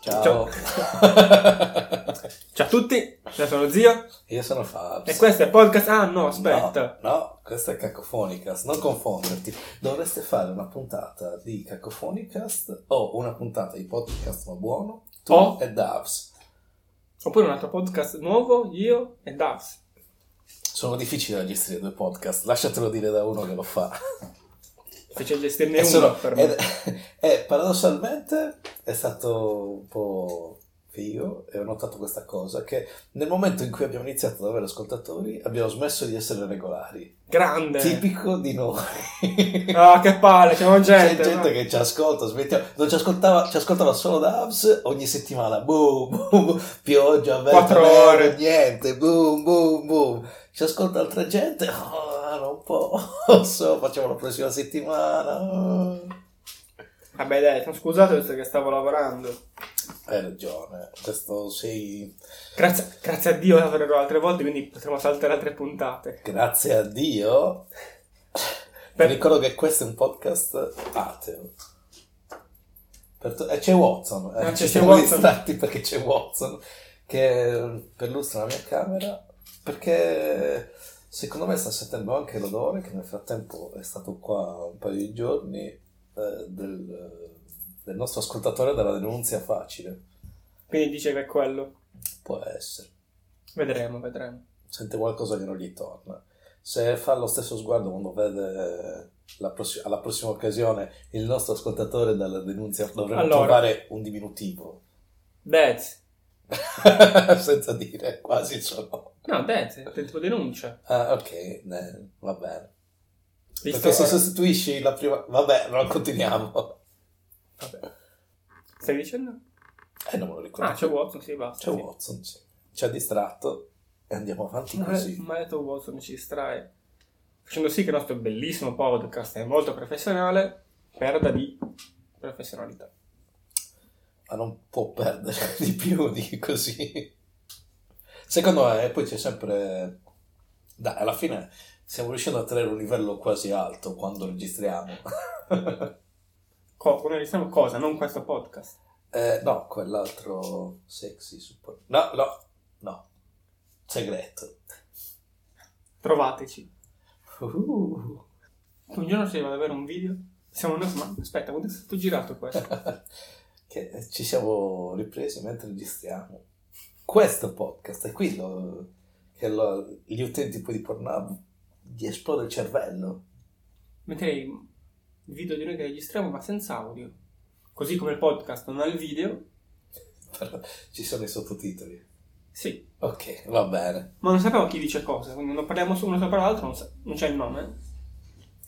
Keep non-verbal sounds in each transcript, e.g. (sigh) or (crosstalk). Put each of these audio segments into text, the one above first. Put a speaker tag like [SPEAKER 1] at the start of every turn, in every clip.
[SPEAKER 1] Ciao.
[SPEAKER 2] Ciao.
[SPEAKER 1] Ciao a tutti, io sono Zio
[SPEAKER 2] Io sono Fabs.
[SPEAKER 1] e questo è podcast... Ah no, aspetta.
[SPEAKER 2] No, no, questa è Cacofonicast, non confonderti. Dovreste fare una puntata di Cacofonicast o una puntata di podcast ma buono, tu
[SPEAKER 1] O?
[SPEAKER 2] e Davs.
[SPEAKER 1] Oppure un altro podcast nuovo, io e Davs.
[SPEAKER 2] Sono difficili da gestire due podcast, lasciatelo dire da uno che lo fa.
[SPEAKER 1] Fece gestirne
[SPEAKER 2] E
[SPEAKER 1] uno
[SPEAKER 2] sono-
[SPEAKER 1] per me.
[SPEAKER 2] ed- (laughs) e paradossalmente è stato un po' figo e ho notato questa cosa che nel momento in cui abbiamo iniziato ad avere ascoltatori abbiamo smesso di essere regolari.
[SPEAKER 1] Grande.
[SPEAKER 2] Tipico di noi.
[SPEAKER 1] Ah, che palle, c'è una gente.
[SPEAKER 2] C'è gente
[SPEAKER 1] no?
[SPEAKER 2] che ci ascolta, smettiamo- non ci ascoltava, ci ascoltava solo da Abs ogni settimana, boom, boom, pioggia, vento,
[SPEAKER 1] Quattro
[SPEAKER 2] neve,
[SPEAKER 1] ore.
[SPEAKER 2] niente, boom, boom, boom. Ci ascolta altra gente, ah, non posso, (laughs) facciamo la prossima settimana. ah.
[SPEAKER 1] Vabbè dai, sono scusato visto che stavo lavorando.
[SPEAKER 2] Hai ragione, questo sei,
[SPEAKER 1] Grazie, grazie a Dio lavorerò altre volte, quindi potremo saltare altre puntate.
[SPEAKER 2] grazie a Dio.
[SPEAKER 1] Per-
[SPEAKER 2] Ricordo che questo è un podcast ateo. Per to- e c'è Watson, eh,
[SPEAKER 1] Ah, c'è-
[SPEAKER 2] ci
[SPEAKER 1] c'è
[SPEAKER 2] siamo
[SPEAKER 1] Watson.
[SPEAKER 2] distratti perché c'è Watson che perlustra la mia camera perché secondo me sta sentendo anche l'odore che nel frattempo è stato qua un paio di giorni eh, del, del nostro ascoltatore della denuncia facile.
[SPEAKER 1] Quindi dice che è quello.
[SPEAKER 2] Può essere.
[SPEAKER 1] Vedremo, vedremo.
[SPEAKER 2] sente qualcosa che non gli torna. Se fa lo stesso sguardo quando vede la prossi- alla prossima occasione il nostro ascoltatore dalla denunzia, dovremmo
[SPEAKER 1] Allora.
[SPEAKER 2] trovare un diminutivo. (laughs)
[SPEAKER 1] Dez.
[SPEAKER 2] Senza dire, quasi solo.
[SPEAKER 1] No, Dez, è tipo denuncia.
[SPEAKER 2] Ah, ok, ne- va bene.
[SPEAKER 1] Visto
[SPEAKER 2] Perché se
[SPEAKER 1] che...
[SPEAKER 2] sostituisci la prima... Vabbè, non
[SPEAKER 1] (laughs)
[SPEAKER 2] continuiamo.
[SPEAKER 1] Stai dicendo?
[SPEAKER 2] Eh, non me lo ricordo.
[SPEAKER 1] Ah, c'è Watson, sì, basta.
[SPEAKER 2] C'è
[SPEAKER 1] sì.
[SPEAKER 2] Watson, sì. Ci ha distratto e andiamo avanti
[SPEAKER 1] Ma
[SPEAKER 2] così.
[SPEAKER 1] Maledetto Watson ci distrae, facendo sì che il nostro bellissimo podcast è molto professionale, perda di professionalità.
[SPEAKER 2] ma non può perdere (laughs) di più di così. Secondo me, poi c'è sempre. Dai, alla fine stiamo riuscendo a tenere un livello quasi alto quando registriamo. (laughs)
[SPEAKER 1] Co- come diciamo cosa, non questo podcast.
[SPEAKER 2] Eh, no, quell'altro sexy support. No, no, no. Segreto.
[SPEAKER 1] Trovateci.
[SPEAKER 2] Uh. (laughs)
[SPEAKER 1] Un giorno ci vado ad avere un video. Siamo noi, ma aspetta, quando è stato
[SPEAKER 2] (laughs)
[SPEAKER 1] girato questo?
[SPEAKER 2] che eh, ci siamo ripresi mentre registriamo. Questo podcast è quello che lo- gli utenti poi di Pornhub gli esplode il cervello.
[SPEAKER 1] Metterei il video di noi che registriamo ma senza audio. Così come il podcast non ha il video,
[SPEAKER 2] Però ci sono i sottotitoli.
[SPEAKER 1] sì.
[SPEAKER 2] Ok, va bene.
[SPEAKER 1] Ma non sapevo chi dice cosa, quindi non parliamo su uno sopra l'altro, non, sa- non c'è il nome.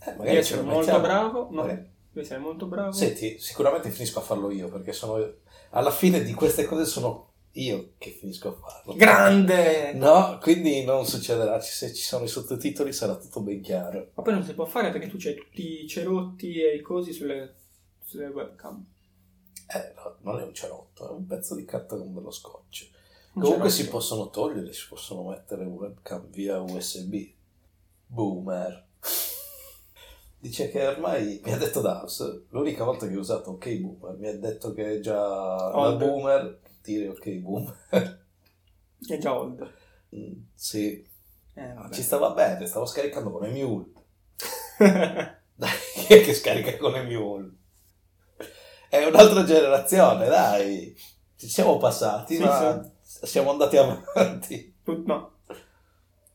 [SPEAKER 2] Eh,
[SPEAKER 1] Devi essere
[SPEAKER 2] lo
[SPEAKER 1] molto
[SPEAKER 2] mettiamo.
[SPEAKER 1] bravo. No,
[SPEAKER 2] Magari-
[SPEAKER 1] devi essere molto bravo.
[SPEAKER 2] Senti, sicuramente finisco a farlo io perché sono alla fine di queste cose sono io che finisco a farlo.
[SPEAKER 1] Grande!
[SPEAKER 2] No, quindi non succederà. Ci- Se ci sono i sottotitoli sarà tutto ben chiaro.
[SPEAKER 1] Ma poi non si può fare perché tu c'hai tutti i cerotti e i cosi sulle, sulle webcam.
[SPEAKER 2] Eh, no, non è un cerotto, è un pezzo di carta con dello scotch.
[SPEAKER 1] Un
[SPEAKER 2] Comunque
[SPEAKER 1] cerotto.
[SPEAKER 2] si possono togliere, si possono mettere webcam via USB. Boomer. (laughs) Dice che ormai mi ha detto Davs, l'unica volta che ho usato OK Boomer, mi ha detto che è già da
[SPEAKER 1] Old.
[SPEAKER 2] boomer dire OK Boomer.
[SPEAKER 1] È già old.
[SPEAKER 2] Mm, Sì,
[SPEAKER 1] Eh, vabbè.
[SPEAKER 2] ci stava bene, stavo scaricando con Emule. (laughs) Dai, chi è che scarica con Emule? È un'altra generazione, dai. Ci siamo passati,
[SPEAKER 1] Sì,
[SPEAKER 2] ma siamo andati avanti.
[SPEAKER 1] (laughs) Tut- no.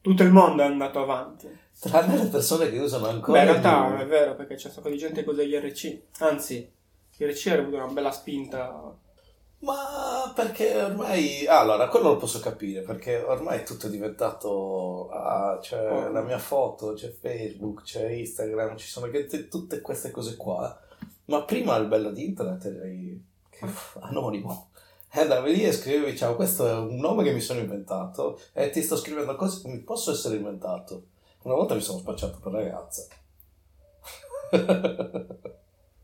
[SPEAKER 1] Tutto il mondo è andato avanti.
[SPEAKER 2] Tranne le persone che usano ancora.
[SPEAKER 1] Beh, in realtà
[SPEAKER 2] il-
[SPEAKER 1] non è vero perché c'è un sacco di gente che usa gli RC. Anzi, gli RC ha avuto una bella spinta.
[SPEAKER 2] Eh, Ma perché ormai. ah, Allora, quello lo posso capire perché ormai tutto è diventato. Ah, c'è
[SPEAKER 1] Oh.
[SPEAKER 2] la mia foto, c'è Facebook, c'è Instagram, ci sono che- t- tutte queste cose qua. Ma prima il bello di internet era i- che- anonimo. E andavi lì e scrivevi, ciao, questo è un nome che mi sono inventato e ti sto scrivendo cose che mi posso essere inventato. Una volta mi sono spacciato per ragazza. (laughs)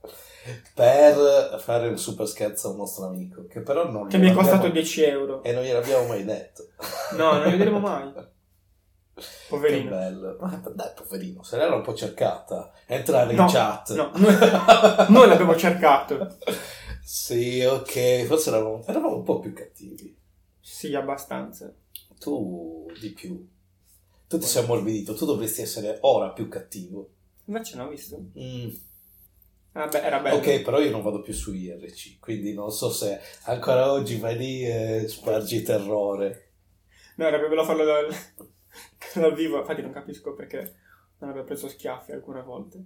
[SPEAKER 2] per fare un super scherzo a un nostro amico, che però non
[SPEAKER 1] Che mi è
[SPEAKER 2] gliel'abbiamo-
[SPEAKER 1] costato 10 euro.
[SPEAKER 2] E non gliel'abbiamo mai detto. (laughs)
[SPEAKER 1] No, non lo vedremo mai.
[SPEAKER 2] Che
[SPEAKER 1] Poverino.
[SPEAKER 2] bello. Ma dai, poverino, se l'era un po' cercata. Entrare in
[SPEAKER 1] No,
[SPEAKER 2] chat.
[SPEAKER 1] no, noi- noi l'abbiamo cercato.
[SPEAKER 2] (laughs) Sì, ok, forse eravamo, eravamo un po' più cattivi.
[SPEAKER 1] Sì, abbastanza.
[SPEAKER 2] Tu di più. Tu ti sei ammorbidito, tu dovresti essere ora più cattivo.
[SPEAKER 1] Invece no, visto?
[SPEAKER 2] Mm,
[SPEAKER 1] Vabbè, era bello.
[SPEAKER 2] Ok, però io non vado più su IRC, quindi non so se ancora oggi vai lì e spargi terrore. (laughs)
[SPEAKER 1] No, era più bello farlo dal, (laughs) dal vivo. Infatti non capisco perché non abbia preso schiaffi alcune volte.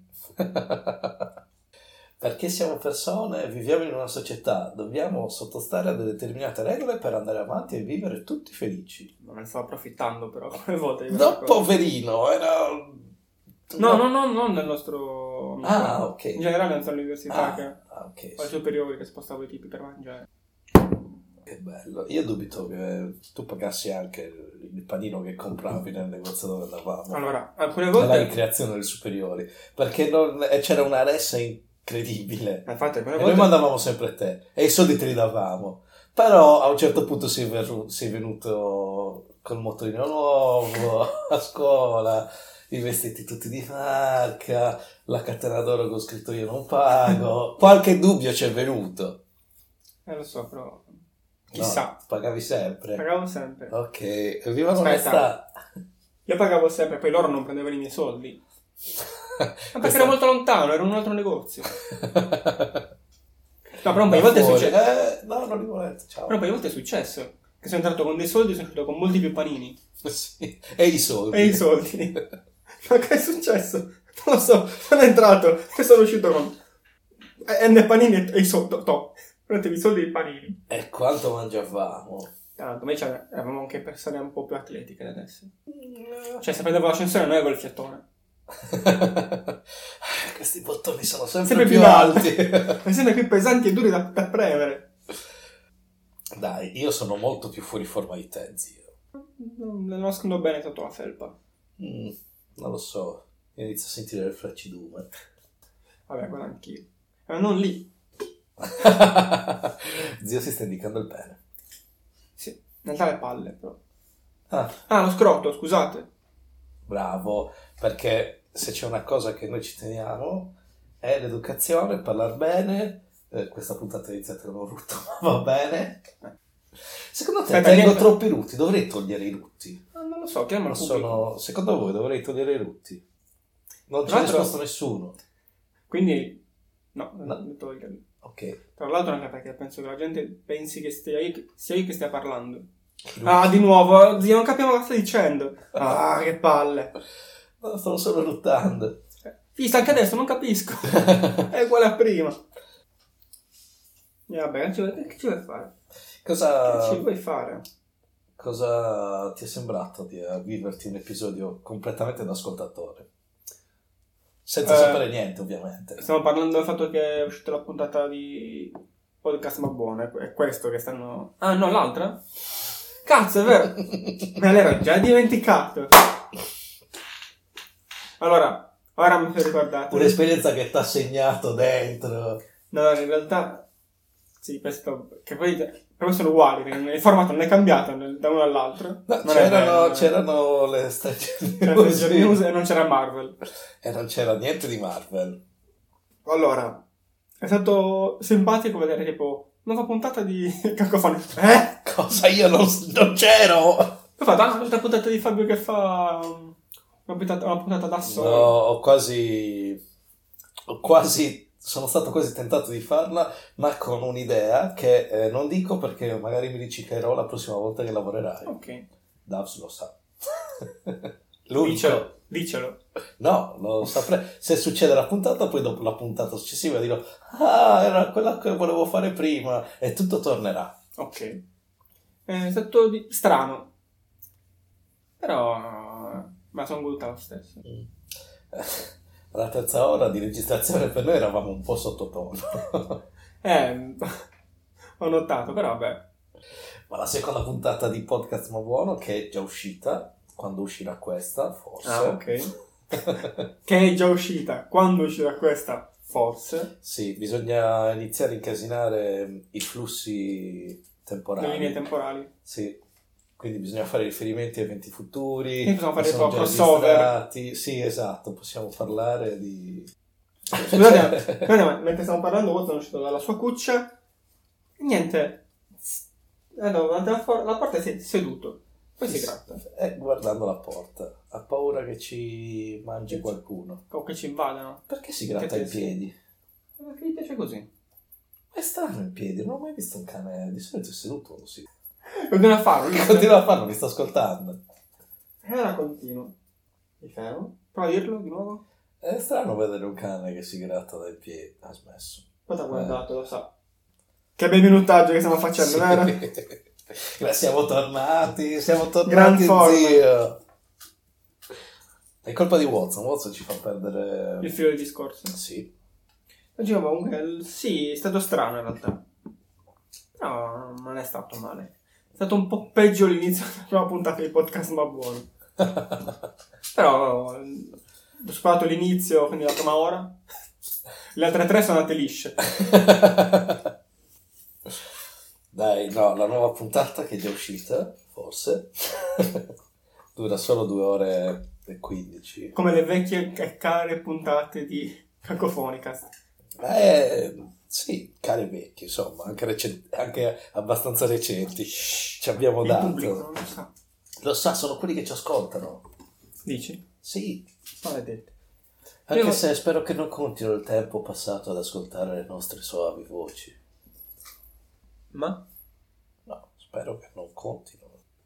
[SPEAKER 2] Perché siamo persone, viviamo in una società, dobbiamo sottostare a delle determinate regole per andare avanti e vivere tutti felici.
[SPEAKER 1] Ma ne stavo approfittando però (laughs) alcune volte. di questa
[SPEAKER 2] No,
[SPEAKER 1] cosa.
[SPEAKER 2] poverino, era...
[SPEAKER 1] No, no, no, non nel nostro...
[SPEAKER 2] Ah,
[SPEAKER 1] In
[SPEAKER 2] ok.
[SPEAKER 1] generale non sono all'università
[SPEAKER 2] Ah,
[SPEAKER 1] che
[SPEAKER 2] ah, ok.
[SPEAKER 1] ho i
[SPEAKER 2] sì.
[SPEAKER 1] superiori che spostavo i tipi per mangiare.
[SPEAKER 2] Che bello. Io dubito che tu pagassi anche il panino che compravi nel negozio dove andavamo.
[SPEAKER 1] Allora, alcune
[SPEAKER 2] Nella
[SPEAKER 1] volte...
[SPEAKER 2] ricreazione delle superiori. Perché non- eh, c'era una ressa incredibile.
[SPEAKER 1] Ma Eh, Infatti alcune
[SPEAKER 2] E noi
[SPEAKER 1] volte...
[SPEAKER 2] mandavamo sempre a te. E i soldi te li davamo. Però a un certo punto sei, ver- sei venuto col motorino nuovo (laughs) a scuola, i vestiti tutti di marca, la catena d'oro con scritto io non
[SPEAKER 1] (laughs)
[SPEAKER 2] pago. Qualche dubbio ci è venuto.
[SPEAKER 1] Eh, lo so, però...
[SPEAKER 2] No, Ah.
[SPEAKER 1] Chissà,
[SPEAKER 2] pagavi sempre.
[SPEAKER 1] pagavo sempre.
[SPEAKER 2] Ok, viva
[SPEAKER 1] Aspetta.
[SPEAKER 2] l'onestà.
[SPEAKER 1] Io pagavo sempre, poi loro non prendevano i miei soldi. Ma perché
[SPEAKER 2] Questa-
[SPEAKER 1] era molto lontano, era un altro negozio. (laughs) No, però un paio di volte è
[SPEAKER 2] Fuori.
[SPEAKER 1] successo.
[SPEAKER 2] Eh, no, non li volete, ciao.
[SPEAKER 1] Però un paio di volte è successo. Che sono entrato con dei soldi e sono uscito con molti più panini.
[SPEAKER 2] (laughs) Sì. E i soldi.
[SPEAKER 1] E i soldi. Ma che è successo? Non lo so, sono entrato e sono uscito con eh, N panini e- e i soldi. To. Prendetevi i soldi e i panini.
[SPEAKER 2] E Eh, quanto mangiavamo?
[SPEAKER 1] Tanto, noi c'era- eravamo anche persone un po' più atletiche di adesso.
[SPEAKER 2] (laughs)
[SPEAKER 1] Cioè, se prendevo l'ascensore, noi avevo il fiattone.
[SPEAKER 2] Eh, Questi bottoni sono sempre,
[SPEAKER 1] Sempre
[SPEAKER 2] più,
[SPEAKER 1] più
[SPEAKER 2] alti.
[SPEAKER 1] (laughs) Mi sembra più pesanti e duri da, da premere.
[SPEAKER 2] (laughs) Dai, io sono molto più fuori forma di te, zio.
[SPEAKER 1] Non le nascondo bene sotto la felpa.
[SPEAKER 2] Mm, non lo so. Inizio a sentire il flaccidume.
[SPEAKER 1] Vabbè, quello anch'io. Ma non lì.
[SPEAKER 2] (laughs) zio si sta indicando il bene.
[SPEAKER 1] Sì, in realtà le palle, però.
[SPEAKER 2] Ah,
[SPEAKER 1] Ah, lo scroto, scusate.
[SPEAKER 2] Bravo, perché se c'è una cosa che noi ci teniamo è l'educazione, parlare bene. Eh, questa puntata è iniziata con un rutto, (laughs) ma va bene. Secondo te
[SPEAKER 1] Aspetta,
[SPEAKER 2] tengo
[SPEAKER 1] niente.
[SPEAKER 2] troppi rutti, dovrei togliere i rutti.
[SPEAKER 1] Ah, non lo so, chiamalo
[SPEAKER 2] Non
[SPEAKER 1] pubblico.
[SPEAKER 2] sono- Secondo voi dovrei togliere i rutti? Non ci
[SPEAKER 1] Tra
[SPEAKER 2] ha
[SPEAKER 1] l'altro-
[SPEAKER 2] risposto nessuno.
[SPEAKER 1] Quindi, no, non
[SPEAKER 2] No.
[SPEAKER 1] non toglierli.
[SPEAKER 2] Ok.
[SPEAKER 1] Tra l'altro anche perché penso che la gente pensi che stia io, sia io che stia parlando. Ah, di nuovo, zio, non capiamo cosa stai dicendo. Ah, che palle.
[SPEAKER 2] No, Stavo solo
[SPEAKER 1] (laughs)
[SPEAKER 2] ruttando.
[SPEAKER 1] Fista, anche adesso non capisco. È uguale a prima. E vabbè, che ci vuoi- che ci vuoi fare? Che ci
[SPEAKER 2] Cosa,
[SPEAKER 1] vuoi fare?
[SPEAKER 2] cosa ti è sembrato di eh, viverti un episodio completamente da ascoltatore? Senza
[SPEAKER 1] Eh.
[SPEAKER 2] sapere niente, ovviamente.
[SPEAKER 1] Stiamo parlando del fatto che è uscita la puntata di Podcast Ma Buono, è que- è questo che stanno... Ah no, l'altra? Cazzo, è vero!
[SPEAKER 2] (laughs)
[SPEAKER 1] Me l'ero già dimenticato! Allora, ora mi sono ricordato.
[SPEAKER 2] Un'esperienza che ti ha segnato dentro.
[SPEAKER 1] No, in realtà... Sì, questo... Che poi... Però sono uguali, perché il formato non è cambiato nel- da uno all'altro.
[SPEAKER 2] No,
[SPEAKER 1] Non è
[SPEAKER 2] c'erano,
[SPEAKER 1] vero,
[SPEAKER 2] c'erano le stagioni
[SPEAKER 1] C'era Stranger News e non c'era Marvel.
[SPEAKER 2] e non c'era niente di Marvel.
[SPEAKER 1] Allora, è stato simpatico vedere tipo... Nuova puntata di (laughs) Cacofonia. Eh?
[SPEAKER 2] Cosa io non, non c'ero?
[SPEAKER 1] Poi ho fatto anche un'altra puntata di Fabio che fa um, una puntata, una puntata da
[SPEAKER 2] No,
[SPEAKER 1] solo.
[SPEAKER 2] ho quasi, ho quasi, sono stato quasi tentato di farla, ma con un'idea che eh, non dico perché magari mi ricicherò la prossima volta che lavorerai.
[SPEAKER 1] Ok,
[SPEAKER 2] Davs lo sa. (laughs) L'unico.
[SPEAKER 1] dicelo, dicelo.
[SPEAKER 2] No, lo saprei. Se succede la puntata, poi dopo la puntata successiva dirò, ah, era quella che volevo fare prima e tutto tornerà.
[SPEAKER 1] Ok. È stato di- strano. Però... Ma sono goduta lo stesso.
[SPEAKER 2] (laughs) Alla terza ora di registrazione per noi eravamo un po' sottotono, (laughs)
[SPEAKER 1] Eh, (laughs) ho notato, però vabbè.
[SPEAKER 2] ma la seconda puntata di Podcast Ma Buono, che è già uscita, quando uscirà questa, forse.
[SPEAKER 1] Ah, ok. che è già uscita. Quando uscirà questa? Forse.
[SPEAKER 2] (laughs) Sì, bisogna iniziare a incasinare i flussi temporali.
[SPEAKER 1] Le linee temporali.
[SPEAKER 2] Sì, quindi bisogna fare riferimenti a eventi futuri.
[SPEAKER 1] Quindi possiamo
[SPEAKER 2] che
[SPEAKER 1] fare un po'
[SPEAKER 2] sono già
[SPEAKER 1] crossover.
[SPEAKER 2] registrati. Sì, esatto, possiamo parlare di... (laughs)
[SPEAKER 1] Scusate, Guarda, ma mentre stiamo parlando, Watson è uscito dalla sua cuccia Niente. Eh, Allora, davanti alla, for- alla porta si è seduto. Poi si
[SPEAKER 2] Sì.
[SPEAKER 1] gratta.
[SPEAKER 2] È Eh, guardando la porta. Ha paura che ci mangi qualcuno.
[SPEAKER 1] O che ci invadano.
[SPEAKER 2] Perché si gratta
[SPEAKER 1] Che
[SPEAKER 2] i
[SPEAKER 1] pensi?
[SPEAKER 2] piedi?
[SPEAKER 1] Perché Eh, gli piace così.
[SPEAKER 2] Ma È strano il piede, non ho mai visto un cane. Di solito è seduto così. (laughs)
[SPEAKER 1] Continua a farlo. lui-
[SPEAKER 2] Continua a farlo, mi sta ascoltando.
[SPEAKER 1] E ora continuo. Mi fermo. Prova a dirlo di nuovo.
[SPEAKER 2] È strano vedere un cane che si gratta dai piedi. Ha smesso.
[SPEAKER 1] Poi t'ha
[SPEAKER 2] Eh.
[SPEAKER 1] guardato, lo sa. Che bel minutaggio che stiamo facendo,
[SPEAKER 2] Sì.
[SPEAKER 1] vero?
[SPEAKER 2] (laughs) Ma Siamo tornati, siamo
[SPEAKER 1] Gran
[SPEAKER 2] tornati
[SPEAKER 1] forma.
[SPEAKER 2] zio. È colpa di Watson, Watson ci fa perdere...
[SPEAKER 1] Il filo del discorso.
[SPEAKER 2] Sì, (laughs)
[SPEAKER 1] Dicevo, comunque, il- sì, è stato strano in realtà. Però non è stato male. È stato un po' peggio l'inizio della prima puntata di podcast, ma buono. Però eh, ho superato l'inizio, quindi la prima ora. Le altre tre sono andate lisce.
[SPEAKER 2] (laughs) Dai, no, la nuova puntata che è già uscita, forse, (laughs) dura solo 2 ore e 15.
[SPEAKER 1] Come le vecchie e care puntate di Cacofonicast.
[SPEAKER 2] Eh, sì, cari vecchi, insomma, anche, recen- anche abbastanza recenti. Ci abbiamo
[SPEAKER 1] Il pubblico
[SPEAKER 2] dato.
[SPEAKER 1] non lo sa.
[SPEAKER 2] Lo sa, sono quelli che ci ascoltano.
[SPEAKER 1] Dici?
[SPEAKER 2] Sì,
[SPEAKER 1] Maledetto.
[SPEAKER 2] anche
[SPEAKER 1] Io-
[SPEAKER 2] se spero che non contino il tempo passato ad ascoltare le nostre soavi voci.
[SPEAKER 1] Ma?
[SPEAKER 2] No, spero che non contino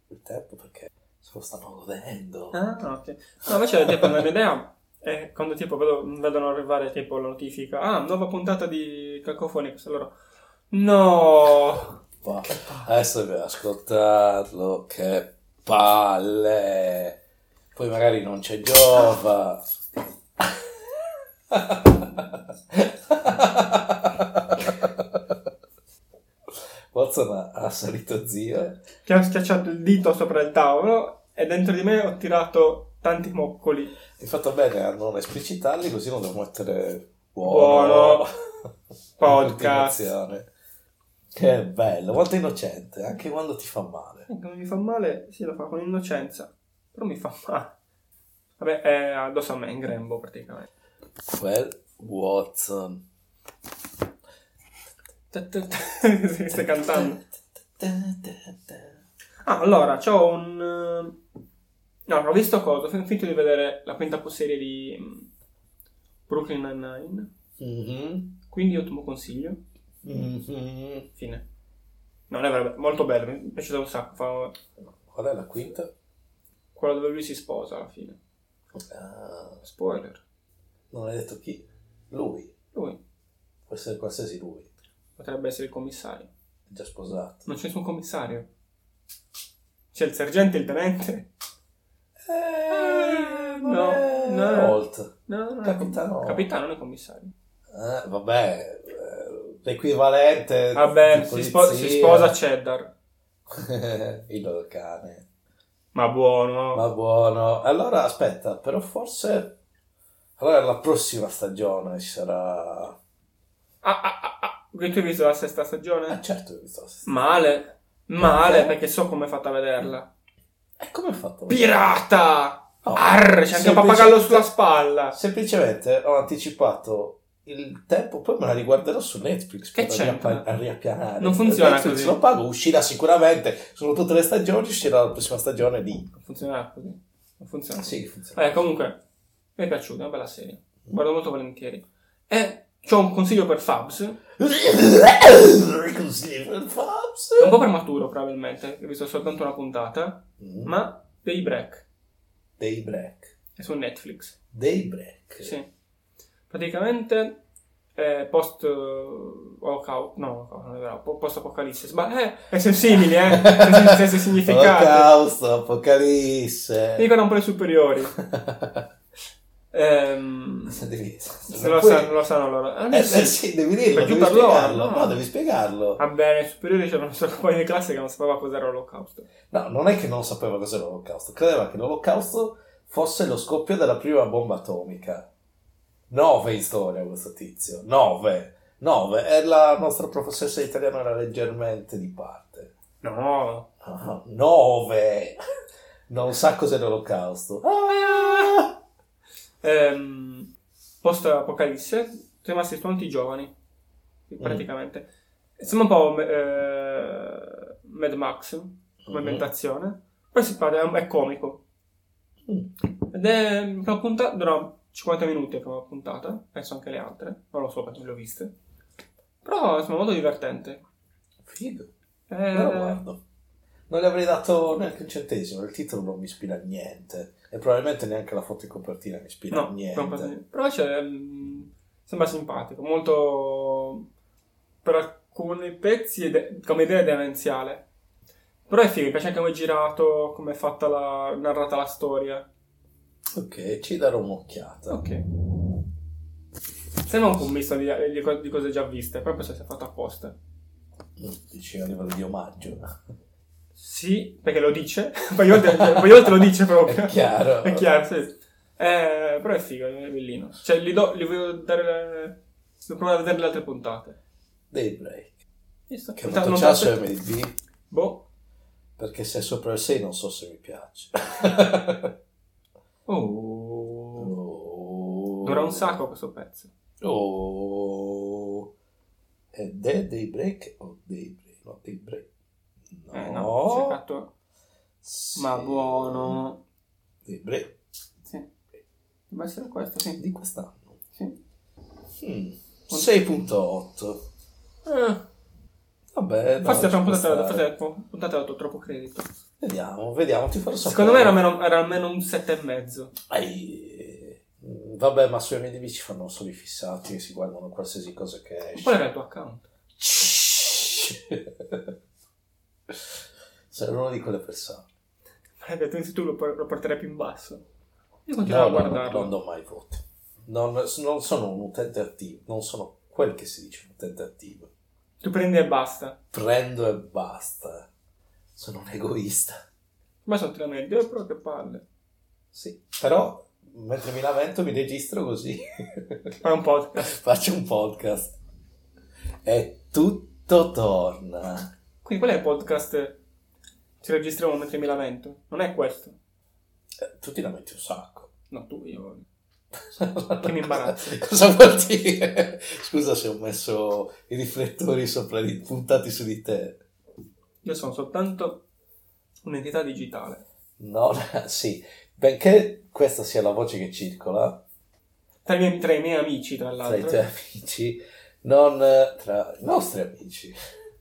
[SPEAKER 2] il tempo perché se lo stanno godendo.
[SPEAKER 1] Ah, ok. No, invece tipo, non ho idea. E quando tipo vedo- vedono arrivare tipo la notifica, ah, nuova puntata di Cacofonicus, allora, no!
[SPEAKER 2] Pa- Adesso dobbiamo ascoltarlo, che palle! Poi magari non c'è giova. Watson ha- ha salito zio.
[SPEAKER 1] Che ho schiacciato il dito sopra il tavolo e dentro di me ho tirato tanti moccoli.
[SPEAKER 2] Hai fatto bene a non esplicitarli così non devo mettere
[SPEAKER 1] Buono.
[SPEAKER 2] buono.
[SPEAKER 1] Podcast.
[SPEAKER 2] Continuazione. Che bello, quanto è innocente, anche quando ti fa male.
[SPEAKER 1] E Come Eh, mi fa male, sì, lo fa con innocenza, però mi fa male. Vabbè, è addosso a me, in grembo praticamente.
[SPEAKER 2] Quel Watson.
[SPEAKER 1] (laughs) Stai cantando. Ah, allora, c'ho un... eh, No, ho visto cosa, ho fin- finito di vedere la quinta serie di mm, Brooklyn Nine-Nine,
[SPEAKER 2] Mhm,
[SPEAKER 1] quindi ottimo consiglio,
[SPEAKER 2] mhm.
[SPEAKER 1] fine. Non è vero, molto bello, mi è piaciuto un sacco, fa-
[SPEAKER 2] Qual è la quinta? Eh,
[SPEAKER 1] quello dove lui si sposa alla fine.
[SPEAKER 2] Ah,
[SPEAKER 1] Spoiler,
[SPEAKER 2] non hai detto chi? Lui.
[SPEAKER 1] lui
[SPEAKER 2] Può essere qualsiasi lui. È
[SPEAKER 1] potrebbe essere il commissario.
[SPEAKER 2] già sposato.
[SPEAKER 1] Non c'è nessun commissario. C'è il sergente e il tenente.
[SPEAKER 2] Eh, non
[SPEAKER 1] No,
[SPEAKER 2] è
[SPEAKER 1] no.
[SPEAKER 2] Holt.
[SPEAKER 1] No, non è
[SPEAKER 2] Capitano.
[SPEAKER 1] Capitano non è commissario.
[SPEAKER 2] Eh, vabbè, eh, l'equivalente.
[SPEAKER 1] Vabbè,
[SPEAKER 2] di
[SPEAKER 1] si, spo- si
[SPEAKER 2] polizia. (laughs)
[SPEAKER 1] sposa Cheddar.
[SPEAKER 2] Il loro cane.
[SPEAKER 1] Ma buono.
[SPEAKER 2] Ma buono. Allora aspetta, però forse. Allora la prossima stagione ci sarà.
[SPEAKER 1] Ah, ah, ah, ah. Quindi tu hai visto la sesta
[SPEAKER 2] Ah,
[SPEAKER 1] stagione?
[SPEAKER 2] certo che mi sto assistendo.
[SPEAKER 1] Male. Male,
[SPEAKER 2] Eh.
[SPEAKER 1] perché so come è fatta a vederla.
[SPEAKER 2] E Eh, come ho fatto? Oh,
[SPEAKER 1] Pirata!
[SPEAKER 2] No.
[SPEAKER 1] Arr, c'è anche
[SPEAKER 2] Semplicemente-
[SPEAKER 1] un pappagallo sulla spalla.
[SPEAKER 2] Semplicemente ho anticipato il tempo, poi me la riguarderò su Netflix
[SPEAKER 1] Che
[SPEAKER 2] per
[SPEAKER 1] c'entra?
[SPEAKER 2] riappa- a riappianare.
[SPEAKER 1] Non funziona
[SPEAKER 2] Netflix
[SPEAKER 1] così.
[SPEAKER 2] lo pago, uscirà sicuramente. Sono tutte le stagioni, uscirà la prossima stagione Eh. lì.
[SPEAKER 1] Non funzionerà così. Non Ah, funziona.
[SPEAKER 2] Sì, (laughs) funziona.
[SPEAKER 1] Vabbè, comunque, mi è piaciuta, è una bella serie. Guardo molto volentieri. E c'ho un consiglio per Fabs. È
[SPEAKER 2] Consiglio per Fabs.
[SPEAKER 1] un po' prematuro, probabilmente. Ho visto soltanto una puntata.
[SPEAKER 2] Mm.
[SPEAKER 1] Ma Daybreak
[SPEAKER 2] Daybreak.
[SPEAKER 1] è su Netflix.
[SPEAKER 2] Daybreak.
[SPEAKER 1] Sì. Praticamente eh, post eh, Holocaust, no, Holocaust non è vero, po- post apocalisse, sbaglio, eh, è simili,
[SPEAKER 2] (laughs)
[SPEAKER 1] eh, senza senza significato.
[SPEAKER 2] Olocausto, Apocalisse.
[SPEAKER 1] Mi ricorda un po' le superiori. Ehm,
[SPEAKER 2] (laughs) Devi-
[SPEAKER 1] se lo sanno, lo sanno loro. Ah,
[SPEAKER 2] Eh, eh,
[SPEAKER 1] sì.
[SPEAKER 2] sì, devi dirlo,
[SPEAKER 1] Perché
[SPEAKER 2] devi
[SPEAKER 1] per loro,
[SPEAKER 2] spiegarlo.
[SPEAKER 1] no.
[SPEAKER 2] No, devi spiegarlo.
[SPEAKER 1] Va bene, ai superiori c'era un sacco di compagno di classe che non sapeva cos'era l'olocausto.
[SPEAKER 2] No, non è che non sapeva cos'era l'olocausto, credeva che l'olocausto fosse lo scoppio della prima bomba atomica. Nove in storia questo tizio, nove, nove. E la nostra professoressa di italiano era leggermente di parte.
[SPEAKER 1] No,
[SPEAKER 2] Ah, Nove! Non sa cos'è l'olocausto. Ah!
[SPEAKER 1] ehm, post apocalisse, siamo rimasti tutti giovani, praticamente. Sembra un po' eh, Mad Max come ambientazione. Poi si parla, è comico.
[SPEAKER 2] Mm.
[SPEAKER 1] Ed è una puntata, durerà 50 minuti la prima puntata, penso anche le altre, non lo so perché non le ho viste. Però insomma, molto divertente.
[SPEAKER 2] Figo.
[SPEAKER 1] Eh,
[SPEAKER 2] Me lo guardo. Non gli avrei dato neanche un centesimo, il titolo non mi ispira a niente. E probabilmente neanche la foto in copertina mi ispira
[SPEAKER 1] no,
[SPEAKER 2] a niente.
[SPEAKER 1] non così. però c'è, mm, sembra simpatico, molto per alcuni pezzi ed è- come idea è demenziale. Però è figo, mi piace anche come è girato, come è fatta la, narrata la storia.
[SPEAKER 2] Ok, ci darò un'occhiata.
[SPEAKER 1] Ok. Sembra un commisto di, di co- di cose già viste, proprio se si è fatto apposta.
[SPEAKER 2] Mm, Dici a livello di omaggio.
[SPEAKER 1] Sì, perché lo dice. (laughs) Poi oltre, poi oltre lo dice proprio.
[SPEAKER 2] È chiaro.
[SPEAKER 1] È chiaro, sì. Eh, però è figo, è bellino. Cioè, li, do, li voglio dare... le- Devo provare a vedere le altre puntate.
[SPEAKER 2] Daybreak.
[SPEAKER 1] Visto?
[SPEAKER 2] Che
[SPEAKER 1] Puntata-
[SPEAKER 2] molto
[SPEAKER 1] non
[SPEAKER 2] ciao
[SPEAKER 1] so se-
[SPEAKER 2] su MLB,
[SPEAKER 1] Boh.
[SPEAKER 2] perché se è sopra il 6 non so se mi
[SPEAKER 1] (laughs)
[SPEAKER 2] piace.
[SPEAKER 1] Oh.
[SPEAKER 2] Oh.
[SPEAKER 1] Dura un sacco questo pezzo.
[SPEAKER 2] Oh. Ed è Daybreak o Daybreak? No, Daybreak. No.
[SPEAKER 1] Eh, no, si è fatto-
[SPEAKER 2] Sì.
[SPEAKER 1] Ma buono.
[SPEAKER 2] Daybreak
[SPEAKER 1] Sì. Deve essere questo, sì.
[SPEAKER 2] di quest'anno.
[SPEAKER 1] sì. Hmm.
[SPEAKER 2] Mm. 6.8.
[SPEAKER 1] Eh,
[SPEAKER 2] Vabbè,
[SPEAKER 1] forse
[SPEAKER 2] dai,
[SPEAKER 1] era un
[SPEAKER 2] ci può
[SPEAKER 1] puntata,
[SPEAKER 2] stare.
[SPEAKER 1] forse era troppo- puntata dato troppo credito.
[SPEAKER 2] Vediamo, vediamo, ti farò sapere.
[SPEAKER 1] Secondo me era almeno, era almeno un 7 e mezzo.
[SPEAKER 2] Ai- mm, Vabbè, ma su MDB ci fanno solo i fissati che si guardano qualsiasi cosa che esce.
[SPEAKER 1] Qual era il tuo account? (laughs)
[SPEAKER 2] Sarò uno di quelle persone.
[SPEAKER 1] Perché tu, tu lo, por- lo porterai più in basso. Io
[SPEAKER 2] No,
[SPEAKER 1] continuo
[SPEAKER 2] no,
[SPEAKER 1] a guardarlo.
[SPEAKER 2] non do mai voti. Non, non sono un utente attivo, non sono quel che si dice un utente attivo.
[SPEAKER 1] Tu prendi e basta.
[SPEAKER 2] Prendo e basta. Sono un egoista.
[SPEAKER 1] Ma sono tre meglio, eh, però che palle.
[SPEAKER 2] Sì, però mentre mi lamento mi registro così.
[SPEAKER 1] Fai un
[SPEAKER 2] (laughs)
[SPEAKER 1] podcast.
[SPEAKER 2] Faccio un podcast. E tutto torna.
[SPEAKER 1] Quindi qual è il podcast? Ci registriamo mentre mi lamento. Non è questo.
[SPEAKER 2] Eh, Tu ti lamenti un sacco.
[SPEAKER 1] No, tu, io.
[SPEAKER 2] Che
[SPEAKER 1] mi imbarazzi.
[SPEAKER 2] (laughs) Cosa vuol dire? Scusa se ho messo i riflettori sopra di, puntati su di te.
[SPEAKER 1] Io sono soltanto un'entità digitale.
[SPEAKER 2] No, (laughs) sì. Benché questa sia la voce che circola
[SPEAKER 1] Tra i miei, tra i miei amici, tra
[SPEAKER 2] tra i
[SPEAKER 1] l'altro.
[SPEAKER 2] tuoi amici, non eh, tra i nostri amici.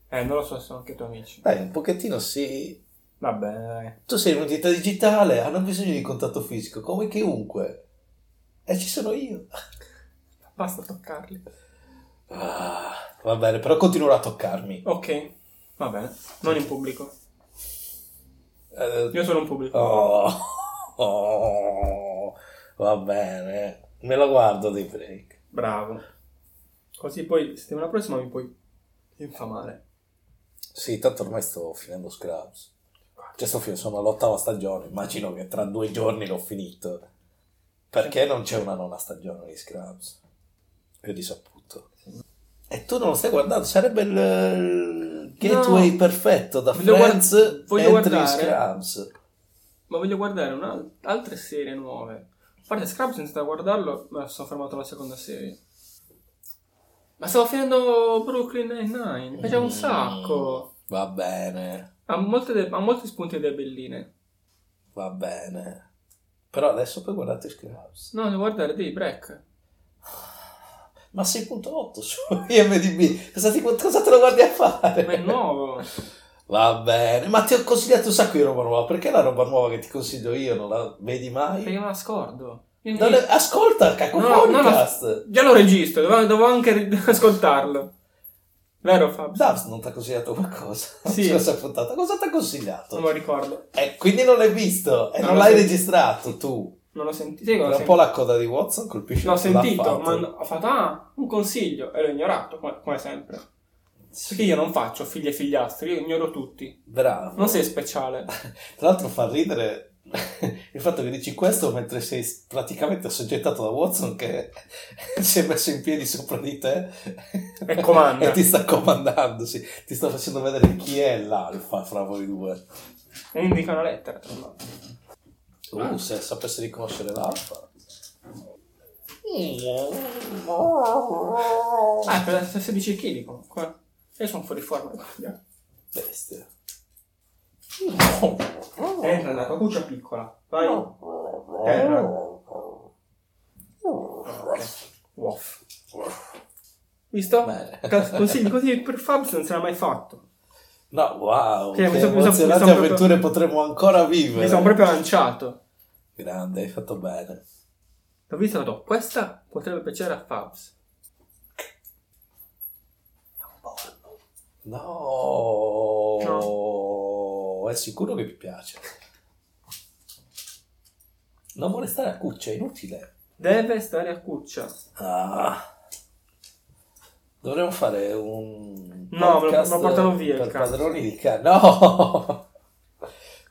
[SPEAKER 1] Eh, non lo so se sono anche tuoi amici.
[SPEAKER 2] Dai, un pochettino sì.
[SPEAKER 1] Vabbè, dai.
[SPEAKER 2] Tu sei un'entità digitale, hanno bisogno di contatto fisico, come chiunque. E ci sono io.
[SPEAKER 1] Basta toccarli.
[SPEAKER 2] Ah, va bene, però continuerò a toccarmi.
[SPEAKER 1] Ok, va bene. Non in pubblico.
[SPEAKER 2] Eh,
[SPEAKER 1] Io sono un pubblico.
[SPEAKER 2] Oh, oh, va bene, me lo guardo dei break.
[SPEAKER 1] Bravo. Così poi settimana prossima mi puoi infamare.
[SPEAKER 2] Sì, tanto ormai sto finendo Scrubs. Cioè, sto fin- sono all'ottava stagione, immagino che tra due giorni l'ho finito. Perché non c'è una nona stagione di Scrubs? Io di saputo. E tu non lo stai guardando, sarebbe il, il gateway
[SPEAKER 1] No.
[SPEAKER 2] perfetto da
[SPEAKER 1] Voglio guard-
[SPEAKER 2] Friends
[SPEAKER 1] voglio
[SPEAKER 2] entri in
[SPEAKER 1] guardare.
[SPEAKER 2] Scrubs.
[SPEAKER 1] Ma voglio guardare una- altre serie nuove. A parte Scrubs senza guardarlo, ma sono fermato alla seconda serie. Ma stavo finendo Brooklyn Nine-Nine. Mi piaceva un
[SPEAKER 2] Mm,
[SPEAKER 1] sacco.
[SPEAKER 2] Va bene.
[SPEAKER 1] Ha, molte de- ha molti spunti e idee belline.
[SPEAKER 2] Va bene. Però adesso poi guardate Scrubs.
[SPEAKER 1] No, devo guardare dei break.
[SPEAKER 2] Ma 6.8 su (laughs) IMDb. Cosa, ti- cosa te lo guardi a fare?
[SPEAKER 1] Ma è nuovo. (laughs)
[SPEAKER 2] Va bene. Ma ti ho consigliato un sacco di roba nuova. Perché la roba nuova che ti consiglio io non la vedi mai?
[SPEAKER 1] Perché me la scordo. Quindi-
[SPEAKER 2] Non è- Ascolta, cacco
[SPEAKER 1] No, no,
[SPEAKER 2] podcast.
[SPEAKER 1] Già lo registro, dovevo, dovevo anche (laughs) ri- ascoltarlo. Vero Fabio?
[SPEAKER 2] Dabs non ti ha consigliato qualcosa. (laughs)
[SPEAKER 1] Sì.
[SPEAKER 2] Sì. Cosa puntata? Cosa ti ha
[SPEAKER 1] Non
[SPEAKER 2] consigliato?
[SPEAKER 1] lo ricordo.
[SPEAKER 2] Eh, quindi non l'hai visto e
[SPEAKER 1] No,
[SPEAKER 2] non
[SPEAKER 1] l'ho
[SPEAKER 2] l'hai
[SPEAKER 1] sentito.
[SPEAKER 2] registrato tu.
[SPEAKER 1] Non l'ho sentito. Sì, l'ho
[SPEAKER 2] Tra un
[SPEAKER 1] sentito.
[SPEAKER 2] po' la coda di Watson colpisce
[SPEAKER 1] L'ho
[SPEAKER 2] l'ha
[SPEAKER 1] sentito,
[SPEAKER 2] fatto.
[SPEAKER 1] ma n- ho fatto ah, un consiglio e l'ho ignorato, come, come sempre. Perché io non faccio figli e figliastri, io ignoro tutti.
[SPEAKER 2] Bravo.
[SPEAKER 1] Non sei speciale. (laughs)
[SPEAKER 2] Tra l'altro fa ridere (laughs) il fatto che dici questo mentre sei praticamente assoggettato da Watson che (laughs) si è messo in piedi sopra di te
[SPEAKER 1] E comanda.
[SPEAKER 2] (laughs) e ti sta comandando, sì. ti sta facendo vedere chi è l'alfa fra voi due.
[SPEAKER 1] E indica una lettera, tra l'altro. Ah.
[SPEAKER 2] Uh, se sapesse riconoscere l'alfa.
[SPEAKER 1] ecco, Ah, è per 16 kg comunque. Io sono fuori forma, guarda.
[SPEAKER 2] Bestia.
[SPEAKER 1] Entra nella tua cuccia piccola. Eh, Vai. Eh, Terra.
[SPEAKER 2] Bene.
[SPEAKER 1] Woff. Visto? Cazzo, Consigli così per Fabs non se l'ha mai fatto.
[SPEAKER 2] No, wow.
[SPEAKER 1] Sì, mi
[SPEAKER 2] Che,
[SPEAKER 1] so- mi so- mi
[SPEAKER 2] emozionanti
[SPEAKER 1] sono proprio-
[SPEAKER 2] avventure potremo ancora vivere.
[SPEAKER 1] Mi sono proprio lanciato.
[SPEAKER 2] Grande, hai fatto bene.
[SPEAKER 1] L'ho visto e ho detto, questa potrebbe piacere a Fabs.
[SPEAKER 2] No. È sicuro che vi piace. Non vuole stare a cuccia, è inutile.
[SPEAKER 1] Deve stare a cuccia.
[SPEAKER 2] Ah. Dovremmo fare un
[SPEAKER 1] No, me lo-
[SPEAKER 2] podcast
[SPEAKER 1] me lo portano via il
[SPEAKER 2] per
[SPEAKER 1] cazzo.
[SPEAKER 2] padroni di cani. No!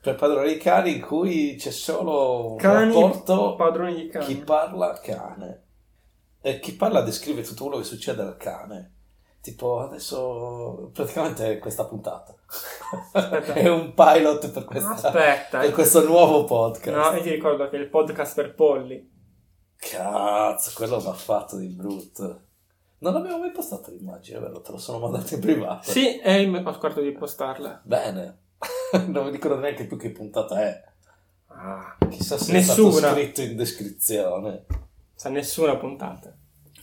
[SPEAKER 2] (laughs) per padroni di cani in cui c'è solo un
[SPEAKER 1] Cani,
[SPEAKER 2] rapporto
[SPEAKER 1] padroni di
[SPEAKER 2] chi
[SPEAKER 1] cani.
[SPEAKER 2] parla al cane e chi parla descrive tutto quello che succede al cane tipo adesso praticamente è questa puntata (laughs)
[SPEAKER 1] Aspetta.
[SPEAKER 2] è un pilot per, questa-
[SPEAKER 1] Aspetta,
[SPEAKER 2] per
[SPEAKER 1] eh.
[SPEAKER 2] questo nuovo podcast
[SPEAKER 1] No, io ti ricordo che è il podcast per polli.
[SPEAKER 2] cazzo quello va fatto di brutto non abbiamo mai postato l'immagine vero? te lo sono mandato in privato
[SPEAKER 1] Sì, e il- ho scordato di postarla.
[SPEAKER 2] bene (laughs) non mi ricordo neanche più che puntata è
[SPEAKER 1] Ah.
[SPEAKER 2] chissà se è
[SPEAKER 1] Nessuna.
[SPEAKER 2] stato scritto in descrizione
[SPEAKER 1] Sa nessuna puntata.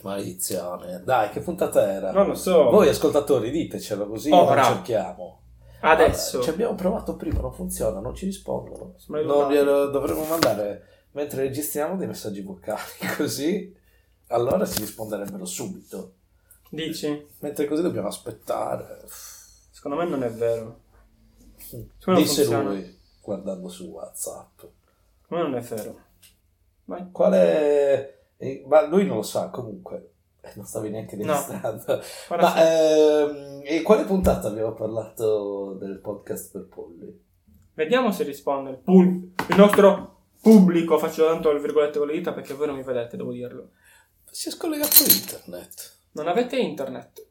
[SPEAKER 2] maledizione dai che puntata era?
[SPEAKER 1] Non lo so.
[SPEAKER 2] Voi ascoltatori ditecelo così
[SPEAKER 1] Ora.
[SPEAKER 2] lo cerchiamo.
[SPEAKER 1] Adesso.
[SPEAKER 2] Allora, ci abbiamo provato prima, non funziona, non ci rispondono.
[SPEAKER 1] Sembra il
[SPEAKER 2] Non
[SPEAKER 1] domani.
[SPEAKER 2] glielo dovremmo mandare mentre registriamo dei messaggi vocali, (laughs) così allora si risponderebbero subito.
[SPEAKER 1] Dici?
[SPEAKER 2] Mentre così dobbiamo aspettare.
[SPEAKER 1] Secondo me non è vero. Secondo me non
[SPEAKER 2] Disse
[SPEAKER 1] funziona.
[SPEAKER 2] lui guardando su WhatsApp.
[SPEAKER 1] Secondo me non è vero. Vai.
[SPEAKER 2] Quale eh, ma lui non lo sa comunque. Eh, Non stavi neanche
[SPEAKER 1] No.
[SPEAKER 2] registrando.
[SPEAKER 1] Ora
[SPEAKER 2] Ma
[SPEAKER 1] sì.
[SPEAKER 2] ehm, e quale puntata abbiamo parlato del podcast per polli?
[SPEAKER 1] Vediamo se risponde il, pul- il nostro pubblico. Faccio tanto il virgolette con le dita perché voi non mi vedete, devo dirlo.
[SPEAKER 2] Si è scollegato internet.
[SPEAKER 1] Non avete internet.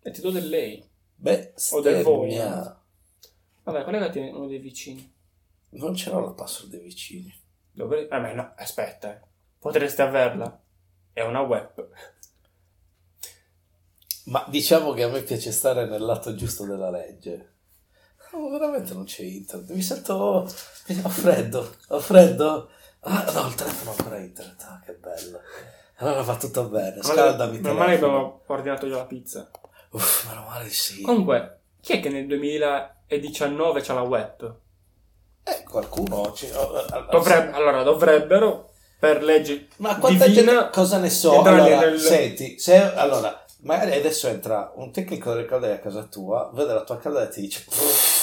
[SPEAKER 1] E ti do del lei.
[SPEAKER 2] Beh,
[SPEAKER 1] O del voi, eh.
[SPEAKER 2] stemmia.
[SPEAKER 1] Vabbè, collegati a uno dei vicini.
[SPEAKER 2] Non c'era la password dei vicini.
[SPEAKER 1] Dovre- eh beh, no, aspetta. eh. Potreste averla. È una web.
[SPEAKER 2] Ma diciamo che a me piace stare nel lato giusto della legge. No, veramente non c'è internet. Mi sento... Ho freddo, ho freddo. Ah, no, il telefono ancora è internet. Ah, che bello. Allora va tutto bene. Scaldami,
[SPEAKER 1] Meno male che
[SPEAKER 2] telefono.
[SPEAKER 1] abbiamo ordinato già la pizza.
[SPEAKER 2] Uff, meno male di sì.
[SPEAKER 1] Comunque, chi è che nel 2019 c'ha la web?
[SPEAKER 2] Eh, qualcuno... ci- oh, eh, al-
[SPEAKER 1] Dovrebbe- allora, dovrebbero, per legge
[SPEAKER 2] Ma quanta
[SPEAKER 1] divina...
[SPEAKER 2] gente cosa ne so?
[SPEAKER 1] e dargli
[SPEAKER 2] Allora,
[SPEAKER 1] del-
[SPEAKER 2] senti, se allora, magari adesso entra un tecnico del caldaia a casa tua, vede la tua caldaia e ti dice "Pff,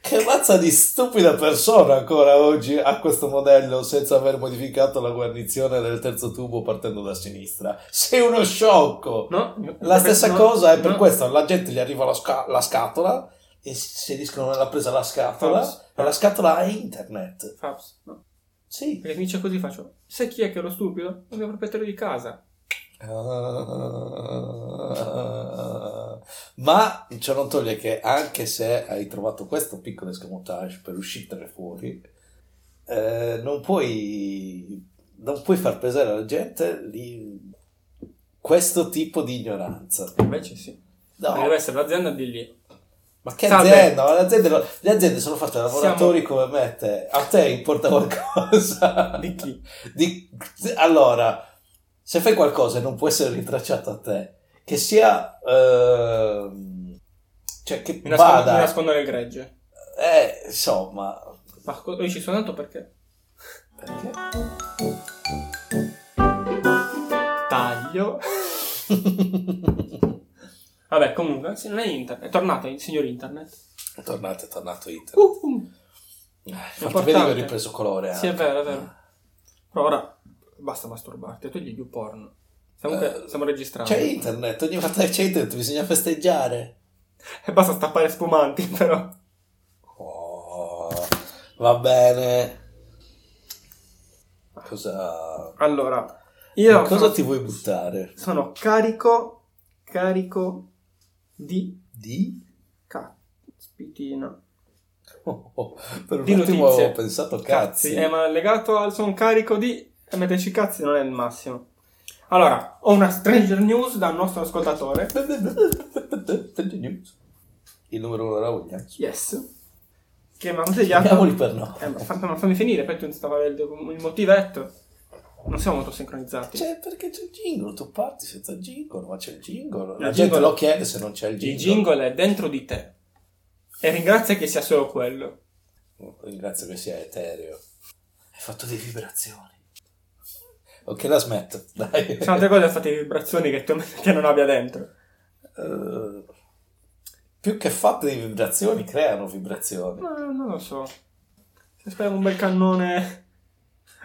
[SPEAKER 2] che mazza di stupida persona ancora oggi a questo modello senza aver modificato la guarnizione del terzo tubo partendo da sinistra. Sei uno sciocco.
[SPEAKER 1] No?
[SPEAKER 2] La stessa
[SPEAKER 1] no,
[SPEAKER 2] cosa è per
[SPEAKER 1] no.
[SPEAKER 2] questo, la gente gli arriva la, sca- la scatola e si riescono nella presa la
[SPEAKER 1] Fabs.
[SPEAKER 2] scatola e la scatola ha internet.
[SPEAKER 1] Fabs, no.
[SPEAKER 2] Sì.
[SPEAKER 1] Perché mi dice così faccio. Sai chi è che è lo stupido? Il mio proprietario di casa.
[SPEAKER 2] Eh, Ah, Ma ciò non toglie che anche se hai trovato questo piccolo escamotage per uscire fuori, eh, non puoi, non puoi far pesare alla gente lì- questo tipo di ignoranza.
[SPEAKER 1] Invece sì.
[SPEAKER 2] No,
[SPEAKER 1] Deve essere l'azienda di lì.
[SPEAKER 2] ma che
[SPEAKER 1] Salve.
[SPEAKER 2] azienda? Ma le, aziende, lo- le aziende sono fatte da
[SPEAKER 1] Siamo-
[SPEAKER 2] lavoratori come me. Te. A te
[SPEAKER 1] (laughs)
[SPEAKER 2] importa qualcosa?
[SPEAKER 1] Di chi?
[SPEAKER 2] Di- Allora, se fai qualcosa e non può essere ritracciato a te, che sia... ehm, cioè che
[SPEAKER 1] Mi nascondo, mi
[SPEAKER 2] vada...
[SPEAKER 1] nascondo nel gregge.
[SPEAKER 2] Eh, insomma...
[SPEAKER 1] Ma co- io ci sono andato perché?
[SPEAKER 2] Perché? (laughs)
[SPEAKER 1] Taglio. Vabbè, comunque, se non è internet. È tornato il signor internet.
[SPEAKER 2] tornate, è tornato internet.
[SPEAKER 1] Uh, uh.
[SPEAKER 2] Eh, Infatti
[SPEAKER 1] Importante.
[SPEAKER 2] vedi che ho ripreso colore. eh.
[SPEAKER 1] Sì, è
[SPEAKER 2] anche.
[SPEAKER 1] vero, è vero. Però ora basta masturbarti, togli più porno. Siamo,
[SPEAKER 2] Eh,
[SPEAKER 1] siamo registrati.
[SPEAKER 2] C'è internet, ogni volta che c'è internet bisogna festeggiare.
[SPEAKER 1] E (laughs) basta stappare spumanti, però.
[SPEAKER 2] Oh, va bene. Cosa...
[SPEAKER 1] Allora, io
[SPEAKER 2] cosa
[SPEAKER 1] sono,
[SPEAKER 2] ti vuoi buttare?
[SPEAKER 1] sono carico, carico di
[SPEAKER 2] Di? (laughs)
[SPEAKER 1] caspitina.
[SPEAKER 2] Oh, oh, per un
[SPEAKER 1] Di
[SPEAKER 2] attimo
[SPEAKER 1] notizie.
[SPEAKER 2] avevo pensato cazzi.
[SPEAKER 1] Eh, ma legato al sono carico di... E metterci cazzi non è il massimo. Allora, ho una stranger news dal nostro ascoltatore.
[SPEAKER 2] (laughs) Il numero uno della Williams.
[SPEAKER 1] Yes. Che mi ha consigliato...
[SPEAKER 2] Andiamoli per no.
[SPEAKER 1] Eh, ma, fa- ma fammi finire, poi tu stava il, il motivetto. Non siamo molto sincronizzati.
[SPEAKER 2] Cioè, perché c'è il jingle? Tu parti senza il jingle, ma c'è il jingle.
[SPEAKER 1] Il
[SPEAKER 2] La gente
[SPEAKER 1] jingle-
[SPEAKER 2] lo chiede se non c'è il jingle.
[SPEAKER 1] Il jingle è dentro di te. E ringrazia che sia solo quello.
[SPEAKER 2] Ringrazio che sia etereo. Hai fatto delle vibrazioni. Ok, la smetto. Dai.
[SPEAKER 1] Sono altre cose fatte di vibrazioni che, tu, che non abbia dentro.
[SPEAKER 2] Eh, più che fatte di vibrazioni, creano vibrazioni.
[SPEAKER 1] Ma non lo so. Se spero un bel cannone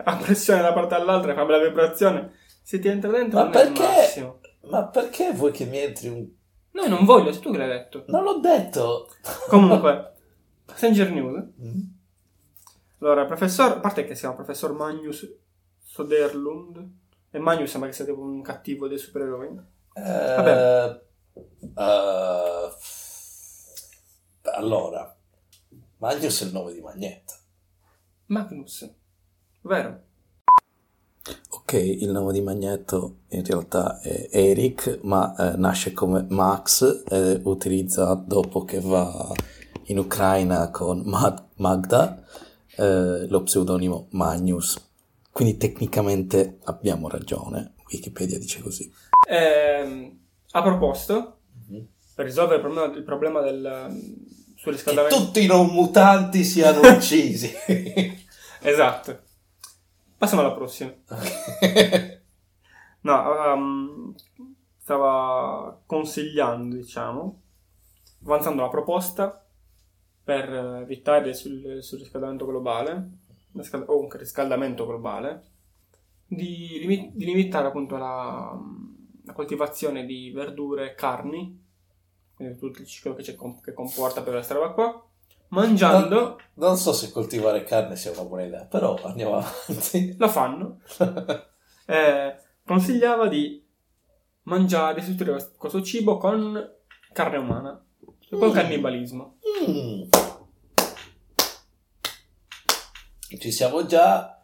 [SPEAKER 1] a pressione da una parte all'altra e fa bella vibrazione, se ti entra dentro
[SPEAKER 2] Ma
[SPEAKER 1] non è il
[SPEAKER 2] perché?
[SPEAKER 1] massimo.
[SPEAKER 2] Ma perché vuoi che mi entri un...
[SPEAKER 1] No, non voglio, sei tu che l'hai detto.
[SPEAKER 2] Non l'ho detto!
[SPEAKER 1] Comunque, Passenger News.
[SPEAKER 2] Mm?
[SPEAKER 1] Allora, il professor, a parte che si chiama professor Magnus Soderlund, e Magnus sembra che sia tipo un cattivo dei supereroi.
[SPEAKER 2] Eh,
[SPEAKER 1] Vabbè.
[SPEAKER 2] eh, allora, Magnus è il nome di Magnetta.
[SPEAKER 1] Magnus, vero?
[SPEAKER 2] Ok, il nome di Magneto in realtà è Eric, ma eh, nasce come Max, eh, utilizza dopo che va in Ucraina con Ma- Magda eh, lo pseudonimo Magnus. Quindi tecnicamente abbiamo ragione, Wikipedia dice così.
[SPEAKER 1] Ehm, ha proposto, per risolvere il problema, il problema del mm,
[SPEAKER 2] Che
[SPEAKER 1] surriscaldamento...
[SPEAKER 2] tutti i non mutanti siano uccisi.
[SPEAKER 1] Esatto. Passiamo alla prossima. No, ehm, stava consigliando, diciamo, avanzando una proposta per evitare sul, sul riscaldamento globale, riscal- o un riscaldamento globale, di, limi- di limitare appunto la, la coltivazione di verdure e carni, quindi tutto il ciclo che, c'è com- che comporta per questa roba qua, mangiando,
[SPEAKER 2] non so se coltivare carne sia una buona idea, però andiamo avanti.
[SPEAKER 1] lo fanno, eh, consigliava di mangiare, sostituire questo cibo con carne umana, cioè con
[SPEAKER 2] Mm.
[SPEAKER 1] cannibalismo.
[SPEAKER 2] Mm. Ci siamo già.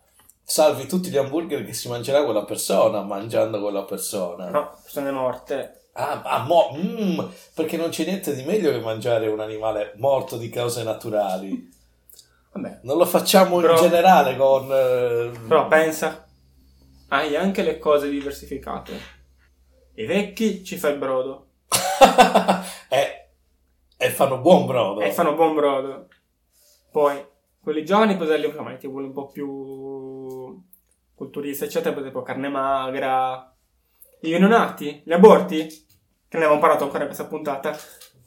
[SPEAKER 2] Salvi tutti gli hamburger che si mangerà quella persona mangiando quella persona.
[SPEAKER 1] No, persone morte.
[SPEAKER 2] Ah, ah, mo- mm, perché non c'è niente di meglio che mangiare un animale morto di cause naturali.
[SPEAKER 1] Vabbè,
[SPEAKER 2] Non lo facciamo
[SPEAKER 1] Però-
[SPEAKER 2] in generale con. eh,
[SPEAKER 1] però
[SPEAKER 2] (laughs)
[SPEAKER 1] pensa, hai anche le cose diversificate. I vecchi ci fa il brodo
[SPEAKER 2] e, Eh, e fanno buon brodo.
[SPEAKER 1] e fanno buon brodo. Poi, quelli giovani, cosa li fai? Ti vuole un po' più culturista, eccetera, per esempio carne magra. I neonati, gli aborti, che ne avevamo parlato ancora in questa puntata.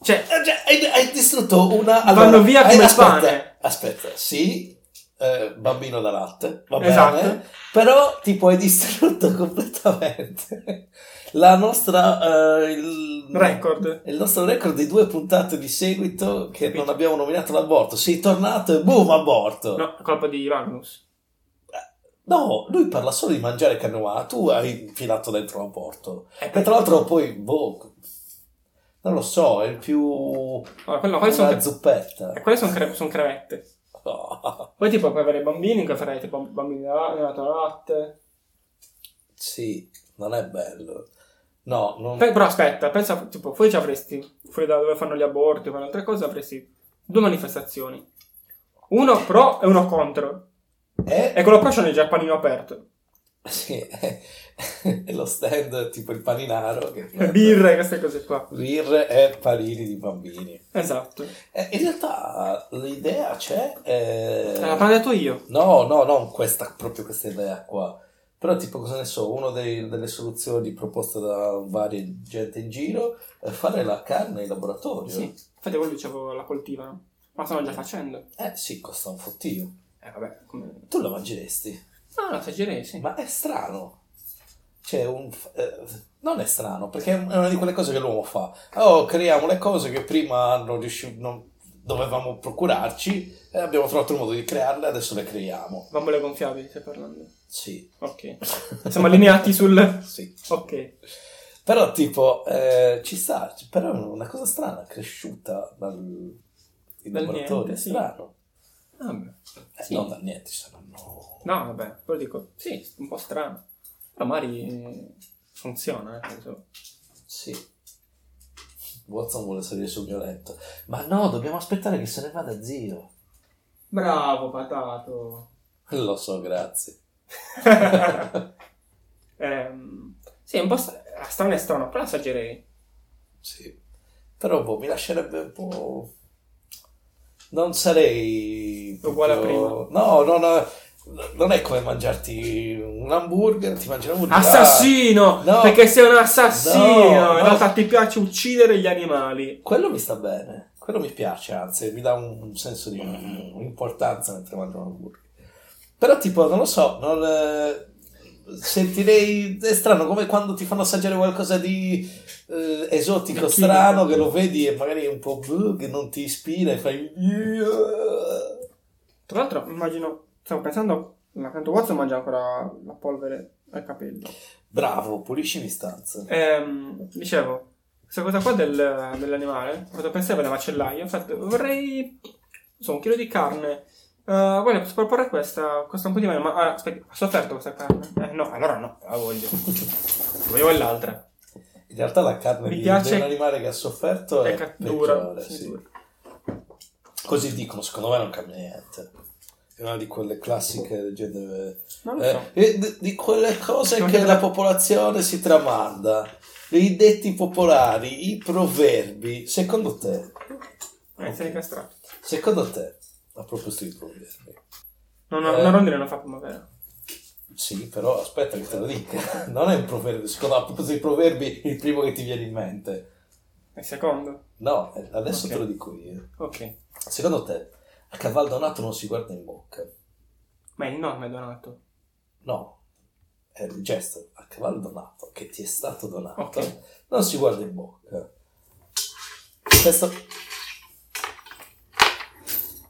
[SPEAKER 1] Cioè,
[SPEAKER 2] Eh, cioè, hai, hai distrutto una.
[SPEAKER 1] Vanno via come
[SPEAKER 2] eh, aspetta,
[SPEAKER 1] pane.
[SPEAKER 2] Aspetta, sì, eh, bambino da latte, va
[SPEAKER 1] Esatto.
[SPEAKER 2] bene, però tipo hai distrutto (laughs) completamente la nostra. eh, il,
[SPEAKER 1] Record.
[SPEAKER 2] Il nostro record di due puntate di seguito che
[SPEAKER 1] Capito.
[SPEAKER 2] non abbiamo nominato l'aborto. Sei tornato e boom, aborto.
[SPEAKER 1] No, colpa di Magnus.
[SPEAKER 2] No, lui parla solo di mangiare canoa, tu hai infilato dentro l'aborto.
[SPEAKER 1] Eh,
[SPEAKER 2] Che tra l'altro poi, boh, non lo so, è più
[SPEAKER 1] Allora, quello- quelle sono eh,
[SPEAKER 2] una zuppetta.
[SPEAKER 1] quelle son cre- son crevette.
[SPEAKER 2] Oh,
[SPEAKER 1] Poi tipo puoi avere i bambini, che farai tipo bambini da nella tua latte.
[SPEAKER 2] (laughs) sì, non è bello. No, non...
[SPEAKER 1] Pe- però aspetta, pensa, tipo, fuori ci avresti, fuori da dove fanno gli aborti o altre cose, avresti due manifestazioni. Uno pro e uno contro.
[SPEAKER 2] è...
[SPEAKER 1] E quello pro c'è il giappanino aperto.
[SPEAKER 2] sì, è- è lo stand tipo il paninaro. Che...
[SPEAKER 1] (laughs) Birre e queste cose qua.
[SPEAKER 2] Birre e panini di bambini.
[SPEAKER 1] Esatto.
[SPEAKER 2] Eh, in realtà l'idea c'è...
[SPEAKER 1] Te
[SPEAKER 2] eh,
[SPEAKER 1] l'ho detto io.
[SPEAKER 2] No, no, non questa, proprio questa idea qua. Però, tipo, cosa ne so, una dei- delle soluzioni proposte da varie gente in giro è fare la carne in laboratorio.
[SPEAKER 1] Sì. Infatti quello dicevo la coltivano. Ma stanno già facendo.
[SPEAKER 2] Eh sì, costa un fottio.
[SPEAKER 1] Eh vabbè, come...
[SPEAKER 2] Tu la mangeresti?
[SPEAKER 1] No, la assaggerei, sì.
[SPEAKER 2] Ma è strano. Cioè, un, f- eh, non è strano, perché è una di quelle cose che l'uomo fa. Oh, creiamo le cose che prima non riusci- non dovevamo procurarci e abbiamo trovato il modo di crearle, adesso le creiamo.
[SPEAKER 1] Bambole gonfiabili, stai parlando.
[SPEAKER 2] Sì.
[SPEAKER 1] Ok. Siamo allineati sul...
[SPEAKER 2] (laughs) Sì.
[SPEAKER 1] (laughs) Ok.
[SPEAKER 2] Però tipo, eh, ci sta, c- però è una cosa strana, cresciuta dal il
[SPEAKER 1] Dal
[SPEAKER 2] laboratorio,
[SPEAKER 1] niente, sì.
[SPEAKER 2] strano.
[SPEAKER 1] Vabbè.
[SPEAKER 2] Eh,
[SPEAKER 1] Sì.
[SPEAKER 2] Non dal niente, ci saranno...
[SPEAKER 1] No, vabbè, poi dico, sì, un po' strano. Però magari eh, funziona, eh, penso.
[SPEAKER 2] Sì. Watson vuole salire sul mio letto. Ma no, dobbiamo aspettare che se ne vada zio. (laughs)
[SPEAKER 1] Bravo, patato.
[SPEAKER 2] Lo so, grazie.
[SPEAKER 1] Ehm, sì, è un po' stra- strano e strano, però assaggerei.
[SPEAKER 2] Sì. Però boh, mi lascerebbe un po'... Non sarei...
[SPEAKER 1] Uguale a
[SPEAKER 2] proprio- No, no, no. Non è come mangiarti un hamburger, ti mangi un hamburger.
[SPEAKER 1] Assassino!
[SPEAKER 2] No.
[SPEAKER 1] Perché sei un assassino!
[SPEAKER 2] No,
[SPEAKER 1] In
[SPEAKER 2] no.
[SPEAKER 1] realtà ti piace uccidere gli animali.
[SPEAKER 2] Ah, quello mi sta bene, quello mi piace, anzi, mi dà un, un senso di importanza mentre mangio un hamburger. Però tipo, non lo so, non... eh, Sentirei, è strano come quando ti fanno assaggiare qualcosa di eh, esotico,
[SPEAKER 1] Di chimico.
[SPEAKER 2] strano, che lo vedi e magari è un po' blu, che non ti ispira e fai...
[SPEAKER 1] Tra l'altro, immagino, stavo pensando, accanto Watson mangia ancora la polvere al capello.
[SPEAKER 2] Bravo, puliscimi stanza.
[SPEAKER 1] Ehm, dicevo, questa cosa qua del- dell'animale, cosa pensare per la macellaia? Infatti, vorrei, insomma, un chilo di carne. Eh, guarda, posso proporre questa, costa un po' di meno, ma ah, aspetta, ha sofferto questa carne? Eh, no, allora no, la voglio. Voglio quell'altra.
[SPEAKER 2] In realtà la carne
[SPEAKER 1] Mi
[SPEAKER 2] di
[SPEAKER 1] piace-
[SPEAKER 2] di un animale che ha sofferto è,
[SPEAKER 1] È ca- dura.
[SPEAKER 2] peggiore,
[SPEAKER 1] sì,
[SPEAKER 2] sì.
[SPEAKER 1] dura.
[SPEAKER 2] Così dicono, secondo me non cambia niente. È una di quelle classiche leggende
[SPEAKER 1] Non lo so.
[SPEAKER 2] eh, e di- di quelle cose
[SPEAKER 1] Non
[SPEAKER 2] che
[SPEAKER 1] te
[SPEAKER 2] la
[SPEAKER 1] la-
[SPEAKER 2] popolazione si tramanda. I detti popolari, i proverbi. Secondo te,
[SPEAKER 1] Eh, sei incastrato.
[SPEAKER 2] secondo te, a proposito di proverbi,
[SPEAKER 1] No, no,
[SPEAKER 2] Eh.
[SPEAKER 1] una rondine non fa primavera.
[SPEAKER 2] Sì, però aspetta che te lo dica. (laughs) Non è un proverbio, secondo a proposito dei proverbi, il primo che ti viene in mente.
[SPEAKER 1] È il secondo.
[SPEAKER 2] No, eh, adesso
[SPEAKER 1] Ok.
[SPEAKER 2] te lo dico io.
[SPEAKER 1] Ok.
[SPEAKER 2] Secondo te, a cavallo donato non si guarda in bocca?
[SPEAKER 1] Ma il nome è donato.
[SPEAKER 2] No, è il gesto a cavallo donato che ti è stato donato.
[SPEAKER 1] Ok.
[SPEAKER 2] Non si guarda in bocca. Questo...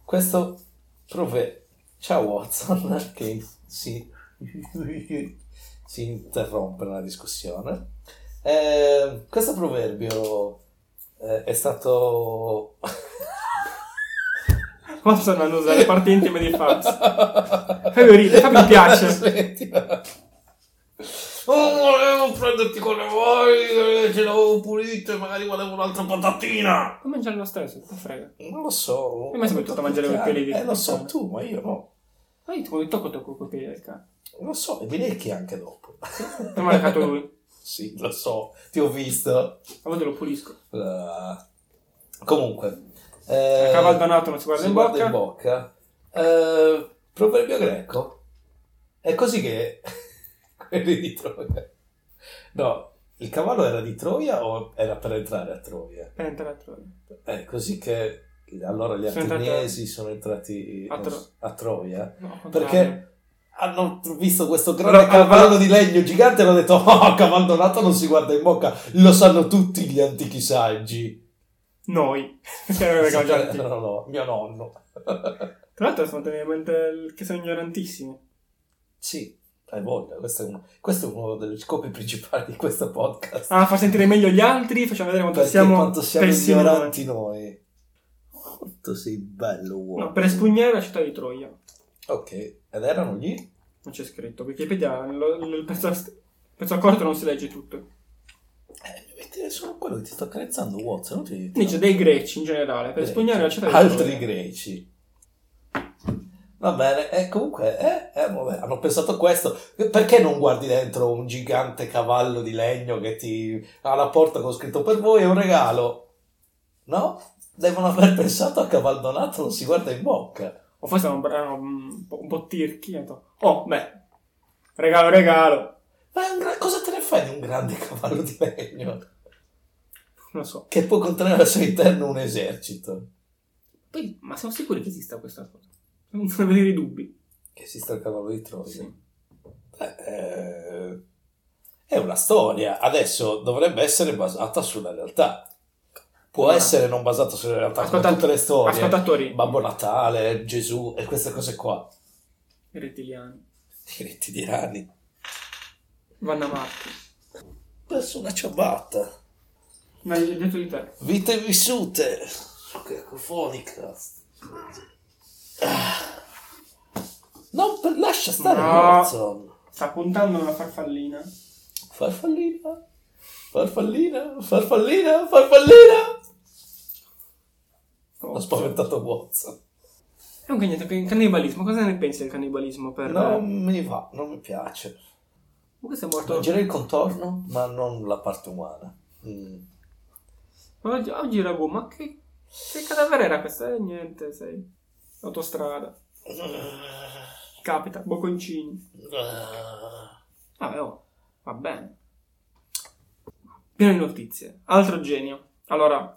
[SPEAKER 2] Questo prove... Ciao Watson (laughs) che si, si interrompe nella discussione. Eh, questo proverbio eh, è stato...
[SPEAKER 1] Watson non usa le parti intime
[SPEAKER 2] (laughs)
[SPEAKER 1] di Fabs. Fammi ridere, fammi piace.
[SPEAKER 2] Smettila. Non volevo prenderti come vuoi, eh, ce l'avevo pulito e magari volevo un'altra patatina.
[SPEAKER 1] Puoi mangiare lo stesso, che te frega.
[SPEAKER 2] Non lo so.
[SPEAKER 1] E mi sembra tutto mangiare quei peli di-
[SPEAKER 2] Eh, lo so tu, ma io no.
[SPEAKER 1] Ma Ah, io ti voglio tocco tocco col piede del cane.
[SPEAKER 2] Lo so, e mi lecchi anche dopo.
[SPEAKER 1] Non mi ha leccato lui.
[SPEAKER 2] (laughs) Sì, lo so, ti ho visto.
[SPEAKER 1] A volte lo pulisco.
[SPEAKER 2] Ah. comunque. Eh,
[SPEAKER 1] A cavallo donato non si guarda
[SPEAKER 2] si
[SPEAKER 1] in
[SPEAKER 2] guarda
[SPEAKER 1] bocca.
[SPEAKER 2] in bocca. Eh, proverbio greco. È così che (laughs) quelli di Troia. No, il cavallo era di Troia o era per entrare a Troia?
[SPEAKER 1] Per entrare a Troia.
[SPEAKER 2] È così che allora gli
[SPEAKER 1] Sono entrati-
[SPEAKER 2] ateniesi sono entrati
[SPEAKER 1] A
[SPEAKER 2] non so, a Troia
[SPEAKER 1] No, al contrario.
[SPEAKER 2] perché hanno visto questo grande
[SPEAKER 1] Allora,
[SPEAKER 2] cavallo
[SPEAKER 1] allora-
[SPEAKER 2] di legno gigante e hanno detto oh cavallo donato non si guarda in bocca lo sanno tutti gli antichi saggi (laughs)
[SPEAKER 1] Noi. Cioè, Perché siamo già antichi.
[SPEAKER 2] no, no, no, mio nonno
[SPEAKER 1] Tra l'altro sono tenendo in mente il- che sono ignorantissimi.
[SPEAKER 2] Sì, hai voglia, questo è uno, questo è uno degli scopi principali di questo podcast.
[SPEAKER 1] Ah, far sentire meglio gli altri, facciamo vedere quanto
[SPEAKER 2] perché
[SPEAKER 1] siamo,
[SPEAKER 2] quanto siamo
[SPEAKER 1] pessimi noi.
[SPEAKER 2] ignoranti noi. Quanto sei bello uomo.
[SPEAKER 1] No, per espugnare la città di Troia.
[SPEAKER 2] Ok, ed erano gli?
[SPEAKER 1] Non c'è scritto. Wikipedia, lo- lo- il pezzo, pezzo corto non si legge tutto.
[SPEAKER 2] Eh, mi metti solo quello che ti sto carezzando, Watson, non ti...
[SPEAKER 1] Dice dei greci in generale, per espugnare Eh, la città eh. di
[SPEAKER 2] Eh, cioè, Altri
[SPEAKER 1] Troia.
[SPEAKER 2] greci. Va bene, e comunque eh, eh, vabbè, hanno pensato questo. Perché non guardi dentro un gigante cavallo di legno che ti ha la porta con scritto per voi è un regalo? No? Devono aver pensato a cavallo donato, non si guarda in bocca.
[SPEAKER 1] O forse erano, erano un, po', un po' tirchi. e ho detto, Oh, beh, regalo, regalo.
[SPEAKER 2] Ma è un gra- cosa te ne fai di un grande (laughs) cavallo di legno
[SPEAKER 1] Non so.
[SPEAKER 2] che può contenere al suo interno un esercito?
[SPEAKER 1] Poi, ma siamo sicuri che esista questa cosa? Non sono venire i dubbi.
[SPEAKER 2] Che esiste il cavallo di Troia?
[SPEAKER 1] Sì.
[SPEAKER 2] Beh, eh, è una storia, adesso dovrebbe essere basata sulla realtà. Può
[SPEAKER 1] Ah.
[SPEAKER 2] essere non basata sulla realtà,
[SPEAKER 1] Ascolta-
[SPEAKER 2] come tutte le storie.
[SPEAKER 1] Ascoltatori,
[SPEAKER 2] Babbo Natale, Gesù e queste cose qua.
[SPEAKER 1] i rettiliani.
[SPEAKER 2] I rettiliani.
[SPEAKER 1] Vanna Marchi.
[SPEAKER 2] Perso una ciabatta.
[SPEAKER 1] Ma gli ho detto di te.
[SPEAKER 2] Vite vissute. Cacofonica. Ah. Non per- lascia stare
[SPEAKER 1] No.
[SPEAKER 2] Watson.
[SPEAKER 1] Sta puntando una farfallina.
[SPEAKER 2] Farfallina, farfallina, farfallina, farfallina.
[SPEAKER 1] Oh.
[SPEAKER 2] Ho spaventato Watson.
[SPEAKER 1] Comunque niente, il cannibalismo, cosa ne pensi del cannibalismo? Per... eh?
[SPEAKER 2] Non mi va, non mi piace.
[SPEAKER 1] Ma Questo è morto...
[SPEAKER 2] Mangerei il contorno, ma non la parte umana. Mm.
[SPEAKER 1] Ma Oggi, oggi era boh, ma che, che cadavere era questa? Eh, niente, sei. Autostrada. Mm-hmm. Capita, Bocconcini. Vabbè, oh, va bene. Pieno di notizie. Altro genio. Allora,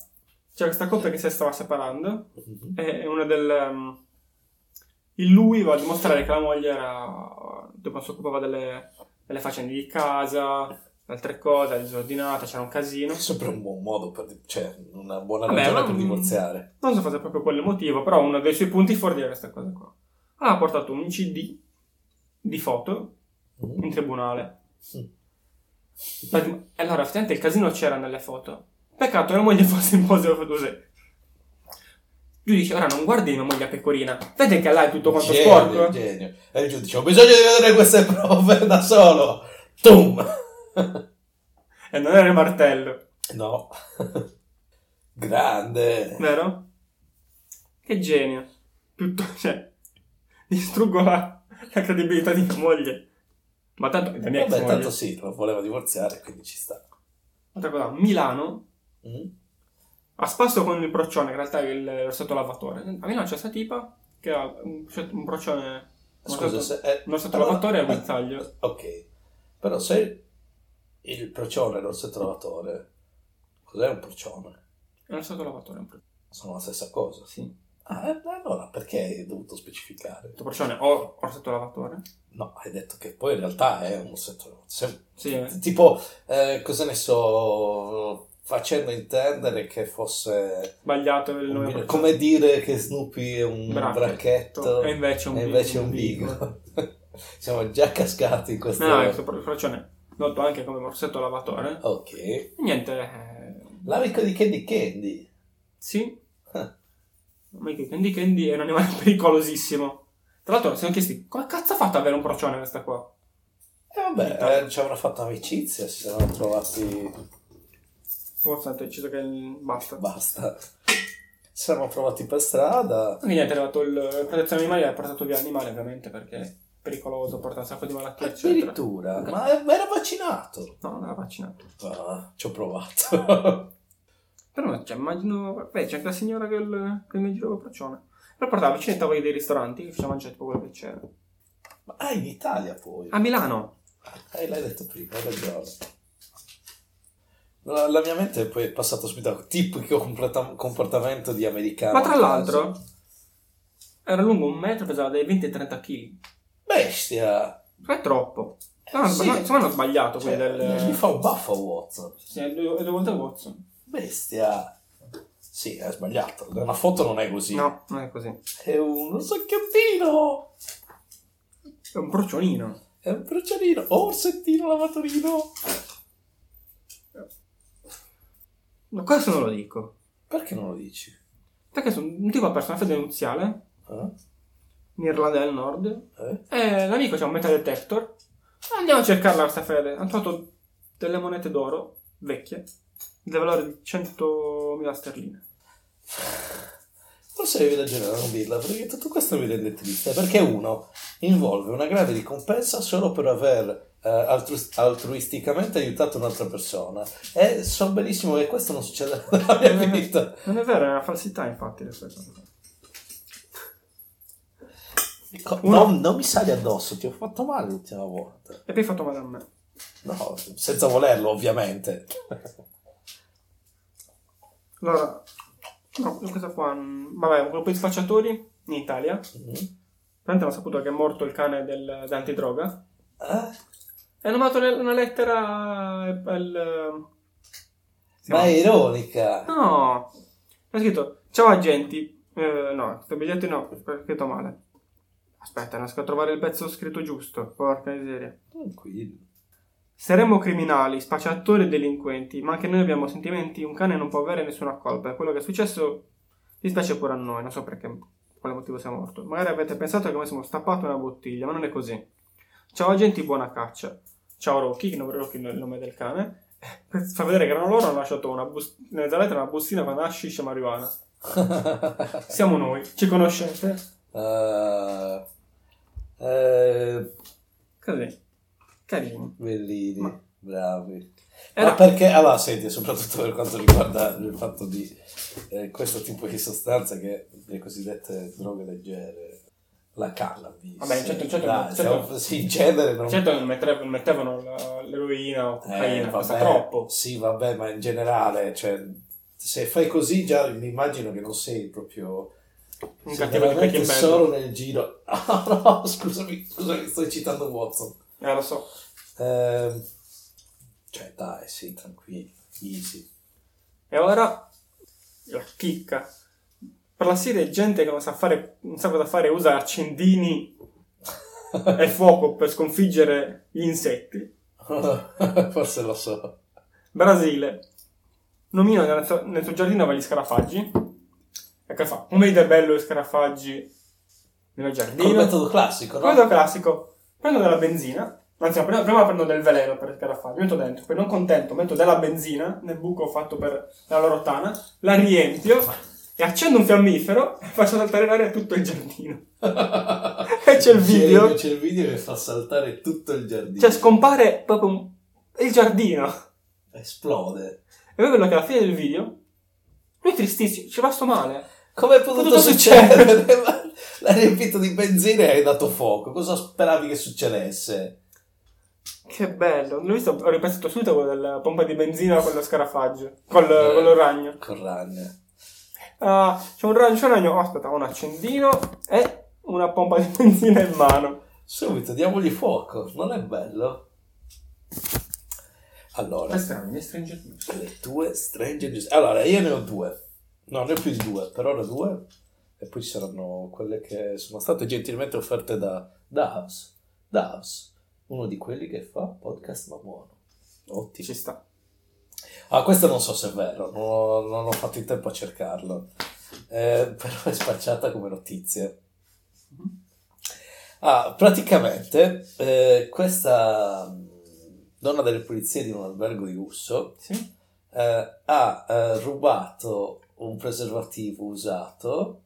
[SPEAKER 1] c'è questa coppia che si stava separando.
[SPEAKER 2] Mhm.
[SPEAKER 1] E e una del... ehm, il lui va a dimostrare che la moglie era... dopo si occupava delle, delle faccende di casa, altre cose, era disordinata, c'era un casino.
[SPEAKER 2] È sempre un buon modo per... di- cioè, una buona
[SPEAKER 1] Vabbè,
[SPEAKER 2] ragione
[SPEAKER 1] ma- mm.
[SPEAKER 2] per divorziare.
[SPEAKER 1] Non so fosse proprio quello il motivo, però uno dei suoi punti fuori era questa cosa qua. Allora ha portato un CD di foto in tribunale.
[SPEAKER 2] Mm.
[SPEAKER 1] Per- e allora, effettivamente il casino c'era nelle foto. Peccato che la moglie (laughs) fosse in pose così. Lui dice, ora non guardi mia moglie a pecorina. Vede che là è tutto quanto
[SPEAKER 2] Genio,
[SPEAKER 1] sporco. eh?
[SPEAKER 2] genio. E il giudice, ho bisogno di vedere queste prove da solo. Tum! (laughs)
[SPEAKER 1] E non era il martello,
[SPEAKER 2] No. (laughs) Grande.
[SPEAKER 1] vero? Che genio. Tutto, (laughs) cioè, distruggo la, la credibilità di mia moglie. Ma tanto, è la mia ex
[SPEAKER 2] Vabbè,
[SPEAKER 1] moglie.
[SPEAKER 2] tanto sì, lo voleva divorziare, quindi ci sta.
[SPEAKER 1] Altra cosa, Milano
[SPEAKER 2] Mm?
[SPEAKER 1] a spasso con il procione, in realtà è il rossetto lavatore. A Milano c'è questa tipa che ha un, un procione. un
[SPEAKER 2] Scusa,
[SPEAKER 1] rossetto-
[SPEAKER 2] se... eh,
[SPEAKER 1] un rossetto lavatore e un guinzaglio.
[SPEAKER 2] Ok. Però se il procione e il rossetto lavatore... Cos'è un procione?
[SPEAKER 1] È un rossetto lavatore, un procione.
[SPEAKER 2] Sono la stessa cosa.
[SPEAKER 1] Sì. Un
[SPEAKER 2] Ah, eh, allora perché hai dovuto specificare?
[SPEAKER 1] procione o rossetto lavatore.
[SPEAKER 2] No, hai detto che poi in realtà è un settore. se-
[SPEAKER 1] Sì, eh.
[SPEAKER 2] tipo, eh, cosa ne so, facendo intendere che fosse.
[SPEAKER 1] sbagliato il
[SPEAKER 2] un
[SPEAKER 1] nome.
[SPEAKER 2] bi-
[SPEAKER 1] procione.
[SPEAKER 2] come dire che Snoopy è un
[SPEAKER 1] Bracchetto.
[SPEAKER 2] bracchetto
[SPEAKER 1] E invece è un
[SPEAKER 2] e
[SPEAKER 1] bi-
[SPEAKER 2] invece è un
[SPEAKER 1] un bigo.
[SPEAKER 2] bigo. (laughs) Siamo già cascati in questo. (laughs)
[SPEAKER 1] No, no, è questo pro- procione, noto anche come rossetto lavatore.
[SPEAKER 2] Ok.
[SPEAKER 1] E niente, eh,
[SPEAKER 2] L'amico di Candy Candy.
[SPEAKER 1] sì.
[SPEAKER 2] Ah.
[SPEAKER 1] Ma che Candy Candy è un animale (laughs) pericolosissimo. Tra l'altro, si sono chiesti come cazzo ha fatto ad avere un procione questa qua?
[SPEAKER 2] E vabbè, eh, ci avrà fatto amicizia, si saranno trovati
[SPEAKER 1] Oh, santo, è deciso che basta.
[SPEAKER 2] Basta. Ci siamo trovati per strada.
[SPEAKER 1] Quindi niente, è arrivato il la protezione animale, ha portato via l'animale ovviamente perché è pericoloso, porta un sacco di malattie, eccetera.
[SPEAKER 2] Addirittura, ma era vaccinato.
[SPEAKER 1] No, non era vaccinato.
[SPEAKER 2] Ah, ci ho provato. (laughs)
[SPEAKER 1] Però no, cioè, immagino, beh, c'è anche la signora che il- che mi giro col procione. Però portava vicino ai tavoli dei ristoranti che faceva mangiare tipo quello che c'era.
[SPEAKER 2] ma ah, in Italia poi.
[SPEAKER 1] A Milano!
[SPEAKER 2] Eh, l'hai detto prima, hai ragione. La, la mia mente poi è passata subito al tipico completa- comportamento di americano.
[SPEAKER 1] Ma tra l'altro era lungo un metro, pesava dai 20 ai 30 kg.
[SPEAKER 2] Bestia!
[SPEAKER 1] Non è troppo.
[SPEAKER 2] Eh,
[SPEAKER 1] No, no,
[SPEAKER 2] sì.
[SPEAKER 1] no, insomma hanno sbagliato
[SPEAKER 2] Cioè,
[SPEAKER 1] quelli
[SPEAKER 2] Gli
[SPEAKER 1] del...
[SPEAKER 2] fa un baffo a Watson.
[SPEAKER 1] Sì, è due, è due volte Watson.
[SPEAKER 2] Bestia! Sì, è sbagliato. Una foto non è così.
[SPEAKER 1] No, non è così.
[SPEAKER 2] È uno sacchiottino!
[SPEAKER 1] È un procionino.
[SPEAKER 2] È un brucianino, orsettino lavatorino.
[SPEAKER 1] Ma questo non lo dico.
[SPEAKER 2] Perché non lo dici?
[SPEAKER 1] Perché sono un tipo ha perso una fede nuziale
[SPEAKER 2] Eh?
[SPEAKER 1] in Irlanda del Nord
[SPEAKER 2] Eh?
[SPEAKER 1] e l'amico c'ha un metal detector. Andiamo a cercarla questa fede. Hanno trovato delle monete d'oro vecchie del valore di 100.000 (laughs) sterline.
[SPEAKER 2] Forse avevi ragione a non dirla, perché tutto questo mi rende triste. Perché uno involve una grave ricompensa solo per aver eh, altru- altruisticamente aiutato un'altra persona. E so benissimo che questo non succede nella
[SPEAKER 1] Mm.
[SPEAKER 2] mia vita.
[SPEAKER 1] Non è vero, è una falsità infatti. le sue cose.
[SPEAKER 2] Co-
[SPEAKER 1] Uno-
[SPEAKER 2] no, non mi sali addosso, ti ho fatto male l'ultima volta.
[SPEAKER 1] E poi hai fatto male a me.
[SPEAKER 2] No, senza volerlo, ovviamente.
[SPEAKER 1] Allora, no, questa qua... mm, Vabbè, un gruppo di spacciatori in Italia.
[SPEAKER 2] Mm.
[SPEAKER 1] Tanto hanno saputo che è morto il cane del, dell'antidroga.
[SPEAKER 2] Eh?
[SPEAKER 1] E hanno mandato una lettera eh, al... si
[SPEAKER 2] Ma è
[SPEAKER 1] chiama-
[SPEAKER 2] ironica.
[SPEAKER 1] No, ha scritto ciao agenti. Eh, no, sto biglietto no, ho scritto male. Aspetta, riesco a trovare il pezzo scritto giusto. Porca miseria.
[SPEAKER 2] (laughs) Tranquillo.
[SPEAKER 1] Saremmo criminali, spacciatori e delinquenti, ma anche noi abbiamo sentimenti. Un cane non può avere nessuna colpa. Quello che è successo dispiace pure a noi. Non so perché, per quale motivo sia morto. Magari avete pensato che noi siamo stappati una bottiglia, ma non è così. Ciao agenti, buona caccia. Ciao Rocky, che non Rocky è il nome del cane. Per far vedere che erano loro hanno lasciato una bus- nella lettera una bustina con hashish e marijuana. Siamo noi, ci conoscete?
[SPEAKER 2] Eh, eh,
[SPEAKER 1] Così. Carini.
[SPEAKER 2] bellini,
[SPEAKER 1] Ma-
[SPEAKER 2] bravi.
[SPEAKER 1] Era-
[SPEAKER 2] Ma perché, allora senti, soprattutto per quanto riguarda il fatto di eh, questo tipo di sostanza che le cosiddette droghe leggere, la cannabis.
[SPEAKER 1] Vabbè, certo, certo,
[SPEAKER 2] la-
[SPEAKER 1] certo.
[SPEAKER 2] siamo- sì, in genere non...
[SPEAKER 1] Certo non mettev- non mettevano la- l'eroina o
[SPEAKER 2] Eh,
[SPEAKER 1] cocaina, cosa
[SPEAKER 2] vabbè,
[SPEAKER 1] troppo.
[SPEAKER 2] Sì, vabbè, ma in generale, cioè, se fai così già mi immagino che non sei proprio... sei
[SPEAKER 1] Un cattivo di
[SPEAKER 2] veramente
[SPEAKER 1] Breaking Bad.
[SPEAKER 2] solo nel giro... (laughs) Ah no, scusami, scusami, sto citando Watson.
[SPEAKER 1] Eh, lo so.
[SPEAKER 2] Ehm, cioè, dai, sì, tranquillo, easy. (laughs)
[SPEAKER 1] E ora la chicca. Per la serie gente che non sa, fare, non sa cosa fare usa accendini e fuoco per sconfiggere gli insetti.
[SPEAKER 2] Forse lo so.
[SPEAKER 1] Brasile. Nomino nel suo, nel suo giardino va gli scarafaggi. E che fa? Un vede bello i scarafaggi nel
[SPEAKER 2] Col
[SPEAKER 1] giardino.
[SPEAKER 2] metodo classico, (laughs) no?
[SPEAKER 1] Quello classico. Prendo della benzina. Anzi, no, prima, prima prendo del veleno per scarafaggi, metto dentro, poi non contento, metto della benzina nel buco fatto per la loro tana, la riempio e accendo un fiammifero e faccio saltare in aria tutto il giardino. E c'è il video.
[SPEAKER 2] C'è il video che fa saltare tutto il giardino.
[SPEAKER 1] Cioè, scompare proprio un- il giardino.
[SPEAKER 2] Esplode.
[SPEAKER 1] E poi quello che alla fine del video, lui è tristissimo, ci è rimasto male.
[SPEAKER 2] Come è potuto,
[SPEAKER 1] Potuto
[SPEAKER 2] succedere? (laughs) L'hai riempito di benzina e hai dato fuoco. Cosa speravi che succedesse?
[SPEAKER 1] Che bello. L'ho visto, ho ripensato subito quello della pompa di benzina con lo scarafaggio, col,
[SPEAKER 2] Eh.
[SPEAKER 1] con lo ragno.
[SPEAKER 2] Con ragno.
[SPEAKER 1] Ah, c'è un ragno, c'è un ragno. Aspetta, ho un accendino e una pompa di benzina in mano.
[SPEAKER 2] Subito, diamogli fuoco. Non è bello? Allora,
[SPEAKER 1] Questa è una mia Stranger Things.
[SPEAKER 2] Le due Stranger News. Allora, io ne ho due. No, ne ho più di due, però ne ho due. E poi ci saranno quelle che sono state gentilmente offerte da Davs. Davs, uno di quelli che fa podcast ma buono. Ottimo.
[SPEAKER 1] Ci sta.
[SPEAKER 2] Ah, questo non so se è vero, non ho, non ho fatto in tempo a cercarlo. Eh, (laughs) però è spacciata come notizia. Ah, praticamente eh, questa mh, donna delle pulizie di un albergo di Urso
[SPEAKER 1] Sì?
[SPEAKER 2] eh, ha eh, rubato un preservativo usato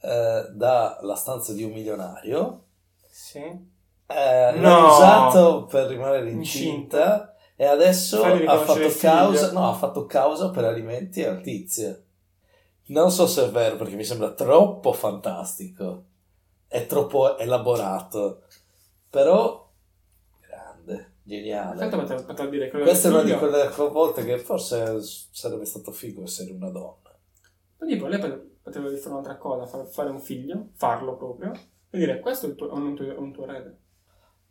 [SPEAKER 2] eh, dalla stanza di un milionario,
[SPEAKER 1] Sì.
[SPEAKER 2] eh,
[SPEAKER 1] No!
[SPEAKER 2] l'ha usato per rimanere incinta e adesso
[SPEAKER 1] Fagli
[SPEAKER 2] ha
[SPEAKER 1] riconoscere il
[SPEAKER 2] fatto,
[SPEAKER 1] figlio.
[SPEAKER 2] causa, no, ha fatto causa per alimenti al tizio. Non so se è vero perché mi sembra troppo fantastico, è troppo elaborato, però grande, geniale.
[SPEAKER 1] Aspetta, aspetta, aspetta a dire quello
[SPEAKER 2] Questa è
[SPEAKER 1] del
[SPEAKER 2] una di
[SPEAKER 1] figlio.
[SPEAKER 2] quelle volte che forse s- sarebbe stato figo essere una donna.
[SPEAKER 1] Ma Tipo, lei pot- poteva fare un'altra cosa, far- fare un figlio, farlo proprio, e dire questo è il tuo, un, tuo, un tuo erede.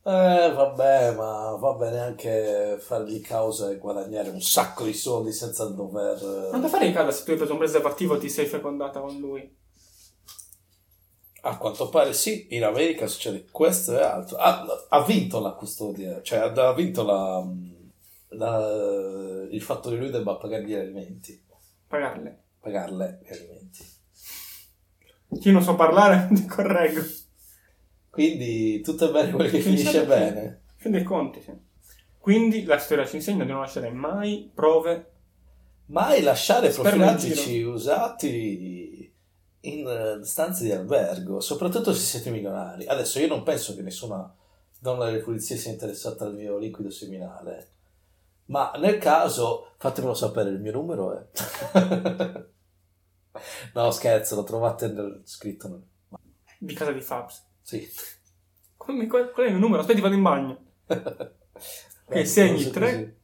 [SPEAKER 2] Eh, vabbè, ma va bene anche fargli causa e guadagnare un sacco di soldi senza
[SPEAKER 1] Non da
[SPEAKER 2] dover...
[SPEAKER 1] fare in casa se tu hai preso un preservativo e ti sei fecondata con lui.
[SPEAKER 2] A quanto pare sì, in America succede questo e altro. Ha, ha vinto la custodia, cioè ha, ha vinto la- mm, la- il fatto che lui debba pagare gli alimenti,
[SPEAKER 1] Pagarle.
[SPEAKER 2] pagarle gli alimenti.
[SPEAKER 1] Io non so parlare, (laughs) ti correggo.
[SPEAKER 2] Quindi tutto è bene quel che
[SPEAKER 1] Finisce
[SPEAKER 2] finisce
[SPEAKER 1] bene.
[SPEAKER 2] bene.
[SPEAKER 1] Fin dei conti, sì. Quindi la storia ci insegna di non lasciare mai prove
[SPEAKER 2] Mai lasciare
[SPEAKER 1] Sperma in
[SPEAKER 2] profilattici usati in eh, stanze di albergo, soprattutto se siete milionari. Adesso io non penso che nessuna donna delle pulizie sia interessata al mio liquido seminale, ma nel caso fatemelo sapere, il mio numero è... (laughs) no, scherzo, lo trovate nel- scritto. nel-
[SPEAKER 1] di casa di Fabs.
[SPEAKER 2] Sì.
[SPEAKER 1] Come, qual, qual è il mio numero? Aspetta, vado in bagno.
[SPEAKER 2] (laughs) Beh,
[SPEAKER 1] segni,
[SPEAKER 2] cose
[SPEAKER 1] tre.
[SPEAKER 2] così.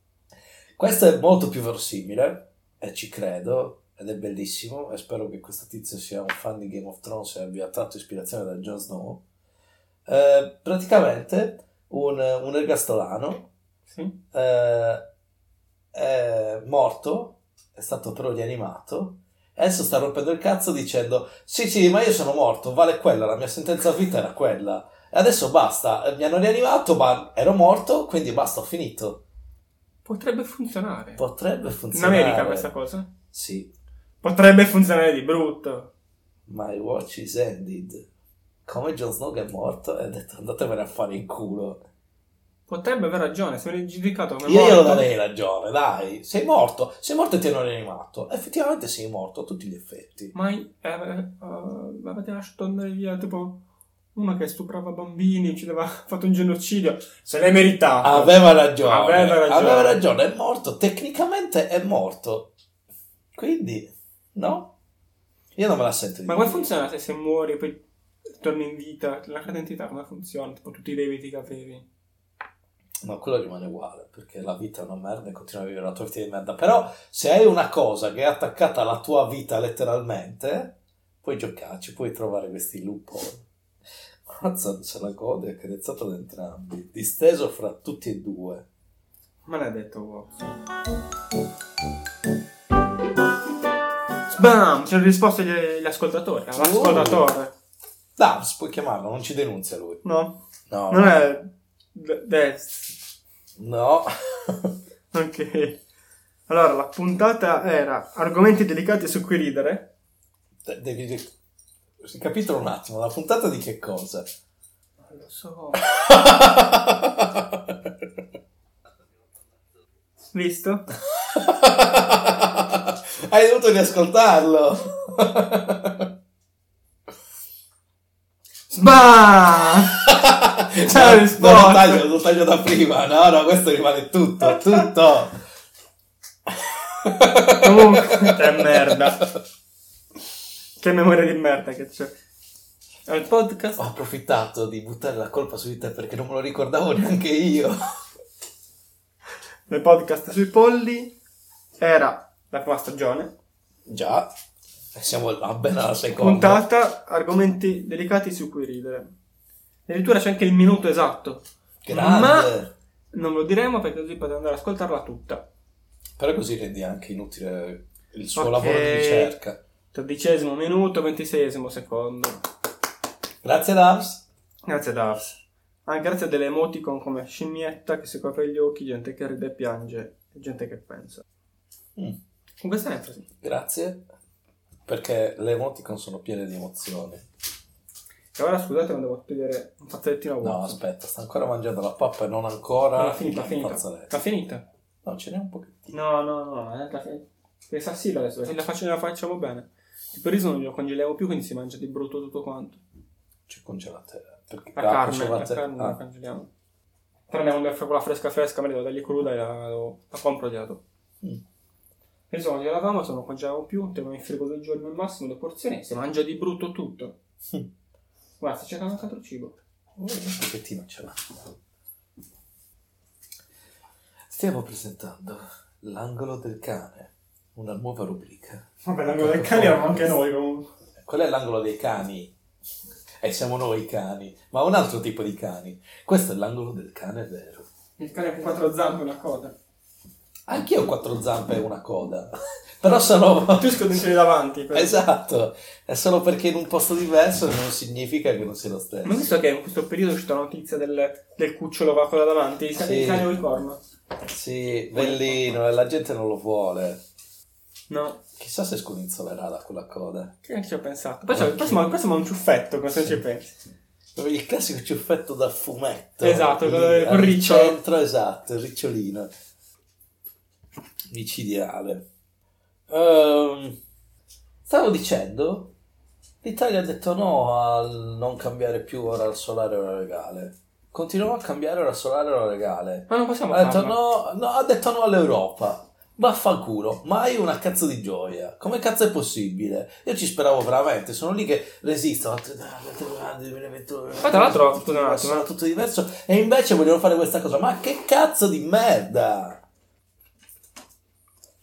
[SPEAKER 2] Questo è molto più verosimile, e ci credo, ed è bellissimo, e spero che questo tizio sia un fan di Game of Thrones e abbia tratto ispirazione da Jon Snow. Eh, praticamente un, un ergastolano
[SPEAKER 1] Sì.
[SPEAKER 2] eh, è morto, è stato però rianimato, e adesso sta rompendo il cazzo dicendo sì sì ma io sono morto, vale quella, la mia sentenza a vita era quella. E adesso basta, eh, mi hanno rianimato ma ero morto, quindi basta, ho finito.
[SPEAKER 1] Potrebbe funzionare.
[SPEAKER 2] Potrebbe
[SPEAKER 1] in
[SPEAKER 2] funzionare.
[SPEAKER 1] America questa cosa?
[SPEAKER 2] Sì,
[SPEAKER 1] Potrebbe funzionare di brutto.
[SPEAKER 2] my watch is ended. Come Jon Snow che è morto e ha detto andatevene a fare in culo.
[SPEAKER 1] Potrebbe aver ragione, se viene giudicato come
[SPEAKER 2] Io glielo
[SPEAKER 1] morto.
[SPEAKER 2] darei ragione, dai. Sei morto, sei morto e ti hanno rianimato. Effettivamente sei morto a tutti gli effetti.
[SPEAKER 1] Ma eh, eh, avete lasciato andare via tipo uno che stuprava bambini, uccideva, ha fatto un genocidio. Se l'è meritato.
[SPEAKER 2] Aveva ragione.
[SPEAKER 1] Aveva ragione.
[SPEAKER 2] Aveva ragione, è morto. Tecnicamente è morto. Quindi, no? Io non me la sento di
[SPEAKER 1] Ma come
[SPEAKER 2] dire.
[SPEAKER 1] funziona se, se muori e poi torni in vita? La carta d'identità come funziona? Tipo tutti i debiti che avevi.
[SPEAKER 2] Ma quello rimane uguale, perché la vita è una merda e continua a vivere la tua vita di merda. Però se hai una cosa che è attaccata alla tua vita letteralmente, puoi giocarci, puoi trovare questi loophole. Mazza se la gode, è carezzato da entrambi, disteso fra tutti e due.
[SPEAKER 1] Me l'ha detto Watson. Bam! Ci hanno risposto gli, gli ascoltatori. L'ascoltatore.
[SPEAKER 2] Dams, puoi chiamarlo, non ci denunzia lui.
[SPEAKER 1] No,
[SPEAKER 2] No,
[SPEAKER 1] non è... de- de-
[SPEAKER 2] no. (laughs)
[SPEAKER 1] Ok. Allora, la puntata era argomenti delicati su cui ridere.
[SPEAKER 2] De- Devi capito un attimo, la puntata di che
[SPEAKER 1] (laughs)
[SPEAKER 2] cosa?
[SPEAKER 1] Non lo so. Visto?
[SPEAKER 2] Hai dovuto riascoltarlo.
[SPEAKER 1] (laughs) Sba! Ciao,
[SPEAKER 2] No,
[SPEAKER 1] risposta.
[SPEAKER 2] no, lo taglio, lo taglio da prima. No, no, questo rimane tutto, tutto.
[SPEAKER 1] Comunque,
[SPEAKER 2] (laughs)
[SPEAKER 1] è merda. Che memoria di merda che c'è. È un podcast.
[SPEAKER 2] Ho approfittato di buttare la colpa su di te perché non me lo ricordavo neanche io.
[SPEAKER 1] Il podcast sui polli era la prima stagione.
[SPEAKER 2] Già, siamo là, ben alla seconda.
[SPEAKER 1] Puntata, argomenti delicati su cui ridere. Addirittura c'è anche il minuto esatto.
[SPEAKER 2] Grande.
[SPEAKER 1] Non lo diremo perché così potete andare ad ascoltarla tutta.
[SPEAKER 2] Però così rendi anche inutile il suo
[SPEAKER 1] Ok.
[SPEAKER 2] lavoro di ricerca.
[SPEAKER 1] Tredicesimo minuto, ventiseiesimo secondo.
[SPEAKER 2] Grazie, Dams.
[SPEAKER 1] Grazie Dars. Anche grazie a delle emoticon come scimmietta che si copre gli occhi, gente che ride e piange e gente che pensa.
[SPEAKER 2] Mm,
[SPEAKER 1] Con questa enfasi.
[SPEAKER 2] grazie. Perché le emoticon sono piene di emozioni.
[SPEAKER 1] E ora scusate, non devo togliere un fazzolettino a
[SPEAKER 2] No,
[SPEAKER 1] Watson.
[SPEAKER 2] aspetta, sta ancora mangiando la pappa e non ancora.
[SPEAKER 1] No, è finita, è
[SPEAKER 2] il
[SPEAKER 1] finita.
[SPEAKER 2] fazzoletto.
[SPEAKER 1] L'ha finita?
[SPEAKER 2] No, ce n'è un pochettino.
[SPEAKER 1] No, no, no. È la è sassilla adesso, se la, faccio, la facciamo bene. Tipo il riso non lo congeliamo più, quindi si mangia di brutto tutto quanto.
[SPEAKER 2] C'è congelate. Perché
[SPEAKER 1] La
[SPEAKER 2] ah,
[SPEAKER 1] carne, la
[SPEAKER 2] congelate-
[SPEAKER 1] carne
[SPEAKER 2] ah,
[SPEAKER 1] la congeliamo. Però andiamo a fare quella fresca fresca, me la devo dargli cruda e la, la compro dietro.
[SPEAKER 2] Mm.
[SPEAKER 1] Insomma, congelavamo, se non congelavamo più, teniamo in frigo due giorni al massimo le porzioni, si mangia di brutto tutto.
[SPEAKER 2] Mm. (laughs)
[SPEAKER 1] Guarda, sta cercando anche altro cibo.
[SPEAKER 2] un pochettino ce l'ha. Stiamo presentando l'angolo del cane, una nuova rubrica.
[SPEAKER 1] Vabbè, la
[SPEAKER 2] del cane eravamo (laughs) anche noi,
[SPEAKER 1] comunque.
[SPEAKER 2] Qual è l'angolo dei cani? E siamo noi i cani, ma un altro tipo di cani. Questo è l'angolo del cane vero.
[SPEAKER 1] Il cane con quattro zampe e una coda.
[SPEAKER 2] Anch'io ho quattro zampe e una coda, (laughs) però sono...
[SPEAKER 1] Ma
[SPEAKER 2] (laughs)
[SPEAKER 1] tu scontentini davanti. però.
[SPEAKER 2] Esatto, è solo perché in un posto diverso non significa che non sia lo stesso.
[SPEAKER 1] Ma visto che in questo periodo è uscita la notizia del, del cucciolo va con la davanti, il cane,
[SPEAKER 2] Sì.
[SPEAKER 1] il cane o il corno?
[SPEAKER 2] Sì, bellino, e la gente non lo vuole.
[SPEAKER 1] No,
[SPEAKER 2] Chissà se scominzolerà da quella coda.
[SPEAKER 1] che anche ci ho pensato. Poi c'è- poi siamo- poi siamo un ciuffetto, cosa ci pensi?
[SPEAKER 2] Il classico ciuffetto da fumetto.
[SPEAKER 1] Esatto,
[SPEAKER 2] Lì,
[SPEAKER 1] quello del-
[SPEAKER 2] al
[SPEAKER 1] col ricciolo.
[SPEAKER 2] Centro, esatto, il ricciolino. Micidiale. Ehm, stavo dicendo, l'Italia ha detto no al non cambiare più ora al solare ora legale. Continuiamo a cambiare ora al solare ora legale.
[SPEAKER 1] Ma non possiamo
[SPEAKER 2] Ha detto
[SPEAKER 1] farlo.
[SPEAKER 2] Eh, no, no, ha detto no all'Europa. Vaffanculo, ma hai una cazzo di gioia. Come cazzo è possibile? Io ci speravo veramente, sono lì che resistono. Ma
[SPEAKER 1] Ma tra l'altro, scusa un attimo, eh.
[SPEAKER 2] sono tutto diverso. E invece vogliono fare questa cosa. Ma che cazzo di merda!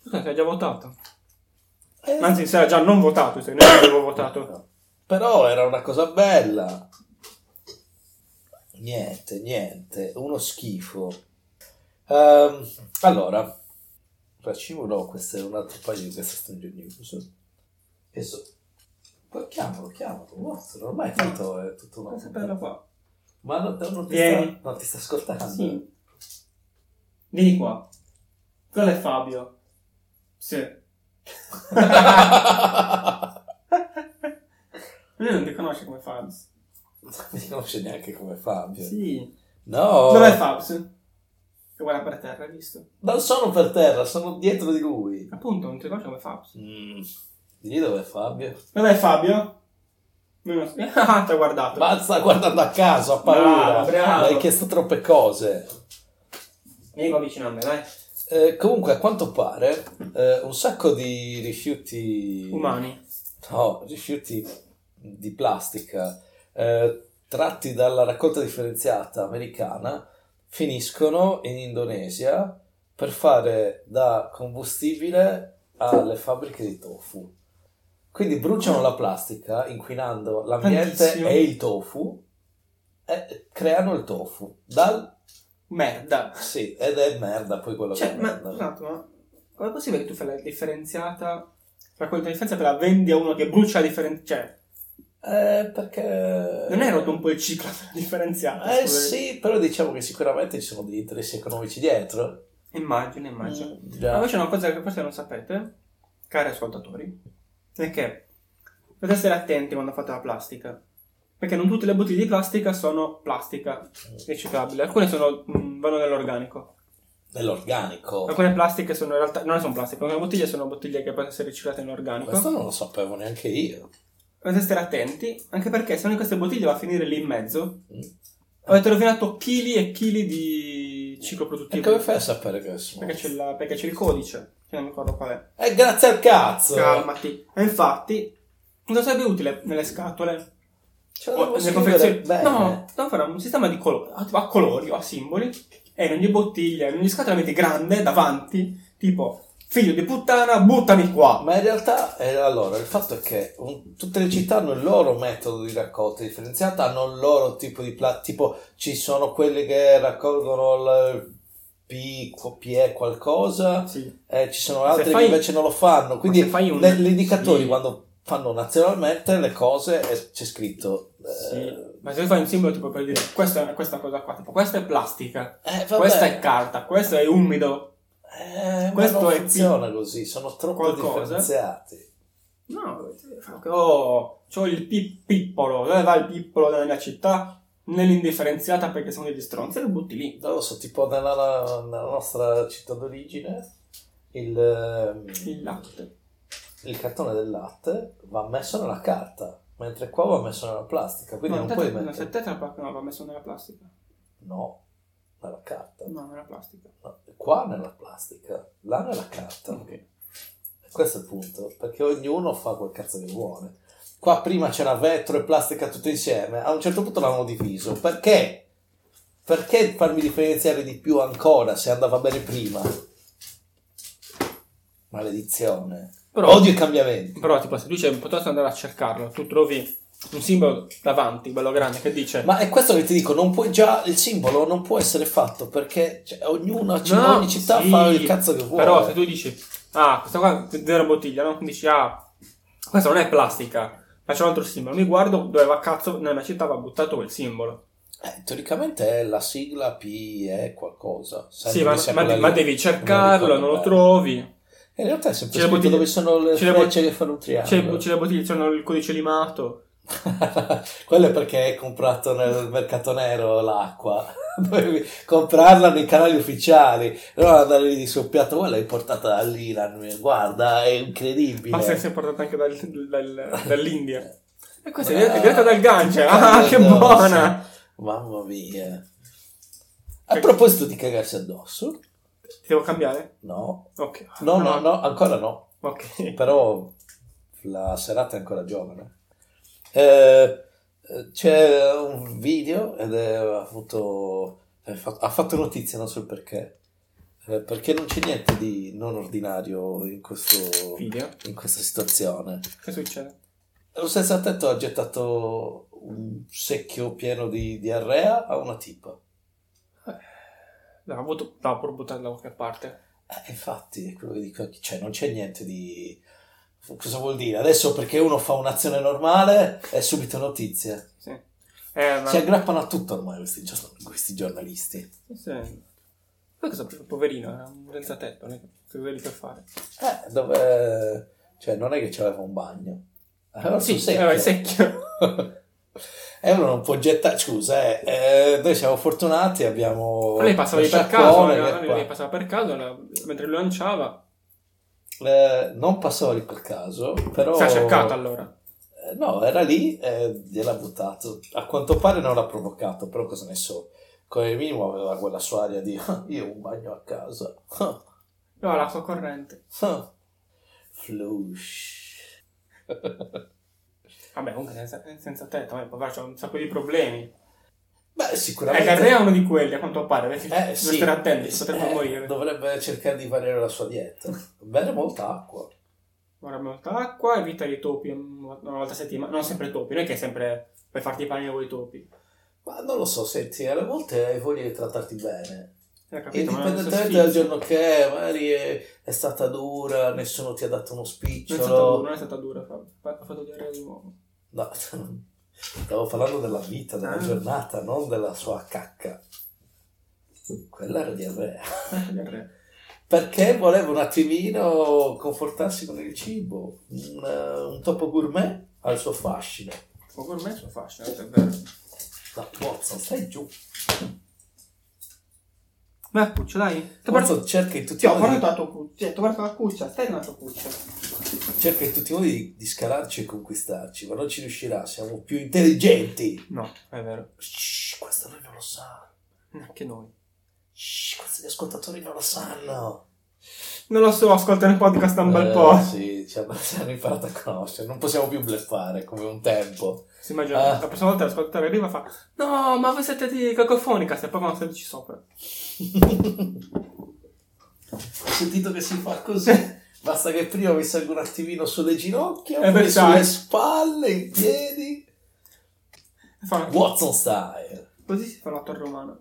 [SPEAKER 1] Scusa, hai già votato.
[SPEAKER 2] Eh,
[SPEAKER 1] Anzi, se era già non votato,
[SPEAKER 2] (coughs)
[SPEAKER 1] se non avevo votato.
[SPEAKER 2] Però era una cosa bella. Niente, niente, uno schifo. Ehm, allora, facciamo no, questo è un altro paio di questa Stranger News. E so- poi chiamalo, chiamalo, Watson, ormai tanto è tutto una...
[SPEAKER 1] Questa è bella qua.
[SPEAKER 2] Ma non, non ti
[SPEAKER 1] Vieni.
[SPEAKER 2] sta, non ti sta ascoltando? (laughs)
[SPEAKER 1] Sì. Vieni qua. Quello è Fabio. Sì.
[SPEAKER 2] (laughs)
[SPEAKER 1] Lui non ti conosce come Fabs.
[SPEAKER 2] non ti conosce neanche come Fabio.
[SPEAKER 1] Sì.
[SPEAKER 2] No!
[SPEAKER 1] Dov'è Fabs? Che guarda per terra, hai visto?
[SPEAKER 2] Non sono per terra, sono dietro di lui.
[SPEAKER 1] Appunto, non ti ricordo come fa.
[SPEAKER 2] Mm. Lì dove è Fabio?
[SPEAKER 1] Dov'è Fabio? Non lo so. Ah, ti ha guardato.
[SPEAKER 2] Ma sta guardando a caso, a paura.
[SPEAKER 1] Bravo, bravo.
[SPEAKER 2] Hai chiesto troppe cose.
[SPEAKER 1] Vieni qua vicino a me, dai.
[SPEAKER 2] Eh, comunque, a quanto pare, eh, un sacco di rifiuti
[SPEAKER 1] Umani.
[SPEAKER 2] No, rifiuti di plastica eh, tratti dalla raccolta differenziata americana finiscono in Indonesia per fare da combustibile alle fabbriche di tofu. Quindi bruciano la plastica inquinando l'ambiente
[SPEAKER 1] Tantissimo.
[SPEAKER 2] e il tofu e creano il tofu. Dal,
[SPEAKER 1] Merda.
[SPEAKER 2] sì, ed è merda poi quello
[SPEAKER 1] Cioè,
[SPEAKER 2] che
[SPEAKER 1] ma
[SPEAKER 2] mandano.
[SPEAKER 1] scusate, ma com'è possibile che tu fai la differenziata? Tra quella differenza te la vendi a uno che brucia la differenziata? Cioè,
[SPEAKER 2] Eh, perché...
[SPEAKER 1] non è rotto un po' il ciclo della differenziata?
[SPEAKER 2] Eh
[SPEAKER 1] scusa?
[SPEAKER 2] sì, però diciamo che sicuramente ci sono degli interessi economici dietro. Mm,
[SPEAKER 1] Immagino, immagino. Ma
[SPEAKER 2] Già.
[SPEAKER 1] invece una cosa che forse non sapete, cari ascoltatori, è che dovete essere attenti quando fate la plastica. Perché non tutte le bottiglie di plastica sono plastica riciclabile, alcune sono, mh, vanno nell'organico.
[SPEAKER 2] Nell'organico.
[SPEAKER 1] Alcune plastiche sono in realtà non sono plastiche, alcune bottiglie sono bottiglie che possono essere riciclate in organico.
[SPEAKER 2] Questo non lo sapevo neanche io.
[SPEAKER 1] Dovete stare attenti, anche perché se no in queste bottiglie va a finire lì in mezzo.
[SPEAKER 2] Mm.
[SPEAKER 1] Avete rovinato chili e chili di ciclo
[SPEAKER 2] E
[SPEAKER 1] produttivo.
[SPEAKER 2] come fai a sapere che sono?
[SPEAKER 1] Perché c'è, la- perché c'è il codice, che non mi ricordo qual è.
[SPEAKER 2] Eh, grazie al cazzo!
[SPEAKER 1] Calmati. E infatti, cosa sarebbe utile nelle scatole?
[SPEAKER 2] Ce la
[SPEAKER 1] O
[SPEAKER 2] devo
[SPEAKER 1] nelle
[SPEAKER 2] scrivere
[SPEAKER 1] Oh, confezioni?
[SPEAKER 2] bene.
[SPEAKER 1] No, devo fare un sistema di colori, a, tipo a colori o a simboli. E in ogni bottiglia, in ogni scatola metti grande davanti, tipo figlio di puttana, buttami qua.
[SPEAKER 2] Ma in realtà, eh, allora, il fatto è che un- tutte le città hanno il loro metodo di raccolta differenziata, hanno il loro tipo di pla- tipo ci sono quelli che raccolgono il P, P, qualcosa,
[SPEAKER 1] Sì.
[SPEAKER 2] Eh, ci sono
[SPEAKER 1] Ma se
[SPEAKER 2] altri
[SPEAKER 1] fai-
[SPEAKER 2] che invece non lo fanno. Quindi
[SPEAKER 1] se fai un-
[SPEAKER 2] le- gli indicatori
[SPEAKER 1] sì.
[SPEAKER 2] quando fanno nazionalmente le cose è- c'è scritto. eh,
[SPEAKER 1] Sì. Ma se fai un simbolo tipo per dire questa, questa cosa qua, tipo questa è plastica,
[SPEAKER 2] eh, vabbè,
[SPEAKER 1] questa è carta, questo è umido.
[SPEAKER 2] eh, ma
[SPEAKER 1] questo
[SPEAKER 2] non
[SPEAKER 1] è
[SPEAKER 2] funziona così, sono troppo
[SPEAKER 1] qualcosa.
[SPEAKER 2] differenziati.
[SPEAKER 1] No, oh, c'ho il pi- pippolo, dove va il pippolo della mia città? Nell'indifferenziata perché sono degli stronzi, e lo butti lì.
[SPEAKER 2] Non lo so, tipo nella, nella nostra città d'origine il,
[SPEAKER 1] Il
[SPEAKER 2] ehm,
[SPEAKER 1] latte.
[SPEAKER 2] il cartone del latte va messo nella carta, mentre qua va messo nella plastica, quindi
[SPEAKER 1] no,
[SPEAKER 2] non
[SPEAKER 1] te-
[SPEAKER 2] puoi
[SPEAKER 1] no,
[SPEAKER 2] mettere...
[SPEAKER 1] se te te la pa- no, va messo nella plastica.
[SPEAKER 2] No, nella carta.
[SPEAKER 1] No, nella plastica.
[SPEAKER 2] No, Qua nella plastica, là nella carta.
[SPEAKER 1] Ok.
[SPEAKER 2] Questo è il punto, perché ognuno fa quel cazzo che vuole. Qua prima c'era vetro e plastica tutto insieme, a un certo punto l'hanno diviso. Perché? Perché farmi differenziare di più ancora se andava bene prima? Maledizione.
[SPEAKER 1] Però-
[SPEAKER 2] Odio i cambiamenti.
[SPEAKER 1] Però, tipo, se tu c'è, potresti andare a cercarlo, tu trovi un simbolo davanti, bello grande, che dice...
[SPEAKER 2] Ma è questo che ti dico, non puoi già, il simbolo non può essere fatto perché cioè, ognuno,
[SPEAKER 1] No,
[SPEAKER 2] ogni città
[SPEAKER 1] sì,
[SPEAKER 2] fa il cazzo che vuole.
[SPEAKER 1] Però se tu dici, ah, questa qua è una bottiglia, no? Quindi dici, ah, questa non è plastica, ma c'è un altro simbolo. Mi guardo dove va cazzo, nella mia città va buttato quel simbolo.
[SPEAKER 2] Eh, teoricamente è la sigla P è qualcosa. Sempre
[SPEAKER 1] Sì, ma,
[SPEAKER 2] mi
[SPEAKER 1] ma-
[SPEAKER 2] sembra lì.
[SPEAKER 1] ma devi cercarlo,
[SPEAKER 2] ricordo
[SPEAKER 1] non, lo
[SPEAKER 2] bene.
[SPEAKER 1] trovi.
[SPEAKER 2] In realtà è sempre
[SPEAKER 1] C'è la
[SPEAKER 2] scritto
[SPEAKER 1] bottiglia-
[SPEAKER 2] dove sono le
[SPEAKER 1] c'è la
[SPEAKER 2] frecce che fanno un triangolo.
[SPEAKER 1] C'è, c'è le bottiglie, c'è il codice limato.
[SPEAKER 2] (laughs) Quello è perché hai comprato nel mercato nero l'acqua. (laughs) Dovevi comprarla nei canali ufficiali. Non andare lì di soppiatto. Guarda, l'hai portata dall'Iran. Guarda, è incredibile.
[SPEAKER 1] Ma se si è portata anche dal- dal- dall'India. E questa
[SPEAKER 2] Guarda,
[SPEAKER 1] è diretta- è diretta dal Gange. Ah, che
[SPEAKER 2] addosso.
[SPEAKER 1] buona!
[SPEAKER 2] Mamma mia. A proposito di cagarsi addosso,
[SPEAKER 1] Ti devo cambiare?
[SPEAKER 2] no,
[SPEAKER 1] Ok.
[SPEAKER 2] no, no, no, ancora no.
[SPEAKER 1] Ok.
[SPEAKER 2] però la serata è ancora giovane. Eh, eh, c'è un video ed è avuto, è fa- ha fatto notizia, non so il perché. Eh, perché non c'è niente di non ordinario in, questo-
[SPEAKER 1] Video.
[SPEAKER 2] in questa situazione.
[SPEAKER 1] Che succede?
[SPEAKER 2] Un senza attento ha gettato un secchio pieno di diarrea a una tipa.
[SPEAKER 1] Eh, L'ha avuto, l'ha pur buttato da qualche parte.
[SPEAKER 2] Eh, infatti, è quello che dico, cioè, non c'è niente di... Cosa vuol dire? Adesso perché uno fa un'azione normale è subito notizia.
[SPEAKER 1] Sì. Eh, ma...
[SPEAKER 2] Si aggrappano a tutto ormai questi, gio- questi giornalisti.
[SPEAKER 1] Sì. Poi cosa il poverino, era un senza tetto, non è che dovevi per fare.
[SPEAKER 2] Eh, dove... Cioè, non è che c'aveva un bagno. Aveva
[SPEAKER 1] sì,
[SPEAKER 2] sul secchio. (laughs)
[SPEAKER 1] era il secchio.
[SPEAKER 2] Euro non può gettare, scusa, eh, eh, noi siamo fortunati, abbiamo...
[SPEAKER 1] Lei passava
[SPEAKER 2] lo
[SPEAKER 1] per caso,
[SPEAKER 2] Oh, sciacquone che
[SPEAKER 1] magari,
[SPEAKER 2] è qua.
[SPEAKER 1] lei passava per caso la- mentre lo lanciava.
[SPEAKER 2] Eh, non passava lì per caso, però...
[SPEAKER 1] Si è cercato allora.
[SPEAKER 2] Eh, No, era lì e gliel'ha buttato. A quanto pare non l'ha provocato, però cosa ne so. Come minimo aveva quella sua aria di "Ah, io un bagno a casa. (laughs) Ah,
[SPEAKER 1] No, l'acqua corrente.
[SPEAKER 2] ah." Flush.
[SPEAKER 1] Vabbè, comunque senza, senza tetto, vabbè, poveraccio, ha un sacco di problemi.
[SPEAKER 2] Beh,
[SPEAKER 1] E
[SPEAKER 2] sicuramente...
[SPEAKER 1] Carrea è uno di quelli, a quanto pare. perché
[SPEAKER 2] Eh,
[SPEAKER 1] deve
[SPEAKER 2] sì.
[SPEAKER 1] stare attenti, potrebbe
[SPEAKER 2] Eh,
[SPEAKER 1] morire.
[SPEAKER 2] Dovrebbe cercare di variare la sua dieta. Bere molta acqua.
[SPEAKER 1] Ora molta acqua, evitare i topi una volta a settimana. Non sempre topi, non è che è sempre per farti i panni con i topi.
[SPEAKER 2] Ma non lo so, senti, alle volte hai voglia di trattarti bene.
[SPEAKER 1] Eh, capito? Ma non so
[SPEAKER 2] Indipendentemente
[SPEAKER 1] sfizio.
[SPEAKER 2] dal giorno che è, magari è, è stata dura, nessuno ti ha dato uno
[SPEAKER 1] Non è stata dura,
[SPEAKER 2] spicciolo.
[SPEAKER 1] non è stata dura, fa- fa- ha fatto diarrea di nuovo.
[SPEAKER 2] No, (laughs) stavo parlando della vita, della
[SPEAKER 1] Ah.
[SPEAKER 2] giornata, non della sua cacca. Quella era diarrea.
[SPEAKER 1] Eh, Diarrea.
[SPEAKER 2] Perché volevo un attimino confortarsi con il cibo. Un, eh, un topo gourmet ha il suo fascino.
[SPEAKER 1] Ma con me sono affascinante, cioè, è vero.
[SPEAKER 2] No, Watson, stai giù.
[SPEAKER 1] Ma cuccia, dai.
[SPEAKER 2] Watson cerca in tutti i modi,
[SPEAKER 1] la tua cuccia, ti ho portato la cuccia, stai nella tua cuccia.
[SPEAKER 2] cerca in tutti i modi di, di scalarci e conquistarci, ma non ci riuscirà, siamo più intelligenti.
[SPEAKER 1] No, è vero.
[SPEAKER 2] Shh, questo lui non lo sa.
[SPEAKER 1] Neanche noi.
[SPEAKER 2] Shh, questi ascoltatori non lo sanno.
[SPEAKER 1] Non lo so, ascoltano il podcast da un bel
[SPEAKER 2] Eh,
[SPEAKER 1] po'.
[SPEAKER 2] Sì, ci hanno, ci hanno imparato a conoscere. Non possiamo più bluffare come un tempo.
[SPEAKER 1] Si immagina,
[SPEAKER 2] Ah.
[SPEAKER 1] la prossima volta l'ascoltatore arriva e fa No, ma voi siete di cacofonica, se poi quando sedici sopra.
[SPEAKER 2] Ho sentito che si fa così. Basta che prima mi salgo un attimino sulle ginocchia, poi
[SPEAKER 1] E versai.
[SPEAKER 2] sulle spalle, i piedi.
[SPEAKER 1] E Fa
[SPEAKER 2] Watson style.
[SPEAKER 1] Così si fa la torre umana.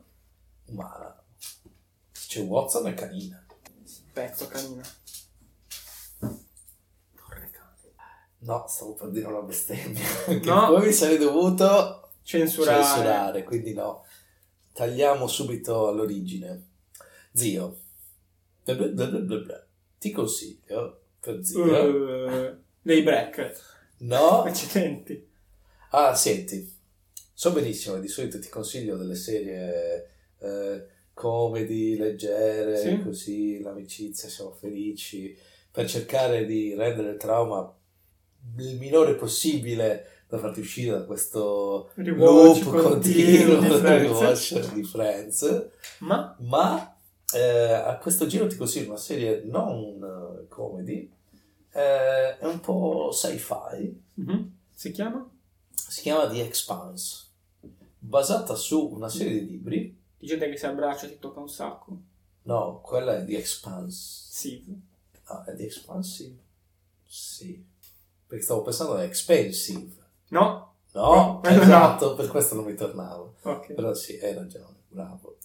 [SPEAKER 2] Ma c'è Watson e Canina.
[SPEAKER 1] Pezzo canina. Torre canina.
[SPEAKER 2] No, stavo per dire una bestemmia. (laughs) Che
[SPEAKER 1] No.
[SPEAKER 2] poi mi sarei dovuto
[SPEAKER 1] Censurare.
[SPEAKER 2] censurare, quindi no. Tagliamo subito all'origine. Zio, bla bla bla bla bla bla. ti consiglio, per zio,
[SPEAKER 1] Eh, dei break.
[SPEAKER 2] no?
[SPEAKER 1] Accidenti.
[SPEAKER 2] Ah, senti, so benissimo, di solito ti consiglio delle serie eh, comedy, leggere,
[SPEAKER 1] Sì.
[SPEAKER 2] così, l'amicizia, siamo felici, per cercare di rendere il trauma il minore possibile da farti uscire da questo
[SPEAKER 1] Rewatch
[SPEAKER 2] loop
[SPEAKER 1] continuo (laughs)
[SPEAKER 2] continuo (laughs)
[SPEAKER 1] di Friends.
[SPEAKER 2] rewatch di Friends.
[SPEAKER 1] Ma
[SPEAKER 2] ma eh, a questo giro ti consiglio una serie non eh, comedy, eh, è un po' sci-fi,
[SPEAKER 1] mhm, si chiama?
[SPEAKER 2] si chiama The Expanse, basata su una serie di libri,
[SPEAKER 1] Di gente che si abbraccia e ti tocca un sacco.
[SPEAKER 2] no, quella è The Expanse,
[SPEAKER 1] Sì.
[SPEAKER 2] ah, è The Expansive? Sì, perché stavo pensando a Expensive,
[SPEAKER 1] No?
[SPEAKER 2] no?
[SPEAKER 1] Eh,
[SPEAKER 2] (laughs)
[SPEAKER 1] No.
[SPEAKER 2] Esatto, per questo non mi tornavo.
[SPEAKER 1] Ok.
[SPEAKER 2] Però sì, hai ragione, bravo.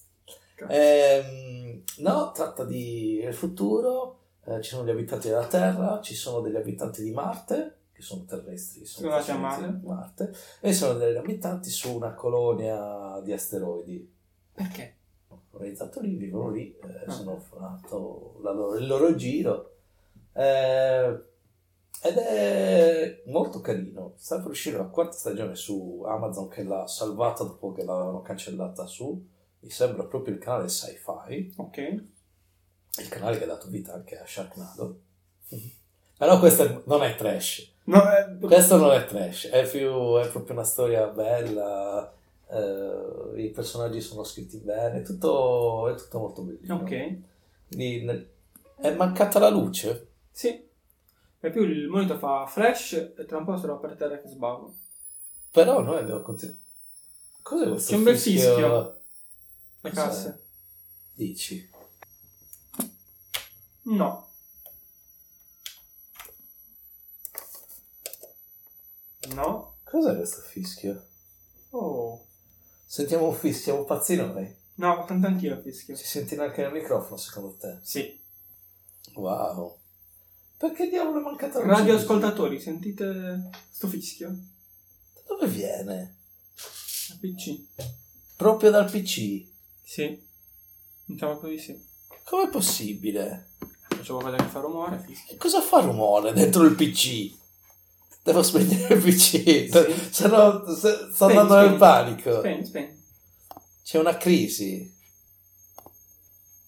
[SPEAKER 1] Grazie.
[SPEAKER 2] Ehm, no, tratta di il futuro, eh, ci sono gli abitanti della Terra, ci sono degli abitanti di Marte, che sono terrestri, sono
[SPEAKER 1] Sono andati a
[SPEAKER 2] trascinati da Marte, e sono degli abitanti su una colonia di asteroidi.
[SPEAKER 1] Perché?
[SPEAKER 2] Colonizzatori vivono lì, eh,
[SPEAKER 1] Ah.
[SPEAKER 2] sono fatto la loro- il loro giro. eh, ed è molto carino. Sta per uscire la quarta stagione su Amazon che l'ha salvata dopo che l'avevano cancellata su, mi sembra proprio il canale Sci-Fi
[SPEAKER 1] Ok.
[SPEAKER 2] il canale che ha dato vita anche a Sharknado. (laughs) Però questo è- non è trash,
[SPEAKER 1] No, eh,
[SPEAKER 2] questo non è trash, è, più, è proprio una storia bella, eh, i personaggi sono scritti bene, è tutto, è tutto molto bellino.
[SPEAKER 1] ok.
[SPEAKER 2] Quindi ne- è mancata la luce,
[SPEAKER 1] Sì. E più il monitor fa flash e tra un po' sarò per terra che sbaglio.
[SPEAKER 2] però noi abbiamo continuato. Cos'è questo
[SPEAKER 1] C'è un bel fischio. Le
[SPEAKER 2] Cos'è?
[SPEAKER 1] casse.
[SPEAKER 2] Dici,
[SPEAKER 1] No. No.
[SPEAKER 2] cos'è questo fischio?
[SPEAKER 1] Oh.
[SPEAKER 2] Sentiamo un fischio, siamo pazzi noi.
[SPEAKER 1] No, tanto anch'io il fischio.
[SPEAKER 2] Si sente anche nel microfono secondo te?
[SPEAKER 1] Sì.
[SPEAKER 2] Wow. Perché diavolo è mancata la luce?
[SPEAKER 1] Radio ascoltatori, sentite sto fischio?
[SPEAKER 2] Da Dove viene?
[SPEAKER 1] La PC.
[SPEAKER 2] Proprio dal PC.
[SPEAKER 1] Sì. Diciamo così sì.
[SPEAKER 2] Com'è possibile?
[SPEAKER 1] Faccio qualcosa che fa rumore, fischio.
[SPEAKER 2] Che cosa fa rumore dentro il PC? Devo spegnere il PC, se (laughs)
[SPEAKER 1] Sì.
[SPEAKER 2] sennò se- sto
[SPEAKER 1] Spegni,
[SPEAKER 2] andando nel
[SPEAKER 1] spegni.
[SPEAKER 2] panico.
[SPEAKER 1] Spegni, spegni.
[SPEAKER 2] C'è una crisi.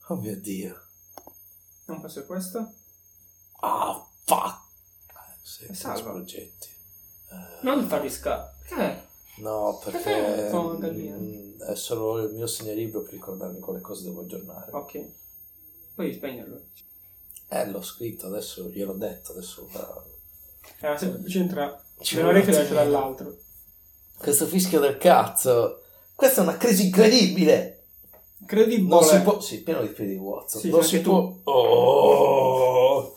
[SPEAKER 2] Oh mio Dio.
[SPEAKER 1] Non posso essere questo.
[SPEAKER 2] Ah, fuck. Eh, sì,
[SPEAKER 1] E salva.
[SPEAKER 2] progetti. Eh,
[SPEAKER 1] Non farli scappare. Perché?
[SPEAKER 2] No, perché
[SPEAKER 1] Perché fa una gallina?
[SPEAKER 2] mm, è solo il mio segnalibro per ricordarmi quale cose devo aggiornare.
[SPEAKER 1] Ok. Puoi spegnerlo.
[SPEAKER 2] Eh, l'ho scritto, adesso gliel'ho detto, adesso... va-
[SPEAKER 1] Era semplice entrare.
[SPEAKER 2] Ci
[SPEAKER 1] Ci un
[SPEAKER 2] vuole
[SPEAKER 1] orecchio
[SPEAKER 2] un
[SPEAKER 1] e
[SPEAKER 2] attimo.
[SPEAKER 1] dall'altro.
[SPEAKER 2] Questo fischio del cazzo! Questa è una crisi incredibile!
[SPEAKER 1] Incredibile.
[SPEAKER 2] Non si può... Sì, pieno di piedi di Watson.
[SPEAKER 1] Sì,
[SPEAKER 2] non
[SPEAKER 1] anche
[SPEAKER 2] si
[SPEAKER 1] tu.
[SPEAKER 2] può... Oh!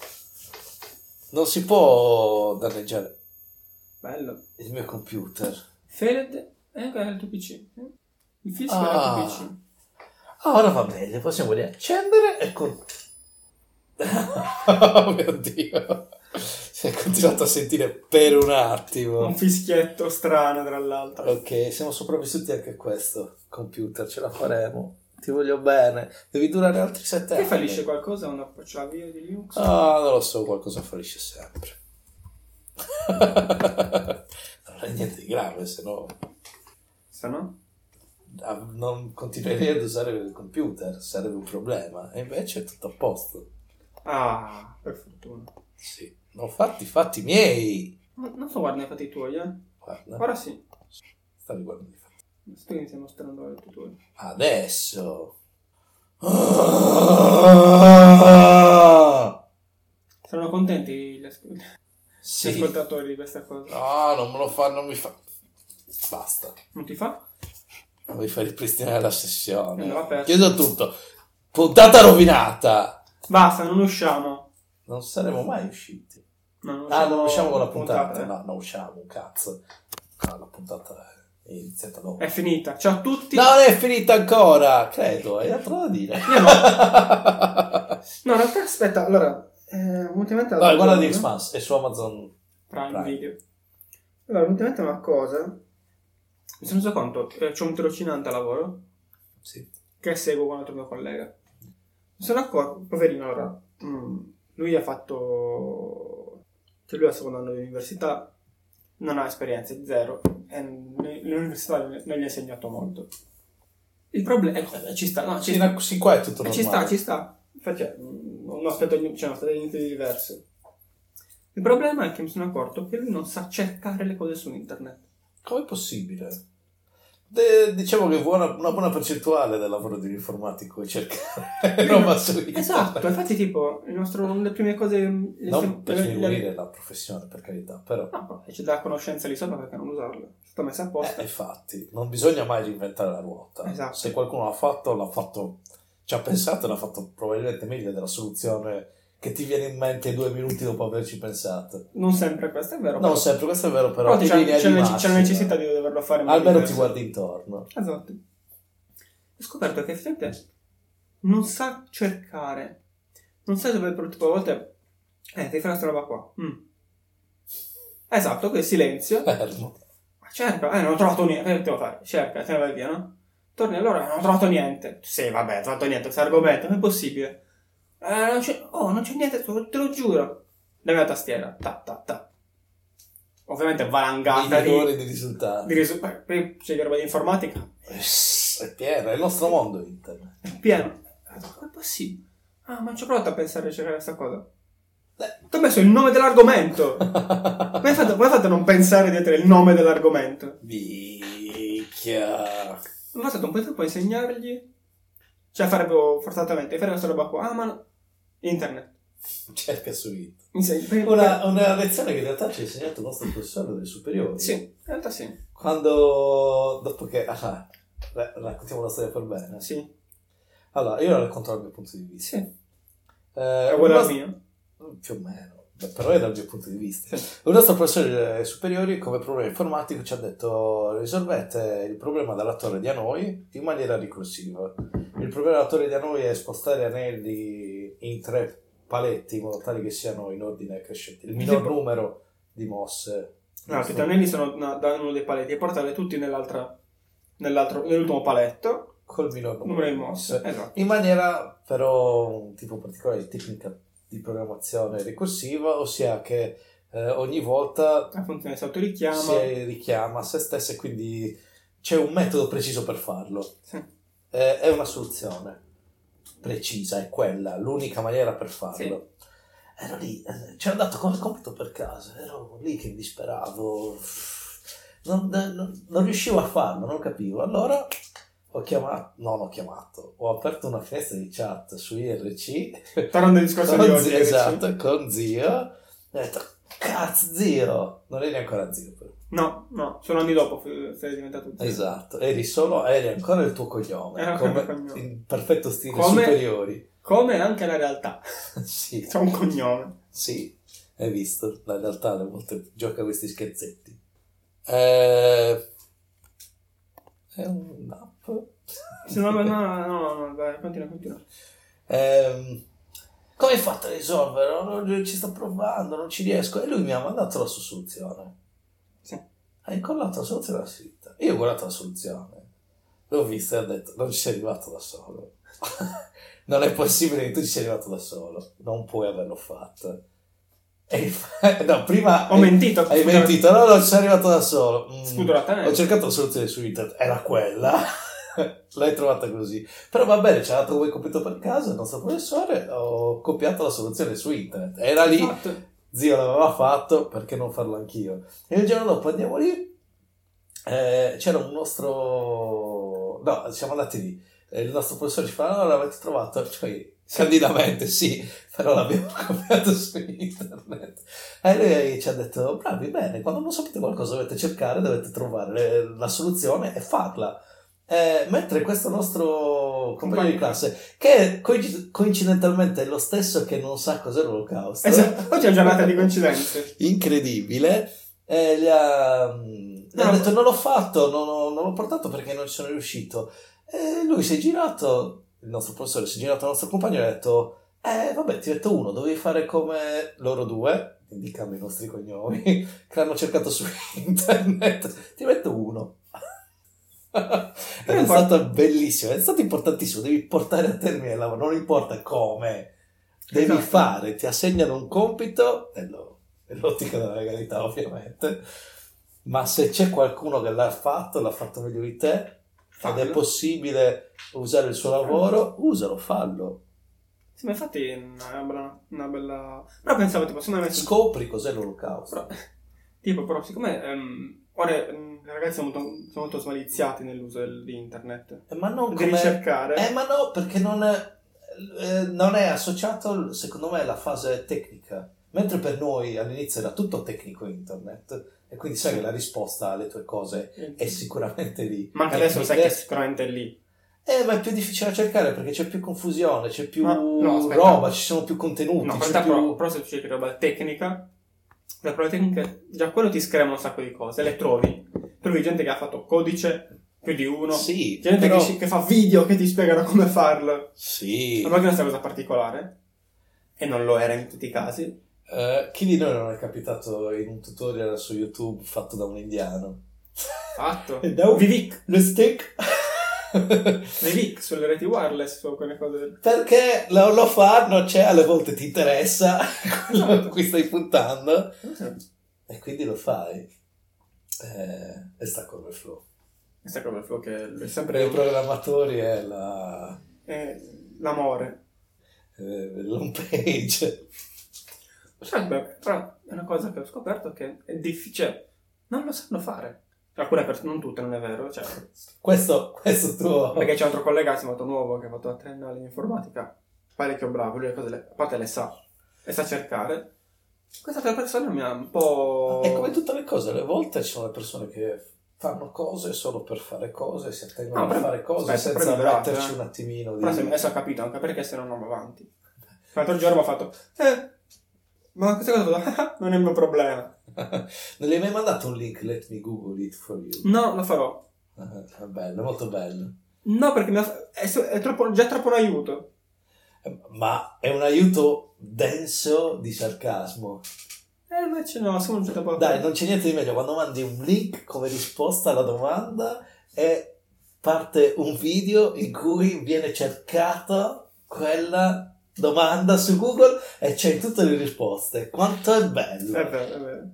[SPEAKER 2] Non si può danneggiare
[SPEAKER 1] Bello.
[SPEAKER 2] il mio computer.
[SPEAKER 1] Feled è il tuo PC. Il fisico
[SPEAKER 2] Ah.
[SPEAKER 1] è il tuo PC.
[SPEAKER 2] Ah, Ora va bene, possiamo riaccendere e con... (laughs) oh mio Dio! Si è continuato a sentire per un attimo.
[SPEAKER 1] Un fischietto strano tra l'altro.
[SPEAKER 2] Ok, siamo sopravvissuti anche a questo computer, ce la faremo. Ti voglio bene. Devi durare altri sette anni.
[SPEAKER 1] Che fallisce qualcosa quando approccia la via di Linux?
[SPEAKER 2] Ah, non lo so, qualcosa fallisce sempre. (laughs) non è niente di grave, se no
[SPEAKER 1] Se no?
[SPEAKER 2] ah, non continuerei ad usare il computer, sarebbe un problema. E invece è tutto a posto.
[SPEAKER 1] Ah, per fortuna.
[SPEAKER 2] Sì, non fatti i fatti miei.
[SPEAKER 1] Ma non so guardare i fatti tuoi, eh.
[SPEAKER 2] Guarda,
[SPEAKER 1] Ora sì.
[SPEAKER 2] stavi guardando i fatti.
[SPEAKER 1] Spero che stiamo mostrando ora i fatti tuoi.
[SPEAKER 2] Adesso. Ah!
[SPEAKER 1] Saranno contenti gli, ascol- gli
[SPEAKER 2] Sì.
[SPEAKER 1] ascoltatori di questa cosa.
[SPEAKER 2] No, non me lo fa, non mi fa. Basta.
[SPEAKER 1] Non ti fa?
[SPEAKER 2] Non mi fa ripristinare la
[SPEAKER 1] Eh, l'ho
[SPEAKER 2] sessione.
[SPEAKER 1] aperto.
[SPEAKER 2] Chiedo tutto. Puntata rovinata.
[SPEAKER 1] Basta, non usciamo.
[SPEAKER 2] Non saremo mai usciti.
[SPEAKER 1] No, non
[SPEAKER 2] Ah, non usciamo con la puntata.
[SPEAKER 1] eh.
[SPEAKER 2] No, non usciamo, cazzo. No, la puntata è iniziata dopo.
[SPEAKER 1] È finita. Ciao a tutti.
[SPEAKER 2] No, non è finita ancora. Credo, hai altro da dire. (laughs)
[SPEAKER 1] No, in realtà aspetta, allora, eh, ultimamente la
[SPEAKER 2] Dai, guarda
[SPEAKER 1] domanda-
[SPEAKER 2] di Expanse, è su Amazon.
[SPEAKER 1] Prime
[SPEAKER 2] Prime.
[SPEAKER 1] Video. Allora, ultimamente una cosa, mi sono reso conto, eh, c'ho un tirocinante a lavoro
[SPEAKER 2] Sì.
[SPEAKER 1] che seguo con un altro mio collega. Mi sono accorto, poverino, allora, mm, lui ha fatto, cioè lui è al secondo anno di università, non ha esperienze, zero, e n- l'università non gli ha insegnato molto. Il problema, eh, ci sta, no, ci sta.
[SPEAKER 2] Sì, sì, qua è tutto
[SPEAKER 1] Eh,
[SPEAKER 2] normale.
[SPEAKER 1] ci sta, ci sta. Infatti, cioè, mh, non aspetto ni- cioè, non aspetto niente di diverso. Il problema è che mi sono accorto che lui non sa cercare le cose su internet.
[SPEAKER 2] Com'è possibile? De- diciamo che buona- una buona percentuale del lavoro di un informatico è cercare (laughs) roba su internet.
[SPEAKER 1] Esatto, infatti, tipo, il nostro, una delle prime cose. mh, le sem-
[SPEAKER 2] Non per
[SPEAKER 1] le-
[SPEAKER 2] diminuire la professione, per carità, però...
[SPEAKER 1] No, però c'è della conoscenza lì sopra perché non usarla. È stata messa apposta.
[SPEAKER 2] Eh, infatti, non bisogna mai reinventare la ruota.
[SPEAKER 1] Esatto.
[SPEAKER 2] Se qualcuno l'ha fatto, l'ha fatto... Ci ha pensato e l'ha fatto probabilmente meglio della soluzione che ti viene in mente due minuti dopo averci pensato.
[SPEAKER 1] Non sempre questo è vero.
[SPEAKER 2] Non sempre, questo è vero, però...
[SPEAKER 1] però
[SPEAKER 2] in
[SPEAKER 1] c'è,
[SPEAKER 2] linea
[SPEAKER 1] c'è
[SPEAKER 2] di
[SPEAKER 1] nece- c'è
[SPEAKER 2] massima,
[SPEAKER 1] la necessità di doverlo fare. in modo
[SPEAKER 2] Almeno ti
[SPEAKER 1] diverso.
[SPEAKER 2] guardi intorno.
[SPEAKER 1] Esatto. Ho scoperto che effettivamente non sa cercare. Non sa dove però tipo a volte. Eh, devi fare questa roba qua. Mm. Esatto, quel silenzio.
[SPEAKER 2] Fermo.
[SPEAKER 1] Ma Cerca, eh, non ho trovato niente. Che devo fare? Cerca, te ne vai via, no? Torni allora, non ho trovato niente. Sì, vabbè, ho trovato niente, questo argomento, non è possibile. Eh, non c'è, oh, non c'è niente, te lo, te lo giuro. La mia tastiera, ta ta ta. Ovviamente valangata di,
[SPEAKER 2] Milioni di risultati.
[SPEAKER 1] di risu- beh, poi c'è roba di informatica,
[SPEAKER 2] È pieno, è il nostro mondo
[SPEAKER 1] (laughs)
[SPEAKER 2] internet.
[SPEAKER 1] pieno. Eh, Come è possibile? Ah, ma ci ho provato a pensare a cercare questa cosa.
[SPEAKER 2] Beh.
[SPEAKER 1] Ti ho messo il nome dell'argomento. Come hai fatto, come hai fatto a non pensare dietro il nome dell'argomento?
[SPEAKER 2] Bicchia.
[SPEAKER 1] Mi ha stato un po' di tempo a insegnargli. Cioè, farebbe forzatamente, fare questa roba qua. Ah, ma no. internet.
[SPEAKER 2] Cerca su internet.
[SPEAKER 1] Insegni. per-
[SPEAKER 2] Una, una lezione che in realtà ci ha insegnato il nostro professore delle superiori.
[SPEAKER 1] Sì, in realtà sì.
[SPEAKER 2] Quando, dopo che... Ah, ra- raccontiamo la storia per bene.
[SPEAKER 1] Sì,
[SPEAKER 2] Allora, io la racconto dal mio punto di vista.
[SPEAKER 1] sì. È
[SPEAKER 2] Eh,
[SPEAKER 1] uguale
[SPEAKER 2] un
[SPEAKER 1] al
[SPEAKER 2] nostro-
[SPEAKER 1] mio.
[SPEAKER 2] Più o meno. Beh, Però è dal mio punto di vista.
[SPEAKER 1] Sì.
[SPEAKER 2] Un nostro professore delle superiori, come problema informatico, ci ha detto risolvete il problema della torre di Hanoi in maniera ricorsiva. Il problema della torre di Hanoi è spostare anelli in tre paletti in modo tale che siano in ordine crescente. Il minor
[SPEAKER 1] Tipo-
[SPEAKER 2] numero di mosse.
[SPEAKER 1] No, i tonnelli sono da da uno dei paletti e portarli tutti nell'altra, nell'altro, nell'ultimo paletto.
[SPEAKER 2] Col minor numero,
[SPEAKER 1] Numero di mosse. Esatto.
[SPEAKER 2] In maniera però un tipo particolare di tecnica di programmazione ricorsiva, ossia che eh, eh, ogni volta
[SPEAKER 1] La funzione si autorichiama.
[SPEAKER 2] si richiama a se stessa e quindi c'è un metodo preciso per farlo.
[SPEAKER 1] Sì.
[SPEAKER 2] Eh, è una soluzione precisa, è quella, l'unica maniera per farlo. Ero lì, eh, c'ero andato come compito per caso, ero lì che mi disperavo, non, non- non riuscivo a farlo, non capivo. Allora ho chiamato, non ho chiamato, ho aperto una finestra di chat su IRC
[SPEAKER 1] Tornando al discorso di
[SPEAKER 2] con
[SPEAKER 1] oggi.
[SPEAKER 2] zio,
[SPEAKER 1] ragazzi.
[SPEAKER 2] esatto, con zio. Ho detto, cazzo zio, non eri ancora zio però.
[SPEAKER 1] No, no, sono anni dopo f- sei diventato zio.
[SPEAKER 2] Esatto, eri solo, eri ancora il tuo cognome,
[SPEAKER 1] Era
[SPEAKER 2] come
[SPEAKER 1] il mio cognome.
[SPEAKER 2] in perfetto stile
[SPEAKER 1] Come-
[SPEAKER 2] superiori.
[SPEAKER 1] Come anche la realtà.
[SPEAKER 2] (laughs) sì,
[SPEAKER 1] C'è un cognome.
[SPEAKER 2] sì, hai visto, la realtà alle volte gioca questi scherzetti. Eh, È un'app.
[SPEAKER 1] Se no, no, no, no, no, dai, continua, continua.
[SPEAKER 2] Ehm, come hai fatto a risolverlo? Non- ci sto provando, non ci riesco. E lui mi ha mandato la sua soluzione.
[SPEAKER 1] Sì.
[SPEAKER 2] Ha incollato la soluzione alla scritta. Io ho guardato la soluzione, l'ho vista e ho detto: Non ci sei arrivato da solo. (laughs) non è possibile che tu ci sia arrivato da solo. Non puoi averlo fatto. E (laughs) inf- no, prima
[SPEAKER 1] Ho mentito.
[SPEAKER 2] hai
[SPEAKER 1] scusa-
[SPEAKER 2] mentito, no, non ci sei arrivato da solo. Mm.
[SPEAKER 1] Spudoratamente.
[SPEAKER 2] Ho cercato la soluzione su internet, era quella. (laughs) L'hai trovata così. Però va bene, ci ha dato come compito per caso il nostro professore, ho copiato la soluzione su internet. Era lì,
[SPEAKER 1] Fatto.
[SPEAKER 2] zio l'aveva fatto, perché non farlo anch'io? E il giorno dopo andiamo lì, eh, c'era un nostro... No, siamo andati lì. E il nostro professore ci fa, no, l'avete trovato? Cioè, candidamente sì, però l'abbiamo (laughs) copiato su internet. E lui ci ha detto, bravi, bene, quando non sapete qualcosa dovete cercare, dovete trovare eh, la soluzione e farla. Eh, mentre questo nostro compagno di classe, che coinc- coincidentalmente è lo stesso che non sa cos'è l'olocausto,
[SPEAKER 1] Esatto, oggi è una giornata di coincidenze.
[SPEAKER 2] incredibile, eh, gli ha, gli ha
[SPEAKER 1] No.
[SPEAKER 2] detto non l'ho fatto, non, ho- non l'ho portato perché non ci sono riuscito. E lui si è girato, il nostro professore si è girato al nostro compagno e ha detto, eh vabbè ti ho detto uno, dovevi fare come loro due, indicando i nostri cognomi, (laughs) che l'hanno cercato su internet, ti metto
[SPEAKER 1] (laughs)
[SPEAKER 2] uno. Ed è
[SPEAKER 1] Eh,
[SPEAKER 2] stato bellissimo, è stato importantissimo, devi portare a termine il lavoro, non importa come, devi
[SPEAKER 1] Esatto.
[SPEAKER 2] fare, ti assegnano un compito, nello- nell'ottica della legalità ovviamente, ma se c'è qualcuno che l'ha fatto, l'ha fatto meglio di te,
[SPEAKER 1] Fallo.
[SPEAKER 2] ed è possibile usare il suo lavoro, usalo, fallo,
[SPEAKER 1] Sì, ma infatti è una bella... Una bella... Però pensavo, tipo, se non avessi...
[SPEAKER 2] scopri cos'è l'olocausto.
[SPEAKER 1] Però, tipo, però, siccome... ehm, ora, ehm, i ragazzi sono molto, sono molto smaliziati nell'uso del- di internet.
[SPEAKER 2] Eh, Ma non
[SPEAKER 1] Devi
[SPEAKER 2] come...
[SPEAKER 1] cercare...
[SPEAKER 2] Eh, ma no, perché non è, eh, non è associato, secondo me, alla fase tecnica. Mentre per noi all'inizio era tutto tecnico internet, e quindi sai che la risposta alle tue cose è sicuramente lì.
[SPEAKER 1] Eh, Ma anche adesso sai che
[SPEAKER 2] Tecniche-
[SPEAKER 1] sicuramente è lì.
[SPEAKER 2] Eh, ma è più difficile da cercare perché c'è più confusione, c'è più
[SPEAKER 1] Ma- no, aspetta.
[SPEAKER 2] roba, ci sono più contenuti.
[SPEAKER 1] No, in
[SPEAKER 2] c'è
[SPEAKER 1] realtà
[SPEAKER 2] Uh, più-
[SPEAKER 1] però, però se tu cerchi roba tecnica, la prova tecnica, già quello ti screma un sacco di cose, le trovi. Trovi gente che ha fatto codice, più di uno,
[SPEAKER 2] Sì,
[SPEAKER 1] gente
[SPEAKER 2] però-
[SPEAKER 1] che, ci- che fa video che ti spiegano come farlo.
[SPEAKER 2] sì.
[SPEAKER 1] Ma che è una cosa particolare, e non lo era in tutti i casi.
[SPEAKER 2] Eh, chi di noi non è capitato in un tutorial su YouTube fatto da un indiano?
[SPEAKER 1] Fatto.
[SPEAKER 2] E da un-
[SPEAKER 1] Vivic,
[SPEAKER 2] Le stick?
[SPEAKER 1] Vivic sulle reti wireless, su quelle cose del...
[SPEAKER 2] (laughs) Perché lo, lo fanno, c'è, alle volte ti interessa (laughs) quello
[SPEAKER 1] (laughs)
[SPEAKER 2] a cui stai puntando
[SPEAKER 1] Ah,
[SPEAKER 2] e quindi lo fai. Eh, e sta con flow.
[SPEAKER 1] Questa cosa flow che è
[SPEAKER 2] Per i
[SPEAKER 1] sempre
[SPEAKER 2] programmatori è la
[SPEAKER 1] è l'amore.
[SPEAKER 2] eh, l'home page.
[SPEAKER 1] Sarebbe, però è una cosa che ho scoperto che è difficile, non lo sanno fare. Cioè, Alcune persone, non tutte, non è vero, cioè,
[SPEAKER 2] Questo, questo tuo...
[SPEAKER 1] perché c'è un altro collega che si è fatto nuovo, che ha fatto la triennale in informatica, parecchio bravo, lui le cose, le- a parte le sa, le sa cercare. Quest'altra persona mi ha un po'...
[SPEAKER 2] È come tutte le cose, alle volte ci sono le persone che fanno cose solo per fare cose, si attengono
[SPEAKER 1] No,
[SPEAKER 2] a
[SPEAKER 1] però-
[SPEAKER 2] fare cose
[SPEAKER 1] aspetta,
[SPEAKER 2] senza
[SPEAKER 1] prendi braccia,
[SPEAKER 2] metterci
[SPEAKER 1] eh.
[SPEAKER 2] un attimino di...
[SPEAKER 1] Però se- adesso ho capito anche perché se no non va avanti. L'altro giorno mi ha fatto, eh, ma questa cosa fa- (laughs) non è il mio problema.
[SPEAKER 2] non gli hai mai mandato un link, let me google it for you.
[SPEAKER 1] No, lo farò.
[SPEAKER 2] Ah, È bello, molto bello.
[SPEAKER 1] No, perché mi ha- è, so- è troppo- già troppo un aiuto.
[SPEAKER 2] Eh, Ma è un aiuto denso di sarcasmo.
[SPEAKER 1] E Eh, invece no, sono giunto un po'
[SPEAKER 2] Dai, non c'è niente di meglio quando mandi un link come risposta alla domanda e parte un video in cui viene cercata quella domanda su Google e c'hai tutte le risposte. Quanto è bello!
[SPEAKER 1] È vero, è vero. eh,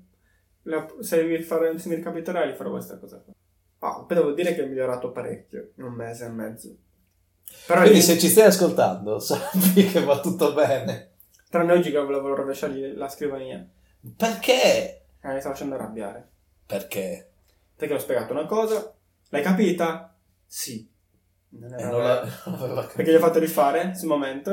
[SPEAKER 1] La- se mi, farò, se mi ricapiterà, gli farò questa cosa qua. Ah, però devo dire che è migliorato parecchio in un mese e mezzo. Però
[SPEAKER 2] Quindi
[SPEAKER 1] io-
[SPEAKER 2] se ci stai ascoltando, (laughs) sappi che va tutto bene.
[SPEAKER 1] tranne oggi che volevo rovesciargli la scrivania.
[SPEAKER 2] Perché?
[SPEAKER 1] Eh, mi sta facendo arrabbiare.
[SPEAKER 2] Perché?
[SPEAKER 1] Perché ho spiegato una cosa, l'hai capita? Sì. Non
[SPEAKER 2] Eh,
[SPEAKER 1] era-
[SPEAKER 2] non la- (laughs) non aveva capito.
[SPEAKER 1] Perché gli ho fatto rifare sul momento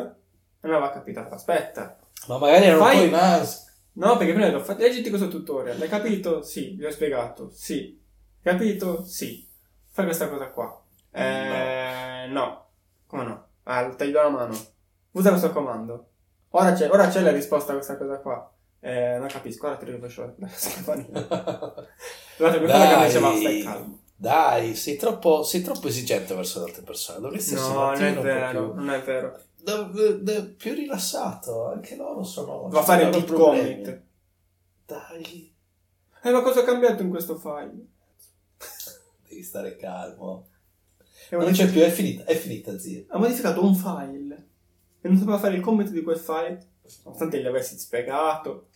[SPEAKER 1] e non aveva capito. Aspetta.
[SPEAKER 2] Ma magari era un
[SPEAKER 1] Fai-
[SPEAKER 2] po' in ansia.
[SPEAKER 1] No, perché prima gli ho fatto, leggiti questo tutorial, l'hai capito? Sì. Gli ho spiegato, sì. Capito? Sì. Fai questa cosa qua. Eh, no. Come no? Ah, taglio la mano. Usa questo comando. Ora c'è, ora c'è la risposta a questa cosa qua. Eh, non capisco, ora ti rovescio (laughs) la scrivania.
[SPEAKER 2] (laughs)
[SPEAKER 1] L'altra persona che mi diceva, stai calmo.
[SPEAKER 2] Dai, sei troppo, sei troppo esigente verso le altre persone. Dovresti essere un
[SPEAKER 1] No, non è
[SPEAKER 2] attimino un po'
[SPEAKER 1] vero, non è vero.
[SPEAKER 2] più- da- da- più rilassato. Anche loro sono.
[SPEAKER 1] Va a fare
[SPEAKER 2] hanno
[SPEAKER 1] il deep
[SPEAKER 2] problemi.
[SPEAKER 1] commit.
[SPEAKER 2] Dai,
[SPEAKER 1] Eh, ma cosa ho cambiato in questo file?
[SPEAKER 2] devi stare calmo.
[SPEAKER 1] E ho
[SPEAKER 2] Non
[SPEAKER 1] detto-
[SPEAKER 2] c'è più, è finita, è finita, zia.
[SPEAKER 1] Ha modificato un file e non sapeva fare il commento di quel file, nonostante gli avessi spiegato,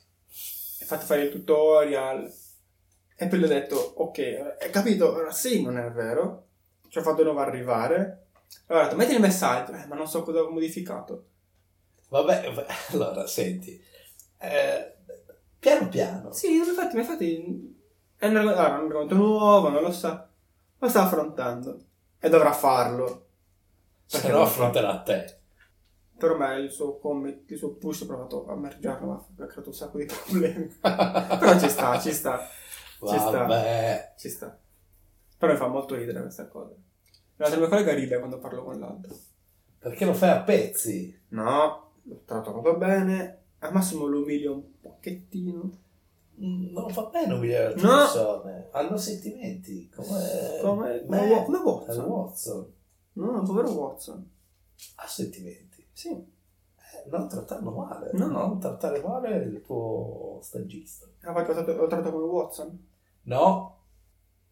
[SPEAKER 1] e fatto fare il tutorial. E poi gli ho detto, ok, hai capito? Allora, sì, non è vero. Ci ho fatto di nuovo arrivare. Allora ho detto, metti il messaggio, eh, ma non so cosa ho modificato.
[SPEAKER 2] Vabbè, (laughs) va- allora senti, eh, piano piano.
[SPEAKER 1] Sì, infatti, ma infatti è un argomento, allora, è un argomento nuovo, non lo sa, lo sta affrontando e dovrà farlo.
[SPEAKER 2] Se
[SPEAKER 1] Perché
[SPEAKER 2] no
[SPEAKER 1] non-
[SPEAKER 2] affronterà a te.
[SPEAKER 1] Per me il suo comment, il suo push ho provato a mergiarlo, ma ha creato un sacco di problemi. Però ci sta, ci sta, Ci
[SPEAKER 2] (laughs)
[SPEAKER 1] sta.
[SPEAKER 2] Vabbè.
[SPEAKER 1] ci sta. Però mi fa molto ridere questa cosa. L'altra mia collega ride quando parlo con l'altro.
[SPEAKER 2] Perché lo fai a pezzi?
[SPEAKER 1] No, l'ho trattato proprio bene. Al massimo lo umilio un pochettino.
[SPEAKER 2] Mm, Non fa bene umiliare le
[SPEAKER 1] No.
[SPEAKER 2] persone. Hanno sentimenti. Come,
[SPEAKER 1] Come,
[SPEAKER 2] Beh,
[SPEAKER 1] come, Wa- come
[SPEAKER 2] è
[SPEAKER 1] Watson.
[SPEAKER 2] Watson.
[SPEAKER 1] No, povero Watson.
[SPEAKER 2] Ha sentimenti.
[SPEAKER 1] Sì,
[SPEAKER 2] Eh, non trattarlo male.
[SPEAKER 1] No, no.
[SPEAKER 2] Non trattare male il tuo stagista.
[SPEAKER 1] l'ho Ah, trattato, l'ho trattato come Watson.
[SPEAKER 2] No,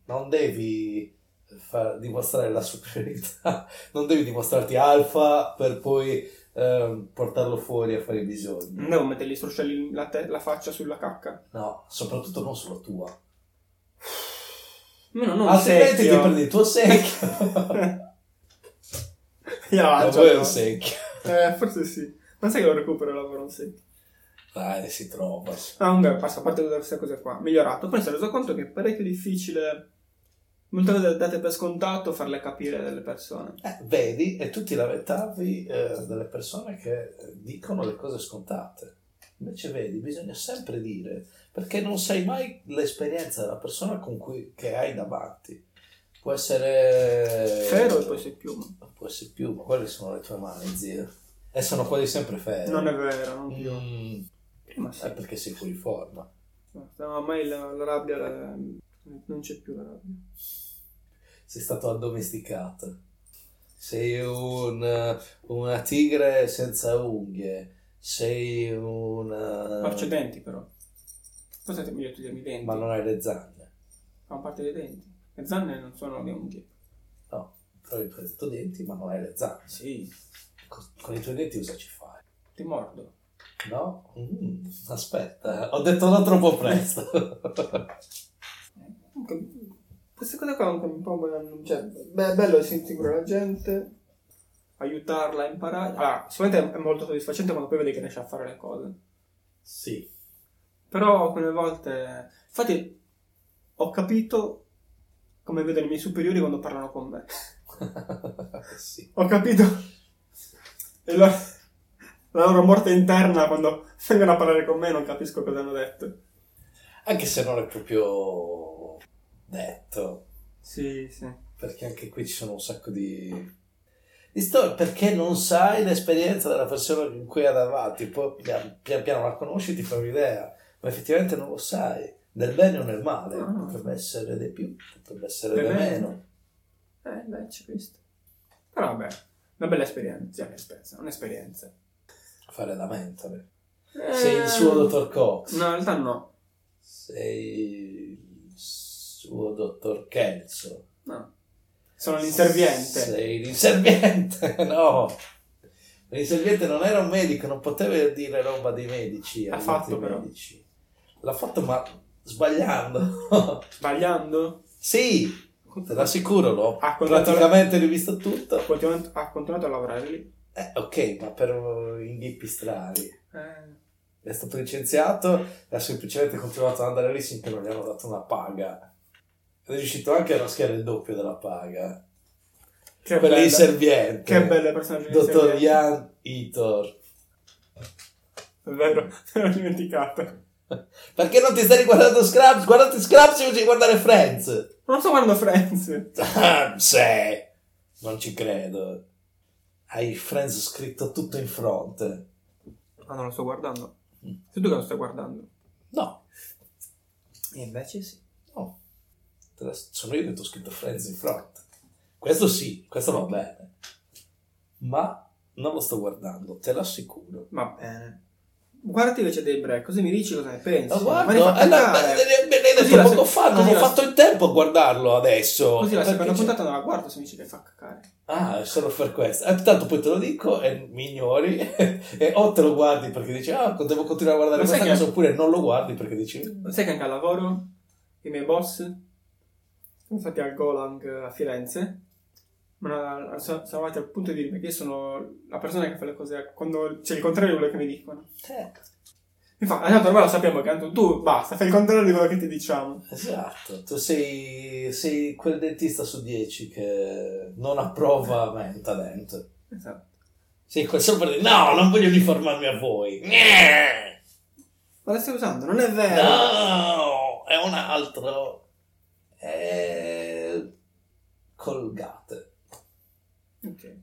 [SPEAKER 2] non devi fa- dimostrare la superiorità, (laughs) non devi dimostrarti alfa per poi ehm, portarlo fuori a fare i bisogni.
[SPEAKER 1] Non devo mettergli i struscelli la, te- la faccia sulla cacca.
[SPEAKER 2] No, soprattutto non sulla tua.
[SPEAKER 1] Almeno non un
[SPEAKER 2] Altrimenti ti
[SPEAKER 1] secchio.
[SPEAKER 2] prendi il tuo secchio.
[SPEAKER 1] (laughs) Io
[SPEAKER 2] Ma
[SPEAKER 1] lancio,
[SPEAKER 2] vuoi
[SPEAKER 1] no?
[SPEAKER 2] un secchio?
[SPEAKER 1] Eh, forse sì. Non sai che lo recupero il lavoro un secchio.
[SPEAKER 2] Dai, si trova.
[SPEAKER 1] Ah, comunque, passa a parte da queste cose qua. Migliorato. Poi mi sono reso conto che è parecchio difficile. Molte cose date per scontato farle capire delle persone.
[SPEAKER 2] Eh, vedi, e tu ti lamentavi eh, delle persone che eh, dicono le cose scontate. Invece, vedi, bisogna sempre dire, perché non sai mai l'esperienza della persona con cui che hai davanti. Può essere
[SPEAKER 1] Fero e poi sei piuma.
[SPEAKER 2] Può essere più, ma quelle sono le tue mani, zio. E sono quasi sempre fero.
[SPEAKER 1] Non è vero, non più.
[SPEAKER 2] Mm,
[SPEAKER 1] Prima
[SPEAKER 2] è
[SPEAKER 1] sì.
[SPEAKER 2] perché sei fuori forma.
[SPEAKER 1] No, ormai la, la rabbia la- non c'è più la rabbia.
[SPEAKER 2] Sei stato addomesticato. Sei un- una tigre senza unghie. Sei una.
[SPEAKER 1] Faccio i denti però. Forse è meglio togliermi i denti.
[SPEAKER 2] Ma non hai le zanne.
[SPEAKER 1] Fanno parte dei denti. Le zanne non sono le unghie.
[SPEAKER 2] No, trovi i tuoi denti, ma non hai le zanne.
[SPEAKER 1] Sì.
[SPEAKER 2] Co- Con i tuoi denti cosa ci fai?
[SPEAKER 1] Ti mordo.
[SPEAKER 2] No? Mm, aspetta, eh. ho detto no troppo
[SPEAKER 1] (laughs)
[SPEAKER 2] presto.
[SPEAKER 1] Comunque, queste cose qua comunque un po' me l'hanno- cioè, beh, è bello sentire curare la gente, aiutarla a imparare. Allora, sicuramente è molto soddisfacente quando poi vedi che riesci a fare le cose.
[SPEAKER 2] sì.
[SPEAKER 1] Però alcune volte... Infatti, ho capito come vedono i miei superiori quando parlano con me.
[SPEAKER 2] (laughs)
[SPEAKER 1] (laughs)
[SPEAKER 2] sì.
[SPEAKER 1] Ho capito (laughs) e la, la loro morte interna quando (laughs) vengono a parlare con me non capisco cosa hanno detto.
[SPEAKER 2] Anche se non è proprio detto.
[SPEAKER 1] Sì, sì.
[SPEAKER 2] Perché anche qui ci sono un sacco di... di storie, perché non sai l'esperienza della persona in cui è davanti, poi pian, pian piano la conosci ti fai un'idea, ma effettivamente non lo sai, nel bene o nel male,
[SPEAKER 1] Ah.
[SPEAKER 2] potrebbe essere di più, potrebbe essere di
[SPEAKER 1] Del
[SPEAKER 2] meno.
[SPEAKER 1] bene. Eh, beh, c'è questo. Però vabbè, una bella esperienza. Cioè, un'esperienza. un'esperienza.
[SPEAKER 2] fare la mentore, sei il
[SPEAKER 1] Eh.
[SPEAKER 2] suo dottor Cox,
[SPEAKER 1] No, in realtà no.
[SPEAKER 2] sei il suo dottor Kelso,
[SPEAKER 1] no. Sono l'interviente.
[SPEAKER 2] sei l'inserviente, (laughs) no, L'inserviente non era un medico, non poteva dire roba dei medici.
[SPEAKER 1] L'ha
[SPEAKER 2] aiuti
[SPEAKER 1] fatto, però.
[SPEAKER 2] medici. L'ha fatto ma sbagliando. (laughs)
[SPEAKER 1] Sbagliando?
[SPEAKER 2] sì, te lo assicuro, l'ho
[SPEAKER 1] Ah, con la-
[SPEAKER 2] praticamente rivisto tutto.
[SPEAKER 1] Ha continuato, ha continuato a lavorare lì.
[SPEAKER 2] Eh, ok, ma per inghippi strani.
[SPEAKER 1] Eh,
[SPEAKER 2] È stato licenziato e ha semplicemente continuato ad andare lì finché non gli hanno dato una paga. È riuscito anche a raschiare il doppio della paga.
[SPEAKER 1] che
[SPEAKER 2] per
[SPEAKER 1] bella-
[SPEAKER 2] l'inserviente.
[SPEAKER 1] Che belle personaggi di
[SPEAKER 2] Dottor
[SPEAKER 1] serie.
[SPEAKER 2] Jan Itor. (laughs)
[SPEAKER 1] È vero, (laughs) me l'ho dimenticato.
[SPEAKER 2] Perché non ti stai riguardando Scraps? Guardati Scraps invece di guardare Friends.
[SPEAKER 1] Non sto guardando Friends.
[SPEAKER 2] Ah, sì. Non ci credo. Hai Friends scritto tutto in fronte.
[SPEAKER 1] Ah, non lo sto guardando.
[SPEAKER 2] Mm.
[SPEAKER 1] Sei tu che lo stai guardando.
[SPEAKER 2] No. Eh,
[SPEAKER 1] E invece sì.
[SPEAKER 2] No. Te la- Sono io che ti ho scritto Friends in fronte. Questo sì, questo va bene. Ma non lo sto guardando, te l'assicuro.
[SPEAKER 1] Va bene. Guardati invece dei break, così mi dici cosa ne pensi.
[SPEAKER 2] Lo guardo.
[SPEAKER 1] Ma ne fa
[SPEAKER 2] Eh, Eh. no,
[SPEAKER 1] cagare.
[SPEAKER 2] me- me l'hai
[SPEAKER 1] Così
[SPEAKER 2] detto
[SPEAKER 1] la
[SPEAKER 2] poco
[SPEAKER 1] se-
[SPEAKER 2] fa, non
[SPEAKER 1] così
[SPEAKER 2] ho
[SPEAKER 1] la-
[SPEAKER 2] fatto il tempo a guardarlo adesso. Eh,
[SPEAKER 1] Così la
[SPEAKER 2] Perché
[SPEAKER 1] seconda
[SPEAKER 2] c'è-
[SPEAKER 1] puntata non la guardo se mi dici che fa cacare.
[SPEAKER 2] Ah, è solo per questo. Eh, tanto poi te lo dico e mi ignori. (laughs) e o te lo guardi perché dici, ah, devo continuare a guardare
[SPEAKER 1] Ma sai
[SPEAKER 2] questa
[SPEAKER 1] che-
[SPEAKER 2] cosa, oppure non lo guardi perché dici...
[SPEAKER 1] Sai che anche al lavoro i miei boss sono stati al Golang a Firenze. Ma sono sono arrivati al punto di dirmi che io sono la persona che fa le cose quando c'è il contrario di quello che mi dicono.
[SPEAKER 2] Eh,
[SPEAKER 1] Mi fa, "Ah, tanto ormai lo sappiamo che tanto tu basta, fai il contrario di quello che ti diciamo.
[SPEAKER 2] esatto. Tu sei, sei quel dentista su 10 che non approva Mentalent.
[SPEAKER 1] Esatto.
[SPEAKER 2] Sei quel solo per dire, no, non voglio uniformarmi a voi. Nyeh!
[SPEAKER 1] Ma la stai usando, non è vero.
[SPEAKER 2] No, è un altro. È... Colgate.
[SPEAKER 1] Ok.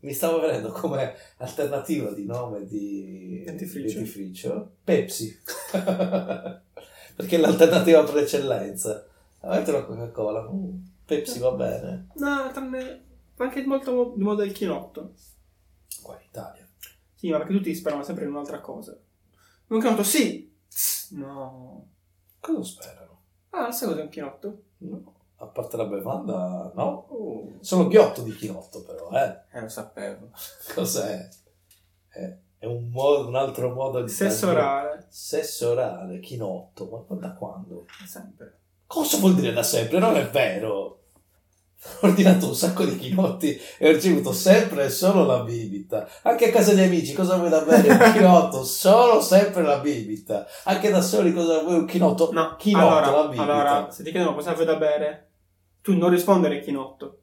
[SPEAKER 2] mi stavo vedendo come alternativa di nome di
[SPEAKER 1] Dentifricio.
[SPEAKER 2] di dentifricio, Pepsi (laughs) perché è l'alternativa per eccellenza avete la Coca-Cola uh, Pepsi va bene
[SPEAKER 1] No, tranne anche molto di modo del chinotto.
[SPEAKER 2] qua in Italia
[SPEAKER 1] Sì, ma perché tutti sperano sempre in un'altra cosa. Un chinotto, sì! Tss, No.
[SPEAKER 2] cosa sperano?
[SPEAKER 1] Ah, sai cos'è un chinotto?
[SPEAKER 2] No. a parte la bevanda no
[SPEAKER 1] Oh.
[SPEAKER 2] sono ghiotto di chinotto però eh
[SPEAKER 1] Eh, lo sapevo.
[SPEAKER 2] cos'è? è, è un, modo- un altro modo di
[SPEAKER 1] Sesso
[SPEAKER 2] tangere-
[SPEAKER 1] orale.
[SPEAKER 2] sesso orale chinotto ma da quando?
[SPEAKER 1] Sempre.
[SPEAKER 2] Cosa vuol dire da sempre? Non è vero. Ho ordinato un sacco di chinotti e ho ricevuto sempre e solo la bibita. Anche a casa degli amici, cosa vuoi da bere?
[SPEAKER 1] (laughs)
[SPEAKER 2] Un chinotto, solo sempre la bibita. Anche da soli, cosa vuoi? Un chinotto?
[SPEAKER 1] No,
[SPEAKER 2] chinotto, la
[SPEAKER 1] allora,
[SPEAKER 2] bibita.
[SPEAKER 1] allora, se ti chiedono cosa vuoi da bere, tu non rispondere chinotto.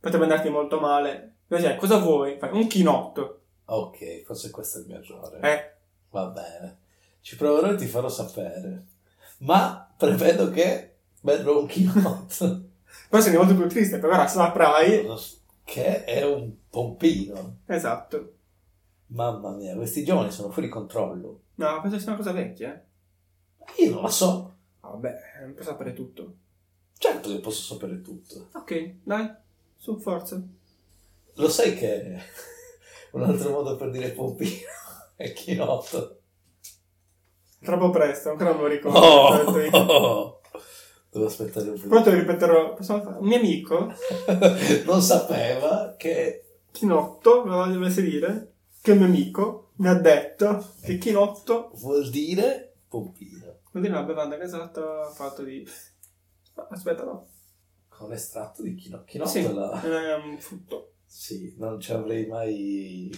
[SPEAKER 1] Potrebbe andarti molto male. Cioè, cosa vuoi? Fai un chinotto.
[SPEAKER 2] Ok, forse questo è il mio errore.
[SPEAKER 1] Eh,
[SPEAKER 2] Va bene. Ci proverò e ti farò sapere. Ma prevedo che berrò un chinotto,
[SPEAKER 1] (laughs) però sei molto più triste, perché ora saprai.
[SPEAKER 2] che è un pompino.
[SPEAKER 1] Esatto.
[SPEAKER 2] Mamma mia, questi giovani sono fuori controllo.
[SPEAKER 1] No, penso che sia una cosa vecchia, eh. Ah,
[SPEAKER 2] Io non la so.
[SPEAKER 1] Vabbè, non puoi sapere tutto.
[SPEAKER 2] Certo che posso sapere tutto.
[SPEAKER 1] Ok, dai, su, forza.
[SPEAKER 2] Lo sai che un altro modo per dire pompino è chinotto.
[SPEAKER 1] Troppo presto, ancora non lo ricordo.
[SPEAKER 2] Oh! Devo aspettare un po'.
[SPEAKER 1] Pronto, lo ripeterò. Prossima volta. Un mio amico,
[SPEAKER 2] (laughs) Non sapeva che...
[SPEAKER 1] Chinotto, me lo dovesse dire, che è un mio amico, mi ha detto che Chinotto
[SPEAKER 2] Vuol dire pompino.
[SPEAKER 1] vuol dire una bevanda gasata fatta di... Aspetta, no.
[SPEAKER 2] Con estratto di chinotto. Chinotto
[SPEAKER 1] sì,
[SPEAKER 2] è la...
[SPEAKER 1] è un Ehm, frutto.
[SPEAKER 2] Sì, non ci avrei mai...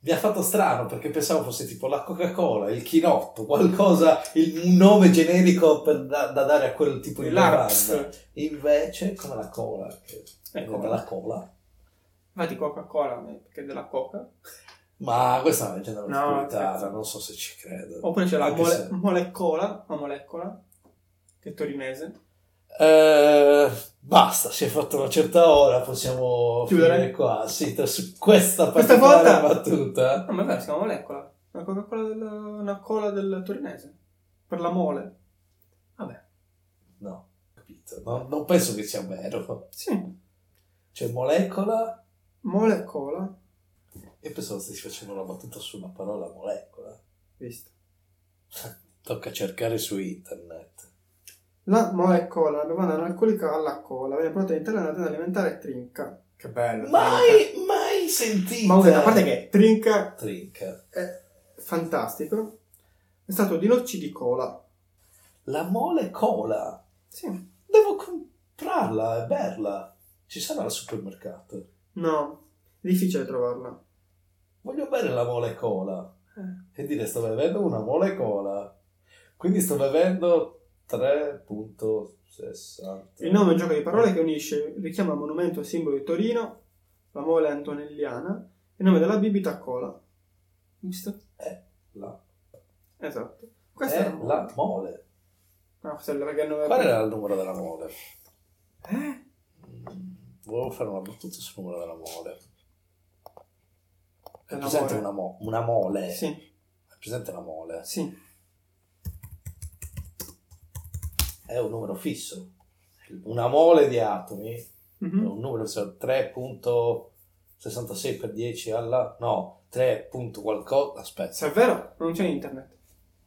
[SPEAKER 2] Mi ha fatto strano perché pensavo fosse tipo la Coca-Cola, il chinotto, qualcosa, il, un nome generico per da, da dare a quel tipo di bevanda.
[SPEAKER 1] L'ARPS.
[SPEAKER 2] Invece, come la cola, che è
[SPEAKER 1] Ecco,
[SPEAKER 2] la cola,
[SPEAKER 1] infatti Coca-Cola, perché è della Coca.
[SPEAKER 2] ma questa è una leggenda
[SPEAKER 1] No,
[SPEAKER 2] metropolitana,
[SPEAKER 1] scherzo.
[SPEAKER 2] non so se ci credo.
[SPEAKER 1] Oppure c'è la
[SPEAKER 2] Anche
[SPEAKER 1] mole-
[SPEAKER 2] se-
[SPEAKER 1] molecola, la molecola, che è torinese.
[SPEAKER 2] Eh, basta, si è fatta una certa ora, possiamo
[SPEAKER 1] Chiudere?
[SPEAKER 2] finire qua. Sì, tra- su questa
[SPEAKER 1] Questa
[SPEAKER 2] particolare
[SPEAKER 1] volta-
[SPEAKER 2] battuta.
[SPEAKER 1] No, ma è vero, si chiama molecola. Una Coca-Cola del, una cola del torinese. Per la mole. Vabbè,
[SPEAKER 2] No, capito, no, non penso che sia vero.
[SPEAKER 1] sì.
[SPEAKER 2] C'è molecola,
[SPEAKER 1] Mole e cola.
[SPEAKER 2] e pensavo stessi facendo una battuta sulla parola molecola. (laughs)
[SPEAKER 1] Visto.
[SPEAKER 2] Tocca cercare su internet.
[SPEAKER 1] La mole e cola, la bevanda analcolica alla cola, viene prodotta in Italia nella tenda alimentare e trinca. Che bello.
[SPEAKER 2] Mai, mai sentite.
[SPEAKER 1] Ma guarda, a parte che Trinca
[SPEAKER 2] Trinca.
[SPEAKER 1] è fantastico, è stato di noci di cola.
[SPEAKER 2] La mole cola.
[SPEAKER 1] Sì.
[SPEAKER 2] Devo comprarla e berla. Ci sarà al supermercato.
[SPEAKER 1] No, è difficile trovarla.
[SPEAKER 2] Voglio bere la mole cola.
[SPEAKER 1] Eh.
[SPEAKER 2] E dire sto bevendo una mole cola. Quindi sto bevendo 3.60.
[SPEAKER 1] Il nome è un gioco di parole che unisce il richiamo al monumento e simbolo di Torino, la mole antonelliana, il nome della bibita a cola. Visto?
[SPEAKER 2] È la,
[SPEAKER 1] Esatto. Questa
[SPEAKER 2] Eh, è
[SPEAKER 1] è la...
[SPEAKER 2] la mole.
[SPEAKER 1] No, questa è la perché il nome
[SPEAKER 2] Qual era il numero della mole?
[SPEAKER 1] Eh?
[SPEAKER 2] Mm, Volevo fare una battuta sul numero della mole. È
[SPEAKER 1] Della
[SPEAKER 2] presente
[SPEAKER 1] mole.
[SPEAKER 2] una, mo- una mole?
[SPEAKER 1] Sì,
[SPEAKER 2] È presente la mole?
[SPEAKER 1] sì.
[SPEAKER 2] È un numero fisso. Una mole di atomi è
[SPEAKER 1] Mhm.
[SPEAKER 2] un numero cioè 3.66 per 10 alla... No, 3. punto qualcosa... Aspetta.
[SPEAKER 1] Se è vero, non c'è internet.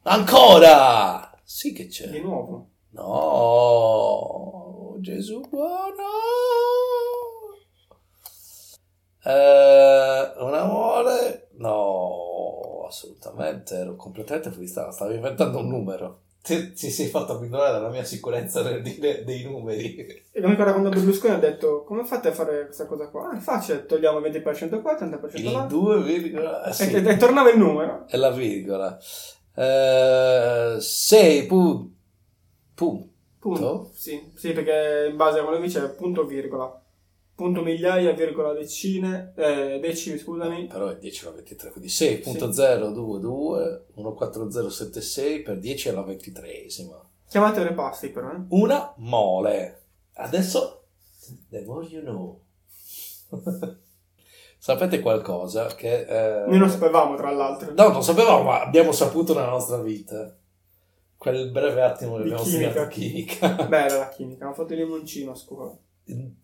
[SPEAKER 2] Ancora! Sì che
[SPEAKER 1] Di
[SPEAKER 2] c'è.
[SPEAKER 1] nuovo.
[SPEAKER 2] No! Gesù buono! Eh, un amore? No, assolutamente, ero completamente fuori strada, stavo inventando un numero. Ti, ti sei fatto abbindolare dalla mia sicurezza nel dire dei numeri.
[SPEAKER 1] E mi ricordo quando Berlusconi ha detto come fate a fare questa cosa qua? Ah, è facile, togliamo 20% qua, 30%
[SPEAKER 2] Il Ah,
[SPEAKER 1] là.
[SPEAKER 2] 2,
[SPEAKER 1] E, e- e tornava il numero.
[SPEAKER 2] è la virgola. Eh, 6 punti. Oh.
[SPEAKER 1] Punto. Sì, sì, perché in base a quello che c'è punto virgola. Punto migliaia, virgola decine, eh, decimi, scusami.
[SPEAKER 2] però è 10 alla 23, quindi 6.022 14076 per 10 alla 23
[SPEAKER 1] Chiamate le pasti però,
[SPEAKER 2] (laughs)
[SPEAKER 1] eh.
[SPEAKER 2] Una mole. Adesso, the more you know. (laughs) Sapete qualcosa che... eh,
[SPEAKER 1] Noi non sapevamo tra l'altro.
[SPEAKER 2] No, non sapevamo, ma abbiamo saputo nella nostra vita. Quel breve attimo che
[SPEAKER 1] Di
[SPEAKER 2] abbiamo
[SPEAKER 1] chimica.
[SPEAKER 2] studiato chimica.
[SPEAKER 1] Bella la chimica, ho fatto il limoncino a scuola.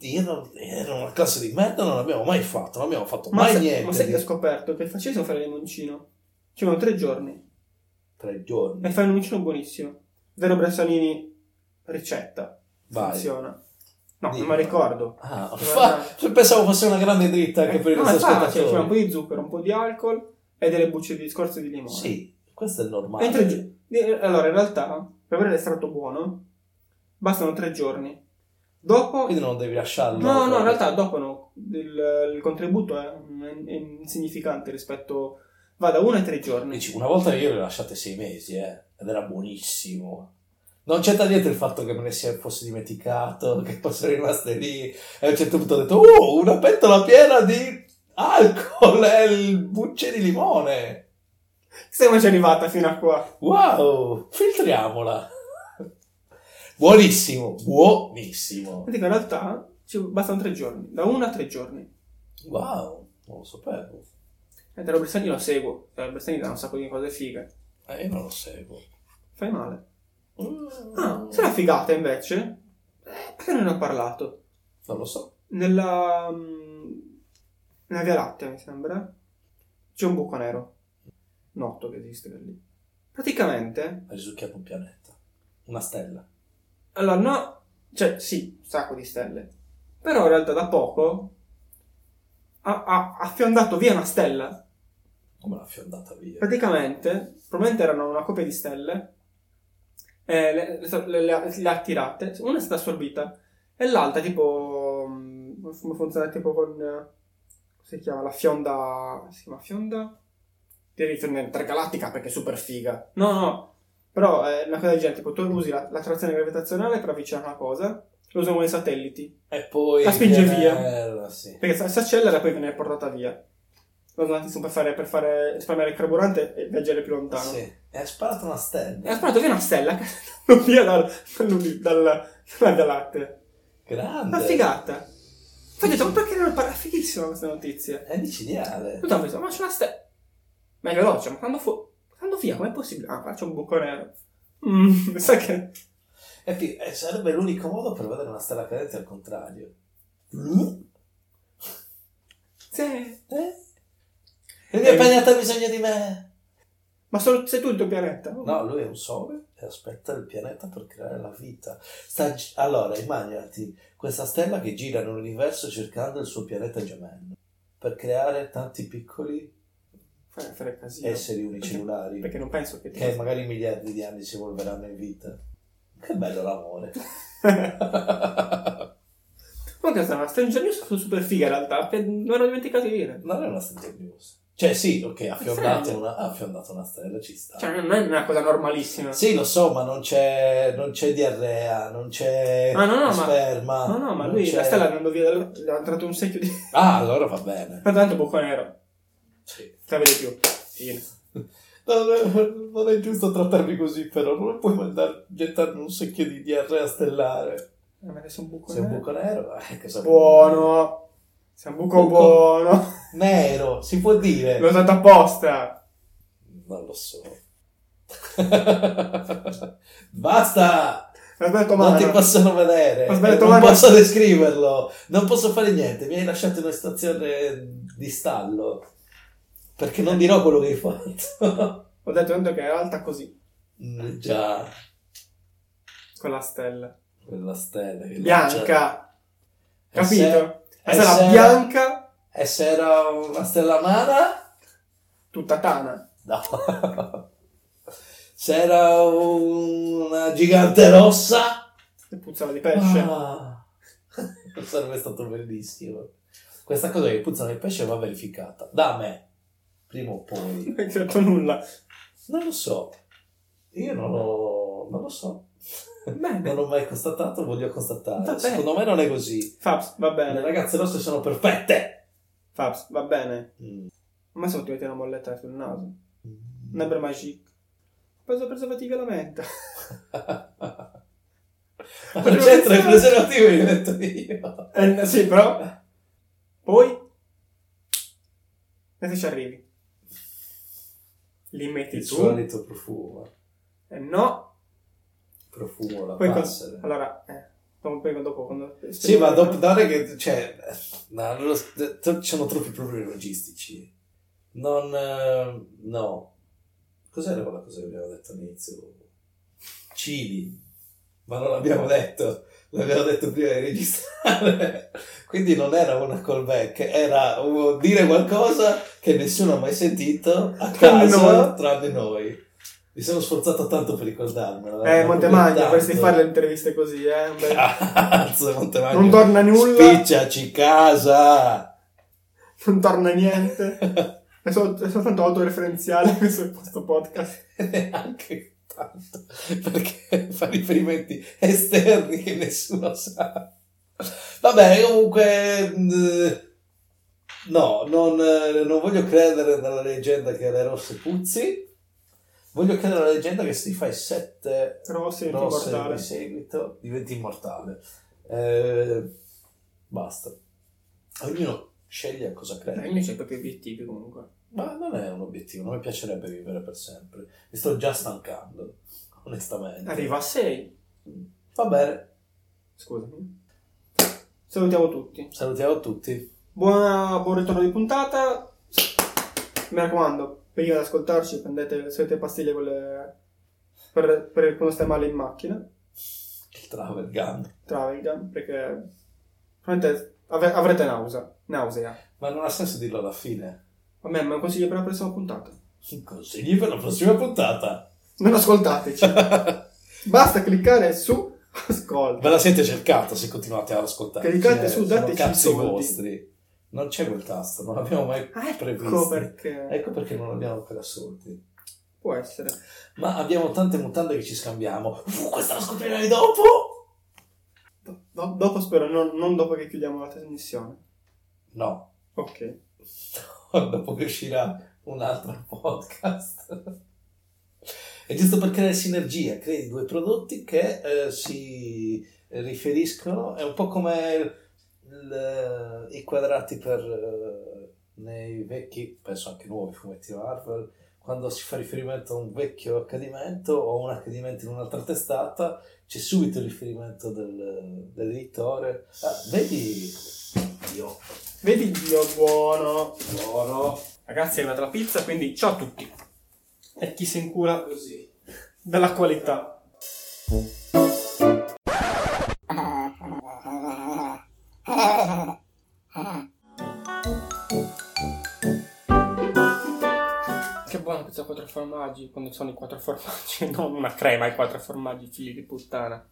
[SPEAKER 2] Io non, era una classe di merda, non l'abbiamo mai fatto, non abbiamo fatto
[SPEAKER 1] Ma,
[SPEAKER 2] mai
[SPEAKER 1] se-
[SPEAKER 2] niente.
[SPEAKER 1] ma sai che ho
[SPEAKER 2] di-
[SPEAKER 1] scoperto? Che facessimo fare il limoncino. Ci vogliono tre giorni.
[SPEAKER 2] Tre giorni.
[SPEAKER 1] E fai un limoncino buonissimo. Vero Bressanini, ricetta.
[SPEAKER 2] Vai.
[SPEAKER 1] Funziona. No, non
[SPEAKER 2] Dimmi.
[SPEAKER 1] me la ricordo.
[SPEAKER 2] Ah,
[SPEAKER 1] Guarda.
[SPEAKER 2] (laughs) fa- pensavo fosse una grande dritta anche per i
[SPEAKER 1] Eh, no,
[SPEAKER 2] nostri
[SPEAKER 1] è facile, cioè, c'era un po'
[SPEAKER 2] ascoltatori.
[SPEAKER 1] di zucchero, un po' di alcol e delle bucce di scorze di limone.
[SPEAKER 2] Sì, questo è normale.
[SPEAKER 1] E in tre gio- eh, Allora, in realtà, per avere l'estratto buono, bastano tre giorni. Dopo...
[SPEAKER 2] Quindi non devi lasciarlo.
[SPEAKER 1] No, no, in realtà dopo no. Il, il contributo è, è- è insignificante rispetto... Va da uno ai tre giorni.
[SPEAKER 2] Dici, Una volta io le ho lasciate sei mesi, eh, ed era buonissimo. Non c'entra niente il fatto che me ne sia fosse dimenticato, che fossero rimaste lì. E a un certo punto ho detto, oh, una pentola piena di alcol e il bucce di limone.
[SPEAKER 1] Stiamo già arrivata fino a qua.
[SPEAKER 2] Wow, filtriamola. Buonissimo, buonissimo.
[SPEAKER 1] Dico, in realtà ci bastano tre giorni. Da uno a tre giorni.
[SPEAKER 2] Wow, non lo sapevo.
[SPEAKER 1] E Dario Bressani lo seguo. Dario Bressani dà un sacco di cose fighe.
[SPEAKER 2] Eh, io non lo seguo.
[SPEAKER 1] Fai male.
[SPEAKER 2] Mm,
[SPEAKER 1] Ah, se la figata invece... eh, perché non ne ho parlato?
[SPEAKER 2] Non lo so.
[SPEAKER 1] Nella, mm, nella Via Lattea, mi sembra, c'è un buco nero. Noto che esiste per lì. Praticamente,
[SPEAKER 2] Hai risucchiato un pianeta. Una stella.
[SPEAKER 1] allora no, cioè sì, un sacco di stelle, però in realtà da poco ha, ha, ha fiondato via una stella.
[SPEAKER 2] Come l'ha fiondata via.
[SPEAKER 1] Praticamente, probabilmente erano una coppia di stelle, eh, le, le- le- le ha- le ha tirate, una è stata assorbita e l'altra tipo, mm, come funziona tipo con, eh, come si chiama, la fionda, si chiama fionda? Devi tornare intergalattica perché è super figa. No, no, però è una cosa del genere, tipo tu usi la, la trazione gravitazionale per avvicinare una cosa, lo usano con i satelliti,
[SPEAKER 2] E poi...
[SPEAKER 1] La spinge
[SPEAKER 2] viene-
[SPEAKER 1] via.
[SPEAKER 2] eh, sì.
[SPEAKER 1] perché se- si accelera e poi viene portata via. Lo usano anche per fare, per fare, risparmiare il carburante e viaggiare più lontano.
[SPEAKER 2] Sì. E ha sparato una
[SPEAKER 1] E ha
[SPEAKER 2] stella.
[SPEAKER 1] sparato via una stella che (laughs) è andata via dal, dal, dal, dalla Via Lattea.
[SPEAKER 2] Grande.
[SPEAKER 1] Una figata. Poi ho detto, ma perché non parla? Fighissima questa notizia.
[SPEAKER 2] È micidiale.
[SPEAKER 1] Tutto ho pensato, ma c'è una stella. Ma è veloce, ma quando fu... Quando via, com'è possibile? Ah, qua c'è un buco nero. Mm, (laughs) mi sa che...
[SPEAKER 2] E pi- eh, sarebbe l'unico modo per vedere una stella cadente al contrario. Mm?
[SPEAKER 1] Sì.
[SPEAKER 2] Eh? Il mio
[SPEAKER 1] Eh,
[SPEAKER 2] pianeta ha bisogno di me.
[SPEAKER 1] Ma solo, sei tu il tuo pianeta?
[SPEAKER 2] No, lui è un sole e aspetta il pianeta per creare la vita. Sta gi- allora, immaginati questa stella che gira nell'universo cercando il suo pianeta gemello. per creare tanti piccoli
[SPEAKER 1] Fare, fare casino.
[SPEAKER 2] esseri unicellulari
[SPEAKER 1] Perché non penso che...
[SPEAKER 2] che magari miliardi di anni ci evolveranno in vita. Che bello l'amore.
[SPEAKER 1] (laughs) Comunque stava, Stranger News sono super figa in realtà, che non ero dimenticato di dire.
[SPEAKER 2] non è una Stranger News. Cioè, sì, ok, ha fiondato una, ha fiondato una stella, ci sta.
[SPEAKER 1] Cioè, non è una cosa normalissima.
[SPEAKER 2] Sì, lo so, ma non c'è, non c'è diarrea, non c'è
[SPEAKER 1] Ah, no, no, ma-
[SPEAKER 2] sperma.
[SPEAKER 1] No, no, ma
[SPEAKER 2] non
[SPEAKER 1] lui,
[SPEAKER 2] c'è-
[SPEAKER 1] la stella andando via, dal- le ha entrato un secchio di... (laughs)
[SPEAKER 2] Ah, allora va bene.
[SPEAKER 1] Ma tanto buco nero,
[SPEAKER 2] Sì.
[SPEAKER 1] non vede più. Fine.
[SPEAKER 2] Non è, non è giusto trattarmi così, però non puoi mandar, gettarmi un secchio di diarrea stellare.
[SPEAKER 1] Ah, Ma adesso è un buco
[SPEAKER 2] Sei un
[SPEAKER 1] nero.
[SPEAKER 2] buco nero? Eh, cosa vuoi?
[SPEAKER 1] Buono. Sei un buco,
[SPEAKER 2] Buco. (laughs)
[SPEAKER 1] buono.
[SPEAKER 2] Nero, si può dire.
[SPEAKER 1] L'ho usato apposta.
[SPEAKER 2] Non lo so. (laughs) Basta!
[SPEAKER 1] Ho sbagliato
[SPEAKER 2] Non ti
[SPEAKER 1] mano.
[SPEAKER 2] possono vedere,
[SPEAKER 1] Ho sbagliato
[SPEAKER 2] non
[SPEAKER 1] mano.
[SPEAKER 2] posso descriverlo, non posso fare niente, mi hai lasciato in una situazione di stallo. Perché non dirò quello che hai fatto. (laughs)
[SPEAKER 1] Ho detto tanto che era alta così,
[SPEAKER 2] Mm, Già,
[SPEAKER 1] con la stella.
[SPEAKER 2] quella stella. che lancia-
[SPEAKER 1] Bianca.
[SPEAKER 2] E certo. se-
[SPEAKER 1] Capito? La
[SPEAKER 2] e
[SPEAKER 1] stella
[SPEAKER 2] se-
[SPEAKER 1] bianca,
[SPEAKER 2] E se era una stella amara?
[SPEAKER 1] tutta tana.
[SPEAKER 2] No. se era una gigante rossa?
[SPEAKER 1] E puzzava di pesce.
[SPEAKER 2] Ah. Sarebbe stato bellissimo. Questa cosa che puzzano il pesce va verificata da me, prima o poi.
[SPEAKER 1] (laughs) Non hai detto nulla.
[SPEAKER 2] Non lo so. Io non lo, non lo so. Non
[SPEAKER 1] Bene.
[SPEAKER 2] l'ho mai constatato, voglio constatare.
[SPEAKER 1] Vabbè.
[SPEAKER 2] Secondo me non è così.
[SPEAKER 1] Fabs, va
[SPEAKER 2] Le
[SPEAKER 1] bene.
[SPEAKER 2] ragazze rosse sono perfette.
[SPEAKER 1] Fabs, va bene.
[SPEAKER 2] Mm.
[SPEAKER 1] Ma se ti metti una molletta sul naso. Nebra magic. Preso preservativi alla menta.
[SPEAKER 2] Ma non c'entra il preservativo, gli ho detto io.
[SPEAKER 1] Eh, sì, però. Poi. E se ci arrivi? Li metti
[SPEAKER 2] Il
[SPEAKER 1] tu?
[SPEAKER 2] solito profumo.
[SPEAKER 1] Eh, no.
[SPEAKER 2] Profumo la
[SPEAKER 1] Poi col-
[SPEAKER 2] passera.
[SPEAKER 1] Allora, eh, dopo, poi dopo quando...
[SPEAKER 2] Sì, ma dopo dare che cioè, no, non lo- t- ci sono troppi problemi logistici. Non eh, no. Cos'era quella cosa che abbiamo detto all'inizio? Cili. Ma non l'abbiamo detto, l'abbiamo detto prima di registrare. (laughs) Quindi non era una callback, era un- dire qualcosa che nessuno ha mai sentito a
[SPEAKER 1] Tranne
[SPEAKER 2] caso,
[SPEAKER 1] noi.
[SPEAKER 2] tranne noi. Mi sono sforzato tanto per ricordarmelo.
[SPEAKER 1] Eh, Montemagno,
[SPEAKER 2] Tanto. Ah,
[SPEAKER 1] dovresti fare le interviste così, eh. beh.
[SPEAKER 2] (laughs) Cazzo, Montemagno.
[SPEAKER 1] Non torna nulla,
[SPEAKER 2] Spicciaci (laughs) casa!
[SPEAKER 1] non torna niente. È, sol- è soltanto autoreferenziale (laughs) questo, questo podcast.
[SPEAKER 2] Neanche tanto, perché fa riferimenti esterni che nessuno sa. Vabbè, comunque... mh, No, non, eh, non voglio credere nella leggenda che le rosse puzzi. Voglio credere nella leggenda che se ti fai sette
[SPEAKER 1] Rossi, non
[SPEAKER 2] rosse
[SPEAKER 1] mortale.
[SPEAKER 2] di seguito diventi immortale. Eh, basta. Ognuno sceglie a cosa crede.
[SPEAKER 1] Beh, io c'è proprio obiettivi comunque.
[SPEAKER 2] Ma non è un obiettivo, non mi piacerebbe vivere per sempre. Mi sto già stancando, onestamente.
[SPEAKER 1] Arriva a 6.
[SPEAKER 2] Va bene,
[SPEAKER 1] Scusami. Salutiamo tutti.
[SPEAKER 2] salutiamo tutti.
[SPEAKER 1] Buona, buon ritorno di puntata. Mi raccomando, prima di ascoltarci prendete se avete pastiglie quelle per, per quando stai male in macchina,
[SPEAKER 2] Il travel gun.
[SPEAKER 1] travel gum, perché probabilmente ave- avrete nausea. Nausea.
[SPEAKER 2] Ma non ha senso dirlo alla fine.
[SPEAKER 1] Vabbè, ma è un consiglio per la prossima puntata.
[SPEAKER 2] Consigli per la prossima puntata.
[SPEAKER 1] Non ascoltateci.
[SPEAKER 2] Ve
[SPEAKER 1] Basta cliccare su ascolta.
[SPEAKER 2] la siete cercata se continuate ad ascoltare. Cioè,
[SPEAKER 1] Cliccate su, dateci i
[SPEAKER 2] cazzi
[SPEAKER 1] soldi.
[SPEAKER 2] vostri. Non c'è quel tasto, non l'abbiamo mai
[SPEAKER 1] Ah, Ecco
[SPEAKER 2] previsto.
[SPEAKER 1] perché
[SPEAKER 2] Ecco perché non l'abbiamo ancora assolti.
[SPEAKER 1] può essere.
[SPEAKER 2] Ma abbiamo tante mutande che ci scambiamo. Uh, questa la scoprirai dopo!
[SPEAKER 1] Do- do- dopo spero, non, non dopo che chiudiamo la trasmissione.
[SPEAKER 2] No,
[SPEAKER 1] Ok.
[SPEAKER 2] (laughs) dopo che uscirà un altro podcast. È giusto per creare sinergia, crei due prodotti che eh, si riferiscono, è un po' come il- i quadrati per eh, nei vecchi, penso anche nuovi fumetti Marvel, quando si fa riferimento a un vecchio accadimento o un accadimento in un'altra testata, c'è subito il riferimento del, dell'editore. Ah, vedi, io
[SPEAKER 1] Vedi Dio buono.
[SPEAKER 2] loro.
[SPEAKER 1] Ragazzi, è arrivata la pizza, quindi ciao a tutti. E chi si incura
[SPEAKER 2] Così.
[SPEAKER 1] della qualità. mezzo quattro formaggi, quando sono i quattro formaggi, (laughs) non una crema ai quattro formaggi, figli di puttana.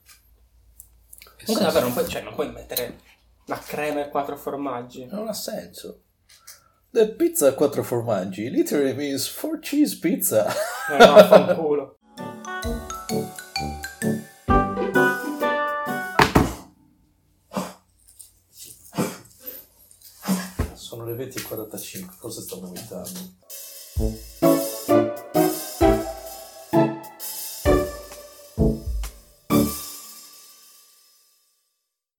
[SPEAKER 1] Comunque davvero non puoi, cioè, non puoi mettere la crema ai quattro formaggi.
[SPEAKER 2] Non ha senso. The pizza a quattro formaggi literally means four cheese pizza.
[SPEAKER 1] Eh no, (laughs) fanculo.
[SPEAKER 3] Sono le 20.45, cosa sto vomitando?